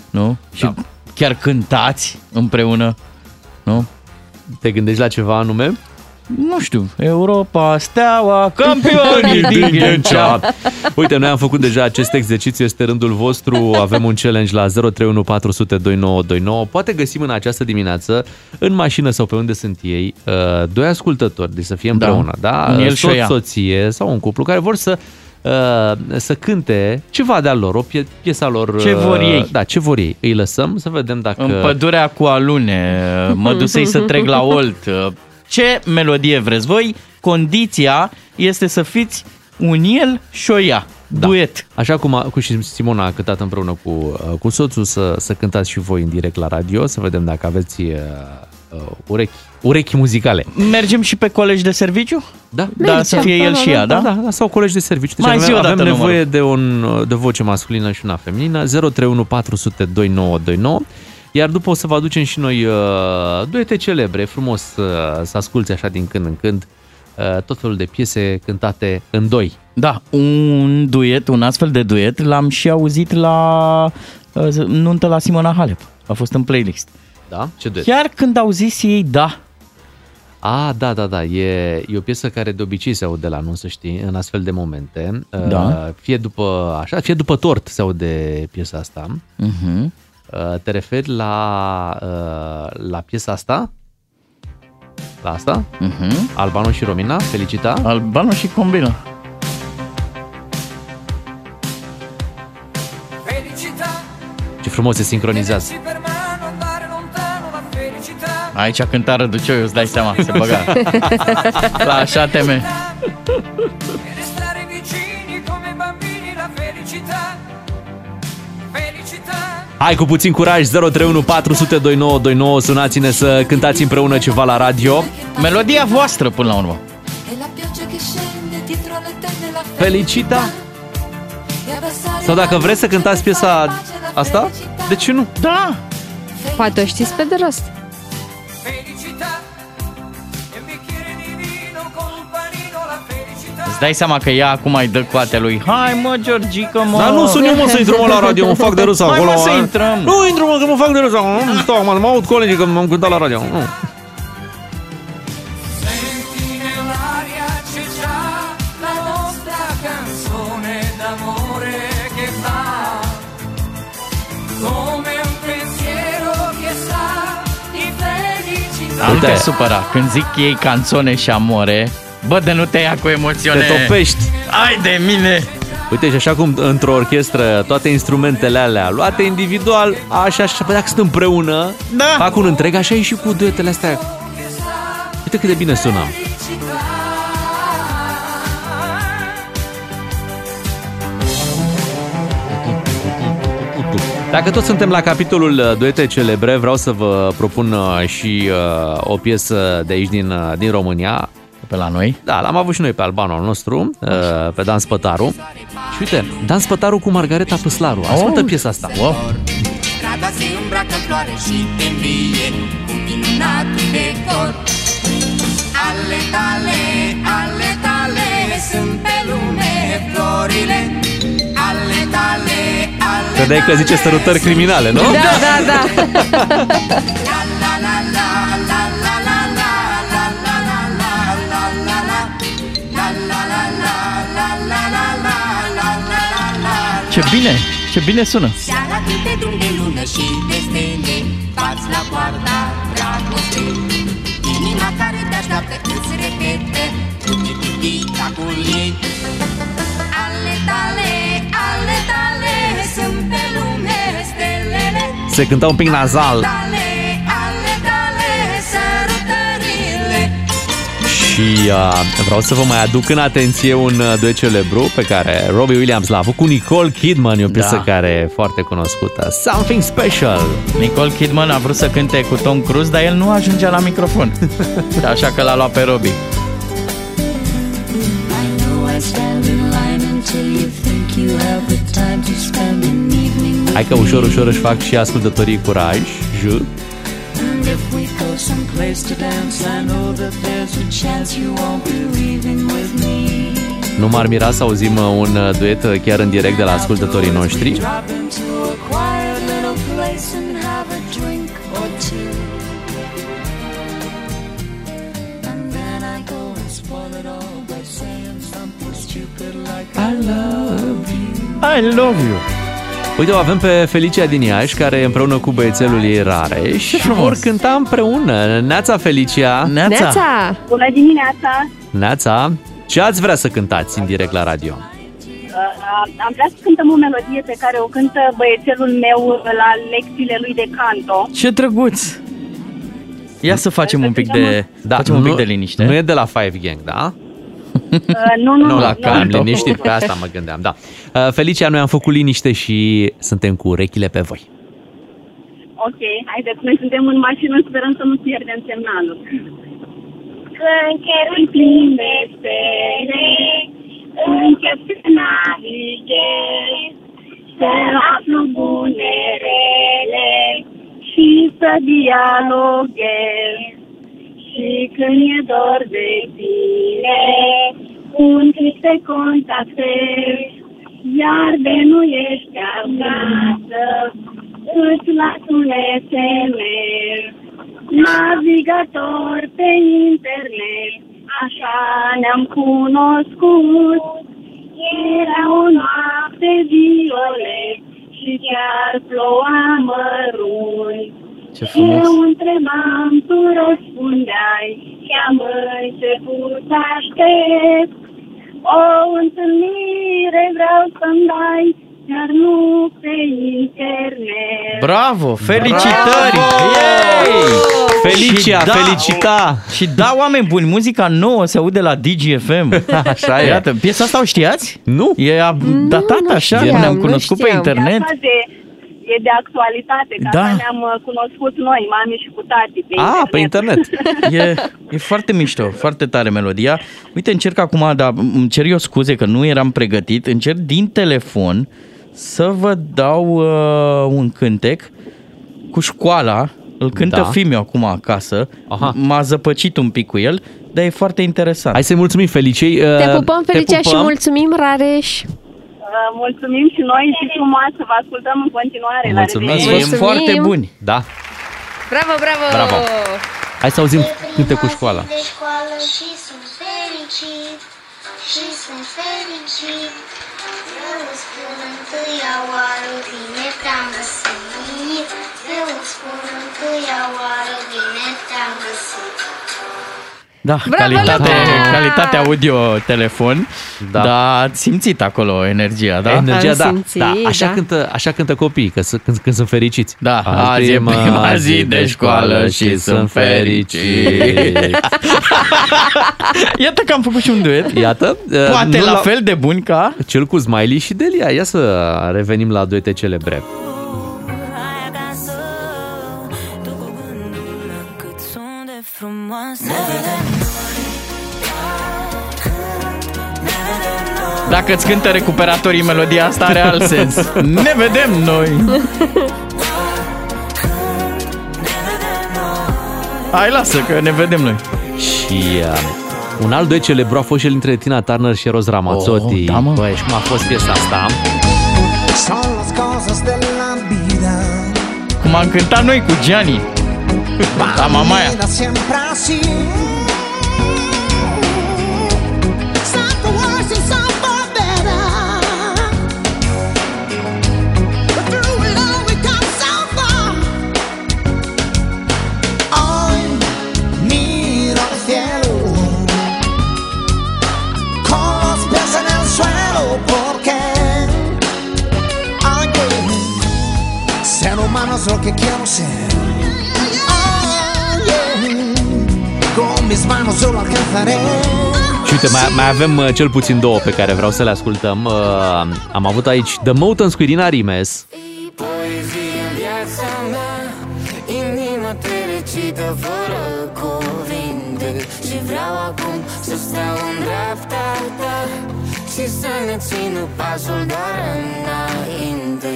C: nu? Și chiar cântați împreună, nu?
B: Te gândești la ceva anume?
C: Nu știu, Europa, steaua,
B: (laughs)
C: campionii din Ghencea.
B: Uite, noi am făcut deja acest exercițiu, este rândul vostru, avem un challenge la 031402929. Poate găsim în această dimineață, în mașină sau pe unde sunt ei, uh, doi ascultători, deci să fie împreună, da?
C: Un el și o
B: Soț,
C: ea.
B: soție sau un cuplu care vor să uh, să cânte ceva de-a lor, o pie- piesa lor. uh,
C: Ce vor ei.
B: Da, ce vor ei. Îi lăsăm să vedem dacă...
C: În pădurea cu alune, mă dusei să trec la Olt. Ce melodie vreți voi? Condiția este să fiți un el și o ea.
B: Da. Duet. Așa cum, a, cu și Simona a cântat împreună cu, uh, cu soțul, să, să cântați și voi în direct la radio, să vedem dacă aveți uh, uh, urechi, urechi muzicale.
C: Mergem și pe colegi de serviciu?
B: Da.
C: Da, să fie el și ea, da?
B: Da, da, sau colegi de serviciu. Deci
C: Mai zi
B: avem,
C: o
B: avem
C: dată
B: nevoie
C: numărul.
B: de, un, de voce masculină și una feminină. 031 400 2929. Iar după o să vă aducem și noi uh, duete celebre, frumos uh, să asculti așa din când în când uh, tot felul de piese cântate în doi.
C: Da, un duet, un astfel de duet l-am și auzit la uh, nuntă la Simona Halep. A fost în playlist.
B: Da? Ce duet?
C: Chiar când au zis ei da,
B: A, da, da, da, e, e o piesă care de obicei se aude la anunț, să știi, în astfel de momente.
C: Da.
B: Uh, Fie după așa, fie după tort se aude piesa asta.
C: Mhm.
B: Uh, Te referi la, uh, la piesa asta? La asta?
C: Mhm.
B: Albano și Romina, felicita.
C: Albano și Combina.
L: Felicità,
R: (laughs)
B: Ce frumos se sincronizează.
L: per mano andare lontano la felicità.
C: Aici a cântat Răducioiu, îți dai seama, se
B: (laughs)
C: băga. la așa teme.
L: E restare vicini come bambini la felicità. Felicità.
B: Hai cu puțin curaj, 031 400 2929, sunați-ne să cântați împreună ceva la radio.
C: Melodia voastră, până la urmă.
R: E la pioggia che scende dietro le tende la
B: Felicita!
R: e abbassare
B: Sau dacă vreți să cântați piesa asta, de ce nu?
C: Da!
D: Poate o știți pe de rost.
L: Felicità. E un bicchiere di vino con un panino la felicità.
C: Îți dai seama că ea acum îi dă coate lui. Hai mă, Georgica, mă!
B: Dar nu sunt eu, mă, să intru, mă, la radio, mă fac de râs
C: Hai,
B: acolo.
C: Mă, să intrăm!
B: Nu intru, mă, că mă fac de râs acolo. Nu stau, mă, mă aud colegii că m-am cântat la radio. Nu.
L: Senti nell'aria c'è già la nostra canzone d'amore che fa come un pensiero che sa di felicità.
C: Nu te supăra, când zic ei canțone și amore, bă, de nu te ia cu emoțiune.
B: Te topești.
C: Ai de mine!
B: Uite, și așa cum într-o orchestră toate instrumentele alea luate individual, așa, așa, păi dacă sunt împreună,
C: da.
B: fac un întreg, așa e și cu duetele astea. Uite cât de bine sună. Dacă tot suntem la capitolul uh, duete celebre, vreau să vă propun uh, și uh, o piesă de aici din, uh, din România.
C: Pe la noi?
B: Da, l-am avut și noi pe albanul nostru, uh, pe Dan Spătaru. Și uite, Dan Spătaru cu Margareta Păslaru. Ascultă
C: Oh.
B: piesa asta.
C: Wow.
R: Strada se îmbracă în floare și te învie Cu minunatul decor
L: Ale tale, ale tale sunt pe lume florile. Ale tale, ale
B: Credeai că zice sărutări criminale, nu?
L: Da, da, da. (laughs)
C: Ce bine, ce bine sună.
R: Seara câte drum de lună și de stele Bați la poarta dragostei Inima care te așteaptă îți repete Tuti-tuti-ta cu ei
L: Ale tale, ale tale sunt pe lume stelele.
B: Se cânta un pic nazal.
L: Ale, ale tale sărutările.
B: Și uh, vreau să vă mai aduc în atenție un uh, duet celebru pe care Robbie Williams l-a avut cu Nicole Kidman, e o piesă
C: Da.
B: da. care e foarte cunoscută. Something Special.
C: Nicole Kidman a vrut să cânte cu Tom Cruise, dar el nu ajungea la (laughs) microfon. Și Așa că l-a luat pe Robbie.
R: I know I stand in line until you think you have the time to spend an evening
B: Hai că ușor, ușor își fac și ascultătorii curaj. J.
R: And if we go someplace to dance I know that there's a chance you won't be leaving with me
B: Nu m-ar mira să auzim uh, un uh, duet uh, chiar în direct de la ascultătorii noștri.
R: Drop into a quiet little place and have a drink or two. And then I go and spoil it all by saying something stupid like I love you.
C: I love you.
B: Uite, o avem pe Felicia din Iași, care e împreună cu băiețelul ei rare și vor cânta împreună. Neața, Felicia!
S: Bună dimineața!
B: Neața! Ce ați vrea să cântați în direct la radio?
S: Uh, am vrea să cântăm o melodie pe care o cântă băiețelul meu la lecțiile lui de canto.
C: Ce drăguț! Ia să facem un pic de, da, facem un pic de liniște.
B: Nu e de la Five Gang, da?
S: Uh, nu, nu, nu.
B: la
S: nu,
B: Am liniștit, pe asta mă gândeam, da. Uh, Felicia, noi am făcut liniște și suntem cu urechile pe voi.
S: Ok, haideți, noi suntem în mașină, sperăm să nu pierdem semnalul. Când cerul plin de stele, încep să navighez, să aflu bune rele și să dialoghez. Și când e dor de tine, un clip te contactez, iar de nu ești acasă, îți las un SMS. Navigator pe internet, așa ne-am cunoscut, era o noapte violet și chiar ploua mărunt.
R: Ce frumos.
S: Eu întrebam, tu răspundeai și am început să aștept. O întâlnire vreau să-mi dai, dar nu pe internet.
C: Bravo, felicitări! Yay!
B: Felicia,
C: Și da-
R: da,
B: felicita!
C: Și da, oameni buni, muzica nouă se aude la (laughs) DGFM.
B: Așa e.
C: Iată, piesa asta o știați?
B: Nu.
C: E ab- datată așa,
B: știam,
C: ne-am
B: nu
C: cunoscut pe
B: știam.
C: internet.
S: Da, E asta de, e de actualitate, că
C: Da.
S: da. ne-am uh, cunoscut noi, mami și cu tati. Pe
C: Ah,
S: internet. (laughs)
C: e, e foarte mișto, foarte tare melodia. Uite, încerc acum, dar îmi cer eu scuze că nu eram pregătit, încerc din telefon să vă dau uh, un cântec cu școala. Îl cântă
B: Da.
C: da. fiul meu acum acasă. Aha. M-a zăpăcit un pic cu el, dar e foarte interesant.
B: Hai să-i mulțumim uh, Feliciei.
D: Te pupăm, Felicia, și mulțumim, Rareș!
S: Uh, Mulțumim și noi și frumoasă, vă ascultăm în continuare. la
B: Mulțumesc.
S: revedere.
B: Da.
D: Bravo, bravo!
B: Bravo.
S: Oh.
B: Hai să auzim cânte cu școala.
R: De școală și sunt fericit Și sunt fericit Eu îți spun întâia oară Bine te-am găsit Eu îți spun întâia oară Bine te-am găsit
C: Da,
R: Bravo,
C: calitate,
R: Luca!
C: calitate audio-telefon, da. dar ați simțit acolo energia, da?
B: Energia, da. da. Așa, Cântă, așa cântă copiii, că sunt, când, când sunt fericiți. Da,
C: azi e prima zi de școală și sunt fericit. (laughs) Iată că am făcut și un duet.
B: Iată.
C: (laughs) Poate la fel
B: de bun ca... Cel cu Smiley și Delia. Ia să revenim la duete celebre.
R: acasă Tu cu gândul la cât sunt de frumoasă Ne vedem
C: Dacă îți cântă recuperatorii melodia asta, are alt sens. Ne vedem noi! Hai, lasă, că ne vedem noi.
B: Și uh, un alt duet celebru a fost cel dintre Tina Turner și Eros Ramazzotti.
C: Oh, da, mă.
B: Băi, și cum a fost piesa asta?
R: Son las cosas de la vida
C: Cum am cântat noi cu Gianni. Da, La mamaia.
R: Era siempre así Some for worse and some for better Through it all we come so far Hoy miro al cielo Con los pies en el suelo porque Ay, que Ser humano es lo que quiero ser Con mis manos yo lo alcanzaré.
B: Și uite, mai, mai avem uh, cel puțin două pe care vreau să le ascultăm. Uh, am avut aici The Mountains cu Irina Rimes.
R: Poezie în viața mea Inima fericită fără cuvinte Și vreau acum să stau în dreapta ta Și să ne țină pasul doar înainte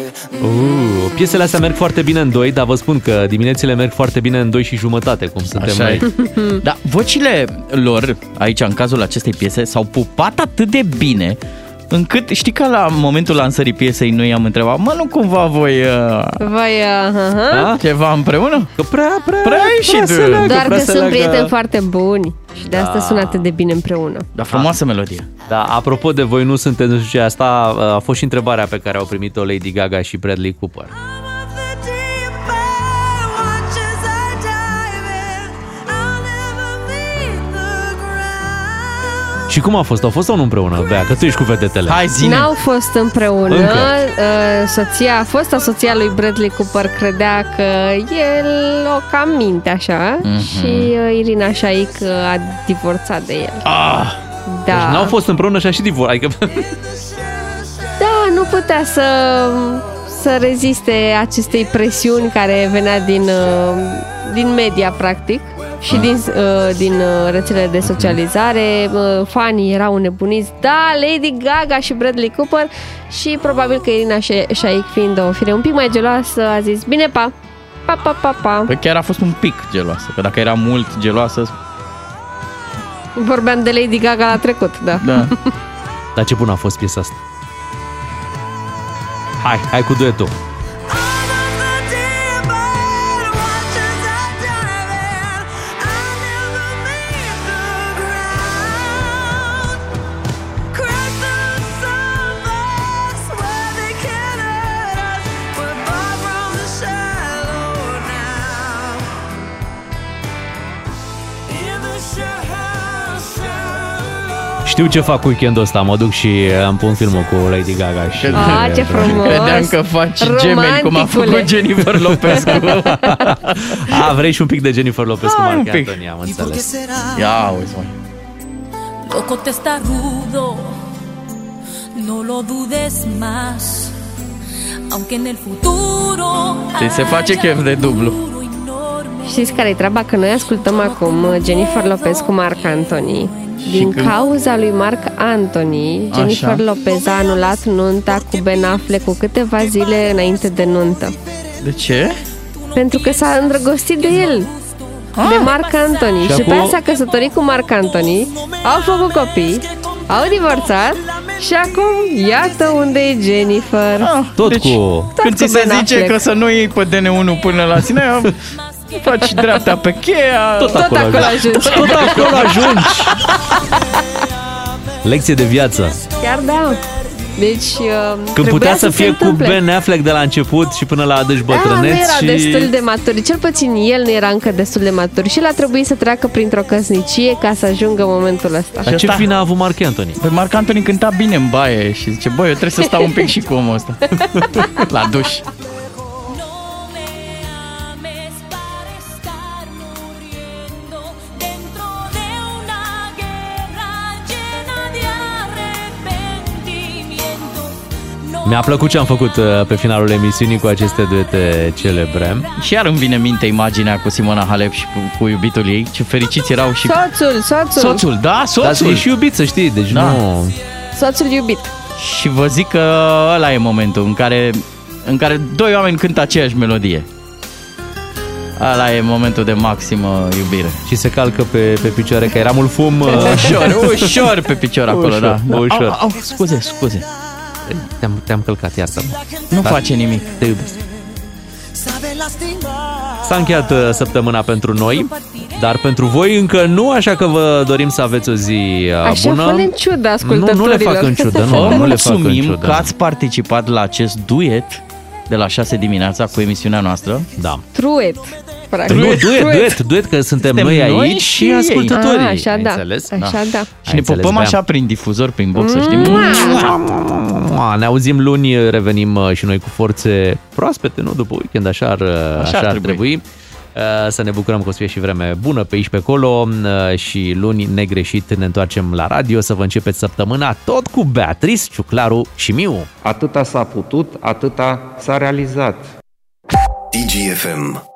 B: Uh, piesele astea merg foarte bine în doi, dar vă spun că diminețile merg foarte bine în doi și jumătate, cum suntem
C: Așa
B: noi.
C: e. (laughs) Da, vocile lor, aici în cazul acestei piese, s-au pupat atât de bine încât, știi că la momentul lansării piesei noi am întrebat, mă, nu cumva voi uh,
D: Vai, aha.
C: da? ceva împreună?
B: Că prea, prea,
C: prea e și de...
D: Doar că sunt prieteni foarte buni și de asta
B: Da.
D: sună atât de bine împreună.
C: Dar frumoasă melodie.
B: Da, apropo de voi nu sunteți nu știu ce, asta ă, a fost și întrebarea pe care au primit-o Lady Gaga și Bradley Cooper. Și cum a fost? Au fost sau nu împreună, Bea? Că tu ești cu vedetele.
C: Hai,
D: N-au fost împreună.
B: Încă.
D: Uh, Soția, fosta soția lui Bradley Cooper credea că el o cam minte așa
B: Mhm.
D: și uh, Irina Shayk uh, a divorțat de el.
B: Ah!
D: Da.
B: Deci n-au fost împreună și a și
C: (laughs)
B: divorțat. Adică...
D: Da, nu putea să, să reziste acestei presiuni care venea din, uh, din media, practic, și din, uh, din uh, rețelele de socializare. Uh, Fanii erau nebuniți. Da, Lady Gaga și Bradley Cooper și probabil că Irina Shayk, Shayk fiind o fire un pic mai geloasă, a zis, bine, pa! Pa, pa, pa, pa!
C: Păi chiar a fost un pic geloasă, că dacă era mult geloasă,
D: Vorbeam de Lady Gaga la trecut, da.
C: Da.
D: (laughs)
B: Dar ce bună a fost piesa asta. Hai, hai cu duetul. Știu ce fac weekendul ăsta, mă duc și uh, îmi pun filmul cu Lady Gaga. Și...
D: Ah, ce frumos!
C: Credeam că faci gemeni, cum a
D: Romanticule.
C: făcut Jennifer
D: (laughs)
C: Lopez cu...
B: A, vrei și un pic de Jennifer Lopez cu
C: Hai, un
B: Marc
C: pic.
B: Anthony, am înțeles.
C: Ia uite, mă.
T: Loco te está rudo, no lo dudes más. Aunque en el futuro.
C: Ți se face chef de dublu.
D: Știți care e treaba? Că noi ascultăm acum Jennifer Lopez cu Marc Anthony. Din
C: când?
D: cauza lui Marc Anthony,
C: Așa.
D: Jennifer Lopez a anulat nunta cu Ben Affleck cu câteva zile înainte de nuntă.
C: De ce?
D: Pentru că s-a îndrăgostit de el.
B: Ah!
D: De Marc Anthony.
C: Și
D: Și, și pe
C: acum-
D: aia s-a căsătorit cu Marc Anthony, au făcut copii, au divorțat și acum iată unde e Jennifer.
B: Tot
C: Deci,
B: cu...
C: Când
D: cu
C: ți se
D: Ben
C: zice
D: Affleck.
C: că să nu iei pe DN1 până la sine, (laughs) faci dreapta pe cheia.
B: Tot acolo ajungi. Tot acolo ajungi. Lecție de viață.
D: Chiar da. Deci, uh,
B: Când
D: trebuia
B: putea să
D: se
B: fie cu
D: întâmple.
B: Ben Affleck de la început și până la adânci bătrâneți
D: da, nu
B: și...
D: era destul de matur. Cel puțin el nu era încă destul de matur și el a trebuit să treacă printr-o căsnicie ca să ajungă momentul ăsta.
B: Dar ce fine a avut Marc Anthony?
C: Pe Păi Marc Anthony cânta bine în baie și zice, băi, eu trebuie să stau un pic și cu omul
B: (laughs)
C: ăsta. La duș.
B: Mi-a plăcut ce am făcut uh, pe finalul emisiunii cu aceste duete celebre.
C: Și iar îmi vine în minte imaginea cu Simona Halep și cu, cu iubitul ei. Ce fericiți erau și...
D: Soțul, soțul.
C: Soțul, da,
B: Dar
C: soțul.
B: e și iubit, să știi, deci
C: Da.
B: nu...
D: Soțul iubit.
C: Și vă zic că ăla e momentul în care, în care doi oameni cântă aceeași melodie. Ăla e momentul de maximă iubire.
B: Și se calcă pe, pe picioare, că era mult fum. uh.
C: (laughs)
B: (laughs)
C: Ușor, ușor pe picior acolo,
B: Ușor,
C: da.
B: da, ușor.
C: Au, au, scuze, scuze.
B: Te-am, te-am călcat, iartă
C: Nu face nimic.
B: Te iubesc. S-a încheiat uh, săptămâna pentru noi, dar pentru voi încă nu, așa că vă dorim să aveți o zi uh,
D: Așa
B: bună.
D: fără în ciudă
B: nu, nu
D: ascultătorilor.
B: le fac în ciudă, nu,
C: Vă
B: nu le fac în
C: mulțumim
B: ciudă.
C: că ați participat la acest duet de la 6 dimineața cu emisiunea noastră.
B: Da.
D: Truet. Practic.
B: Nu, duet, duet, duet, că suntem,
C: Suntem
B: noi
C: noi
B: aici
C: și
B: și
C: ei.
B: ascultătorii.
D: Ah, așa
B: ai
D: da,
B: Înțeles?
D: așa da.
C: Și ne
B: înțeles,
C: pupăm
B: Bea.
C: așa prin difuzor, prin box, să știm.
B: Mua, Ne auzim luni, revenim uh, și noi cu forțe proaspete, nu? După weekend, așa ar, așa așa ar trebui. trebui. Uh, Să ne bucurăm că o să fie și vreme bună pe aici, pe acolo uh, și luni negreșit ne întoarcem la radio să vă începeți săptămâna tot cu Beatrice, Ciuclaru și Miu.
U: Atâta s-a putut, atâta s-a realizat.
V: DGFM.